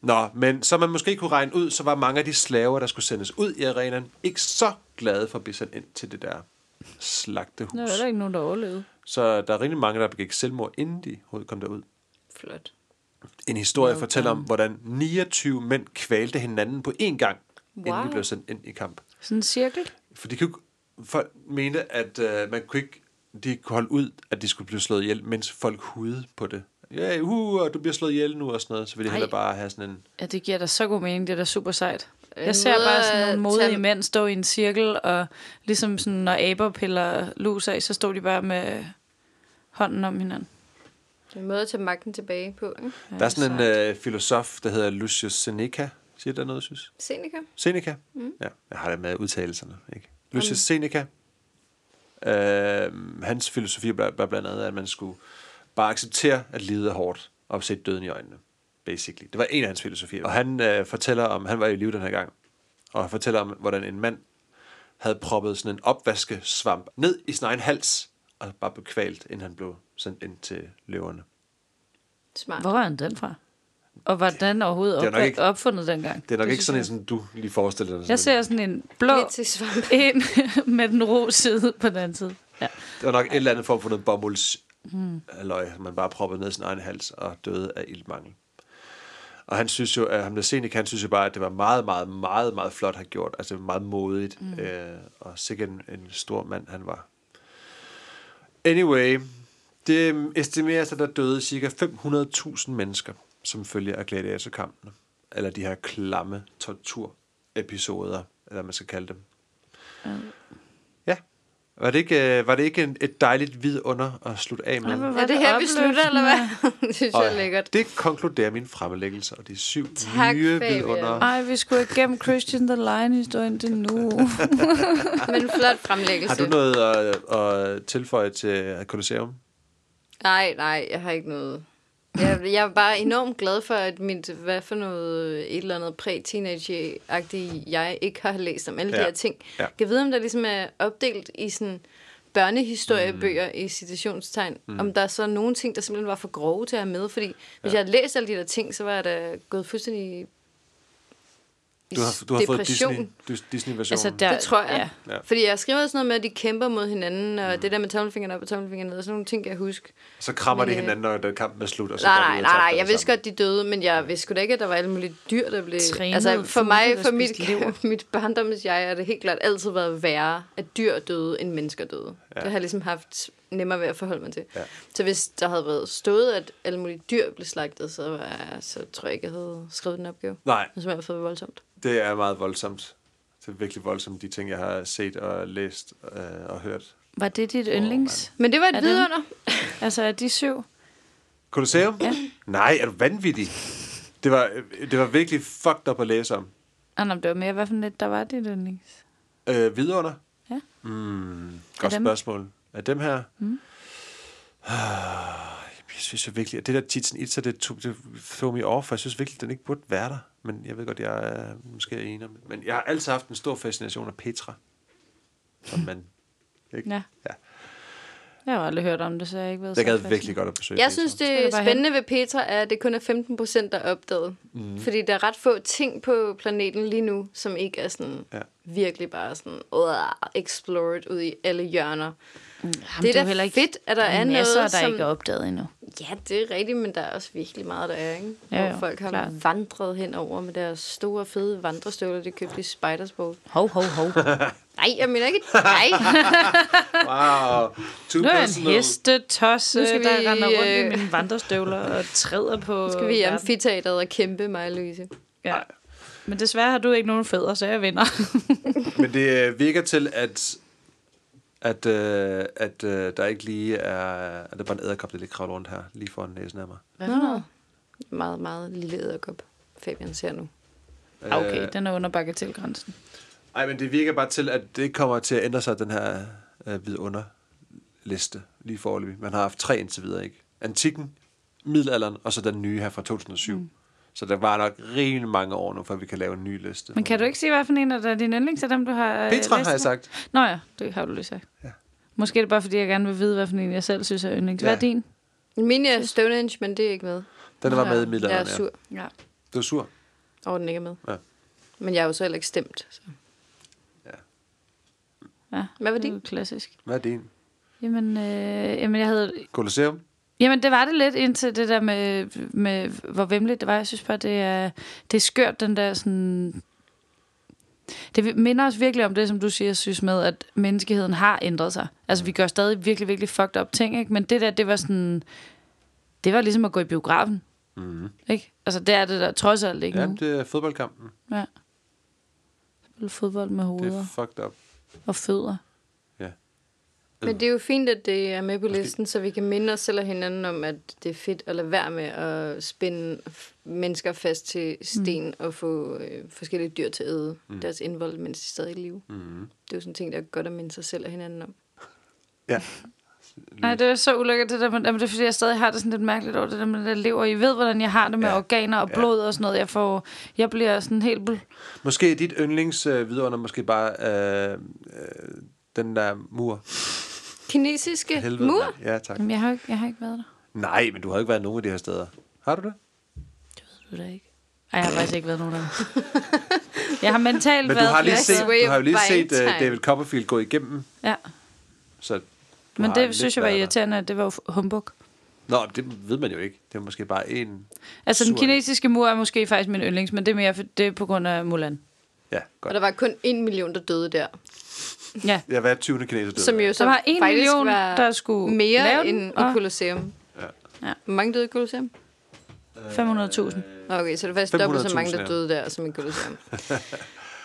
Speaker 1: Nå, men som man måske kunne regne ud, så var mange af de slaver, der skulle sendes ud i arenaen, ikke så glade for at blive sendt ind til det der
Speaker 2: Der
Speaker 1: slagtehus.
Speaker 2: var der ikke nogen, der overlevede.
Speaker 1: Så der er rimelig mange, der begik selvmord, inden de overhovedet kom derud.
Speaker 3: Flot.
Speaker 1: En historie okay. fortæller om, hvordan 29 mænd kvalte hinanden på én gang, wow. inden
Speaker 3: Wow.
Speaker 1: de blev sendt ind i kamp.
Speaker 2: Sådan en cirkel.
Speaker 1: For de kunne, ikke- folk mente, at øh, man kunne ikke, de kunne holde ud, at de skulle blive slået ihjel, mens folk hudede på det. Ja, yeah, uh, og du bliver slået ihjel nu og sådan noget, så ville de
Speaker 2: Ej.
Speaker 1: hellere bare have sådan en...
Speaker 2: Ja, det giver da så god mening. Det er da super sejt.
Speaker 3: En
Speaker 2: Jeg ser
Speaker 3: måde
Speaker 2: bare
Speaker 3: at
Speaker 2: sådan nogle modige
Speaker 3: tage-
Speaker 2: mænd stå i en cirkel, og ligesom sådan, når aber piller lus af, så stod de bare med hånden om hinanden.
Speaker 3: Det er en måde at tage magten tilbage på. Ikke?
Speaker 1: Der er sådan en øh, filosof, der hedder Lucius Seneca. Siger der noget, synes?
Speaker 3: Seneca?
Speaker 1: Seneca? Mm. Ja, jeg har det med udtalelserne. Ikke? Lucius Seneca. Øh, hans filosofi var var blandt andet, at man skulle bare acceptere, at livet er hårdt, og se døden i øjnene. Basically. Det var en af hans filosofier. Og han øh, fortæller om, han var i live den her gang, og han fortæller om, hvordan en mand havde proppet sådan en opvaskesvamp ned i sin egen hals, og bare blev kvalt, inden han blev sendt ind til løverne.
Speaker 3: Smart.
Speaker 2: Hvor er han den fra? Og var den overhovedet
Speaker 1: det er nok
Speaker 2: opfundet,
Speaker 1: ikke-
Speaker 2: ikke, opfundet dengang?
Speaker 1: Det er nok det ikke
Speaker 2: synes
Speaker 1: sådan en,
Speaker 2: jeg.
Speaker 1: som du lige forestiller dig.
Speaker 2: Jeg ser sådan en blå
Speaker 3: Lidt til svamp.
Speaker 2: ind med den ro side på den anden side. Ja.
Speaker 1: Det var nok et eller andet form for noget bomulds mm. man bare proppede ned i sin egen hals og døde af iltmangel. Og han synes jo, at ham der Seneca, han synes jo bare, at det var meget, meget, meget, meget flot, han gjort. Altså det var meget modigt, mm. øh, og sikkert en, en stor mand, han var. Anyway, det estimeres, at der døde ca. 500.000 mennesker, som følge af gladiatorkampene. Eller de her klamme torturepisoder, eller hvad man skal kalde dem. Ja. Var det ikke, øh, var det ikke en, et dejligt vidunder at slutte af med?
Speaker 2: Ej, hvor var
Speaker 3: Er det her, vi slutter, eller hvad? det synes jeg er
Speaker 1: Og
Speaker 3: lækkert.
Speaker 1: Det konkluderer min fremlæggelse, og de syv
Speaker 3: Tak,
Speaker 1: nye
Speaker 3: Fabian.
Speaker 1: vidunder.
Speaker 2: Ej, vi skulle igennem Christian the Lion-historien til nu.
Speaker 3: Men flot
Speaker 1: Har
Speaker 3: fremlæggelse.
Speaker 1: du noget at, at tilføje til Colosseum?
Speaker 3: Nej, nej, jeg har ikke noget. Jeg, jeg er bare enormt glad for, at mit, hvad for noget, et eller andet præ-teenage-agtigt, jeg ikke har læst om alle ja.
Speaker 1: Ja,
Speaker 3: de her ting.
Speaker 1: ja.
Speaker 3: Ja. Jeg ved, om der ligesom er opdelt i sådan børnehistoriebøger mm. i citationstegn, mm. om der er så nogle ting, der simpelthen var for grove til at have med, fordi hvis jeg havde læst alle de der ting, så var jeg da gået fuldstændig i
Speaker 1: Du har, du har fået
Speaker 3: depression.
Speaker 1: Disney, Dis- Disney-versionen.
Speaker 2: Altså,
Speaker 1: Altså,
Speaker 2: der,
Speaker 3: Det tror jeg.
Speaker 2: Ja.
Speaker 3: Ja.
Speaker 1: Ja.
Speaker 3: Fordi jeg skriver sådan noget med, at de kæmper mod hinanden, og mm. det der med tommelfingeren op og tommelfingeren ned, og sådan nogle ting, kan jeg huske.
Speaker 1: så krammer de
Speaker 3: Men, øh,
Speaker 1: hinanden, når den kampen er slut. Og så
Speaker 3: Nej,
Speaker 1: går de ud
Speaker 3: nej,
Speaker 1: og
Speaker 3: nej,
Speaker 1: tager
Speaker 3: nej.
Speaker 1: dem
Speaker 3: Jeg vidste
Speaker 1: sammen.
Speaker 3: godt, de døde, men jeg vidste sgu da ikke, at der var alle mulige dyr, der blev...
Speaker 2: Trænede
Speaker 3: altså, for
Speaker 2: fugle,
Speaker 3: mig,
Speaker 2: der
Speaker 3: for
Speaker 2: spiste lever.
Speaker 3: mit, mit barndommens jeg, er det helt klart altid været værre, at dyr døde, end mennesker døde. Ja. Det har jeg ligesom haft nemmere ved at forholde mig til.
Speaker 1: Ja.
Speaker 3: Så hvis der havde været stået, at alle mulige dyr blev slagtet, så, var jeg, så tror jeg ikke, jeg havde skrevet den opgave.
Speaker 1: Nej,
Speaker 3: Det havde fået voldsomt.
Speaker 1: det er meget voldsomt. Det er virkelig voldsomt, de ting, jeg har set og læst øh, og hørt.
Speaker 2: Var det dit yndlings?
Speaker 3: Men det var
Speaker 2: Er
Speaker 3: et
Speaker 2: det-
Speaker 3: vidunder.
Speaker 2: Altså, er de syv?
Speaker 1: Colosseum? Ja. Nej, er du vanvittig? Det var, øh, det var virkelig fucked up at læse om.
Speaker 2: Ah, nej, men det var mere, hvad for net, der var dit yndlings.
Speaker 1: Øh, vidunder?
Speaker 2: Ja.
Speaker 1: Mm, godt
Speaker 2: dem?
Speaker 1: spørgsmål. Er dem her? Mm. Jeg synes jo virkelig, at det der Titsen Itza, det tog, det threw me off, for jeg synes virkelig, den ikke burde være der. Men jeg ved godt, jeg er måske er enig om det. Men jeg har altid haft en stor fascination af Petra. Som man... Ikke?
Speaker 2: Ja.
Speaker 1: ja.
Speaker 2: Jeg har aldrig hørt om det, så jeg har ikke været
Speaker 1: Jeg
Speaker 2: så
Speaker 1: gad
Speaker 2: fast.
Speaker 1: virkelig godt at besøge
Speaker 3: Jeg synes,
Speaker 2: Skal
Speaker 3: det
Speaker 2: du bare
Speaker 3: spændende ved Petra er, at det kun er 15 procent, der er opdaget. Mm. Fordi der er ret få ting på planeten lige nu, som ikke er sådan
Speaker 1: Ja.
Speaker 3: ja. virkelig bare sådan uh, explored ud i alle hjørner.
Speaker 2: Jamen,
Speaker 3: det
Speaker 2: jo
Speaker 3: er da
Speaker 2: Mm, heller
Speaker 3: fedt, at der er
Speaker 2: masser,
Speaker 3: noget,
Speaker 2: der
Speaker 3: som-
Speaker 2: ikke er opdaget endnu.
Speaker 3: Ja, det er rigtigt, men der er også virkelig meget, der er, ikke?
Speaker 2: Ja,
Speaker 3: Hvor
Speaker 2: jo,
Speaker 3: folk har
Speaker 2: klart.
Speaker 3: vandret henover med deres store, fede vandrestøvler, de købte i Spidersport.
Speaker 2: Hov, hov, hov.
Speaker 3: Nej, jeg mener ikke... Nej,
Speaker 1: Wow. Ah, Too
Speaker 2: Nu er jeg en
Speaker 1: personal.
Speaker 2: hestetosse,
Speaker 3: Nu skal
Speaker 2: der
Speaker 3: vi,
Speaker 2: render rundt i
Speaker 3: øh,
Speaker 2: mine vandrestøvler og træder på...
Speaker 3: skal vi i
Speaker 2: verden.
Speaker 3: amfiteateret og kæmpe, mig og Louise.
Speaker 2: Ja. Men desværre har du ikke nogen fædre, så jeg vinder.
Speaker 1: Men det øh, virker til, at at, øh, at øh, der ikke lige er... At der bare er en æderkop, der lige kravler rundt her, lige foran næsen af mig.
Speaker 3: Nå. Meget, meget lille æderkop, Fabian ser nu.
Speaker 2: Okay, øh, den er under bagatelgrænsen.
Speaker 1: Nej, men det virker bare til, at det kommer til at ændre sig, den her øh, vidunderliste lige foreløbig. Man har haft tre indtil videre, ikke? Antikken, middelalderen og så den nye her fra 2007. Mm. Så der var nok rimelig mange år nu, før vi kan lave en ny liste.
Speaker 2: Men kan du ikke sige, hvad for en af der er din yndlings af dem, du har øh,
Speaker 1: Petra har jeg sagt.
Speaker 2: Nå ja, det har du lige sagt. Ja. Måske er det bare, fordi jeg gerne vil vide, hvad for en jeg selv synes er yndlings. Ja. Hvad er din?
Speaker 3: Min er Stonehenge, men det er ikke med.
Speaker 1: Den var med i middelalderen,
Speaker 3: Jeg er sur.
Speaker 2: Ja.
Speaker 1: Du er sur?
Speaker 3: Og den ikke er med.
Speaker 1: Ja.
Speaker 3: Men jeg er jo så heller ikke stemt. Så.
Speaker 2: ja.
Speaker 3: Hvad var
Speaker 2: Det er
Speaker 3: din?
Speaker 2: jo klassisk.
Speaker 1: Hvad er din?
Speaker 2: Jamen, øh, jamen, jeg havde,
Speaker 1: Colosseum?
Speaker 2: Jamen, det var det lidt indtil det der med, med hvor vemmeligt det var. Jeg synes bare, det er, det er skørt, den der sådan... Det minder os virkelig om det, som du siger, synes med, at menneskeheden har ændret sig. Altså, vi gør stadig virkelig, virkelig fucked up ting, ikke? Men det der, det var sådan... Det var ligesom at gå i biografen,
Speaker 1: Mm-hmm.
Speaker 2: ikke? Altså, det er det der trods alt, ikke
Speaker 1: Jamen,
Speaker 2: nu?
Speaker 1: det er fodboldkampen.
Speaker 2: Ja. Spille fodbold med
Speaker 1: Det
Speaker 2: hoveder
Speaker 1: er fucked up.
Speaker 2: og fødder.
Speaker 3: Men det er jo fint, at det er med på listen, så vi kan minde os selv og hinanden om, at det er fedt at lade være med at spænde f- mennesker fast til sten mm. og få øh, forskellige dyr til at æde mm. deres indvold, mens de stadig er i live.
Speaker 1: Mm-hmm.
Speaker 3: Det er jo sådan en ting, der er godt at minde sig selv og hinanden om.
Speaker 1: Ja.
Speaker 2: Nej, det er så ulækkert, det der med, jamen, det er, fordi jeg stadig har det sådan lidt mærkeligt over det der med, der lever. I ved, hvordan jeg har det med
Speaker 1: Ja.
Speaker 2: ja. organer og
Speaker 1: Ja.
Speaker 2: blod og sådan noget. Jeg, får, jeg bliver sådan helt... Bl-
Speaker 1: Måske dit yndlings øh, vidunder, måske bare øh, øh, den der mur.
Speaker 3: Kinesiske
Speaker 1: Helvede,
Speaker 3: mur?
Speaker 1: mand. Ja, tak.
Speaker 2: jamen, jeg har, jo ikke, jeg har ikke været der.
Speaker 1: Nej, men du har ikke været nogen af de her steder. Har du det?
Speaker 2: Du da ikke. Ej, jeg har faktisk ikke været nogen der. Jeg har mentalt
Speaker 1: Men du
Speaker 2: været
Speaker 1: har lige
Speaker 2: flere
Speaker 1: set,
Speaker 2: steder.
Speaker 1: du har jo lige
Speaker 3: By
Speaker 1: set uh,
Speaker 3: time.
Speaker 1: David Copperfield gå igennem,
Speaker 2: Ja,
Speaker 1: så du
Speaker 2: men
Speaker 1: har
Speaker 2: det
Speaker 1: lidt
Speaker 2: synes jeg var
Speaker 1: været der.
Speaker 2: irriterende, at det var jo f- humbug.
Speaker 1: Nå, det ved man jo ikke. Det er måske bare en...
Speaker 2: Altså, den
Speaker 1: Sur.
Speaker 2: kinesiske mur er måske faktisk min yndlings, men det er mere for, det er på grund af Mulan.
Speaker 1: Ja,
Speaker 3: Og
Speaker 1: godt.
Speaker 3: der var kun en million, der døde der.
Speaker 2: Ja,
Speaker 1: Jeg var 20. kineser døde.
Speaker 3: Som jo
Speaker 2: så
Speaker 3: så
Speaker 2: der var en
Speaker 3: faktisk
Speaker 2: million,
Speaker 3: var
Speaker 2: der skulle
Speaker 3: mere
Speaker 2: lave
Speaker 3: end
Speaker 2: den,
Speaker 3: i
Speaker 2: og
Speaker 3: Colosseum.
Speaker 1: Ja.
Speaker 2: Ja.
Speaker 3: Hvor mange døde i Colosseum?
Speaker 1: Øh,
Speaker 2: 500.000.
Speaker 3: Nå, Okay, så det var faktisk dobbelt så
Speaker 1: 500.000,
Speaker 3: mange, der
Speaker 1: ja.
Speaker 3: døde der, som i Colosseum.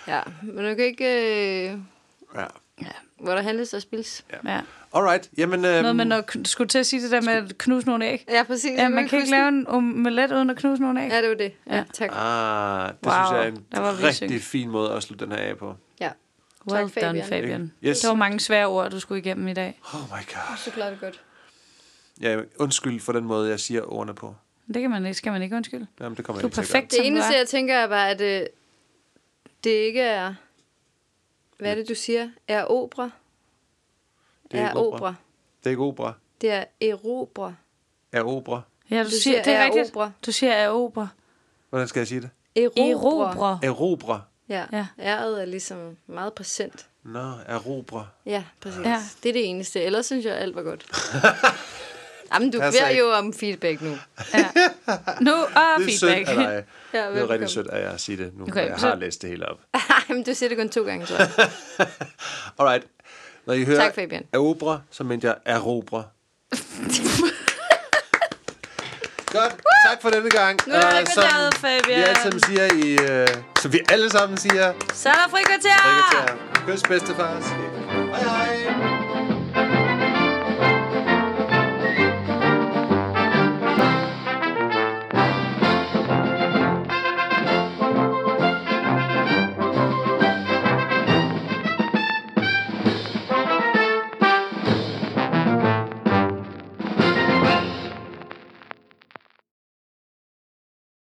Speaker 3: ja, men du kan ikke... Øh,
Speaker 1: Ja.
Speaker 2: Ja.
Speaker 3: hvor der handles og spilles.
Speaker 2: ja.
Speaker 1: Alright, jamen... Øhm,
Speaker 2: Noget med, når kn- skulle til at sige det der med at knuse nogle æg.
Speaker 3: Ja, præcis.
Speaker 2: Ja, man kan ikke lave en omelet uden at knuse nogen æg.
Speaker 3: Ja, det var det. Ja,
Speaker 2: Ja.
Speaker 3: tak.
Speaker 1: Ah, det wow,
Speaker 2: Wow,
Speaker 1: synes jeg er en
Speaker 2: der var vi
Speaker 1: rigtig
Speaker 2: sync.
Speaker 1: fin måde at slutte den her af på.
Speaker 3: Ja.
Speaker 2: Well
Speaker 3: tak, Fabian.
Speaker 2: done, Fabian.
Speaker 1: Yes.
Speaker 2: Der var mange svære ord, du skulle igennem i dag.
Speaker 1: Oh my god.
Speaker 3: Så klarer det godt.
Speaker 1: Ja, undskyld for den måde, jeg siger ordene på.
Speaker 2: Det kan man ikke, skal man ikke undskylde.
Speaker 1: Jamen, det kommer
Speaker 2: Du er
Speaker 1: jeg ikke
Speaker 2: perfekt,
Speaker 1: til
Speaker 3: Det
Speaker 2: som du
Speaker 3: eneste,
Speaker 2: er.
Speaker 3: jeg tænker, er bare, at øh, det ikke er... Hvad er det, du siger? Er opera?
Speaker 1: Det er ikke opera. at gøre. Det er ikke opera.
Speaker 3: Det er erobre.
Speaker 1: Er opera.
Speaker 2: Ja, du
Speaker 3: Du
Speaker 2: siger,
Speaker 3: siger
Speaker 2: det er rigtigt.
Speaker 3: erobre.
Speaker 2: Du siger erobre.
Speaker 1: Hvordan skal jeg sige det?
Speaker 3: Erobre.
Speaker 2: Erobre.
Speaker 1: Erobre.
Speaker 3: Ja.
Speaker 2: Ja.
Speaker 3: Æret er ligesom meget præsent.
Speaker 1: Nå, erobre.
Speaker 3: Ja, præcis.
Speaker 2: Ja.
Speaker 3: Ja. Det er det eneste. Ellers synes jeg, alt var godt. Jamen, du
Speaker 1: Passer
Speaker 3: beder
Speaker 1: ikke.
Speaker 3: jo om feedback nu.
Speaker 2: Nu og
Speaker 1: Det er sødt
Speaker 2: feedback.
Speaker 1: af dig.
Speaker 3: Ja,
Speaker 1: Det er
Speaker 3: velkommen.
Speaker 1: rigtig sødt af jer at sige det nu, okay,
Speaker 2: Okay,
Speaker 1: jeg
Speaker 2: så-
Speaker 1: har læst det hele op.
Speaker 3: Ej, men du siger det kun to gange, tror jeg.
Speaker 1: Alright. Når I hører
Speaker 3: Tak, Fabian.
Speaker 1: Erobre, så mente jeg erobre. Godt, tak for denne gang.
Speaker 2: Nu er
Speaker 1: Og
Speaker 2: det
Speaker 1: som
Speaker 2: kvarteret, Fabian.
Speaker 1: Vi alle sammen siger i... Øh, som vi Ah! alle sammen siger.
Speaker 2: Så er der frikvarter!
Speaker 1: Kys bedstefar. Hej hej.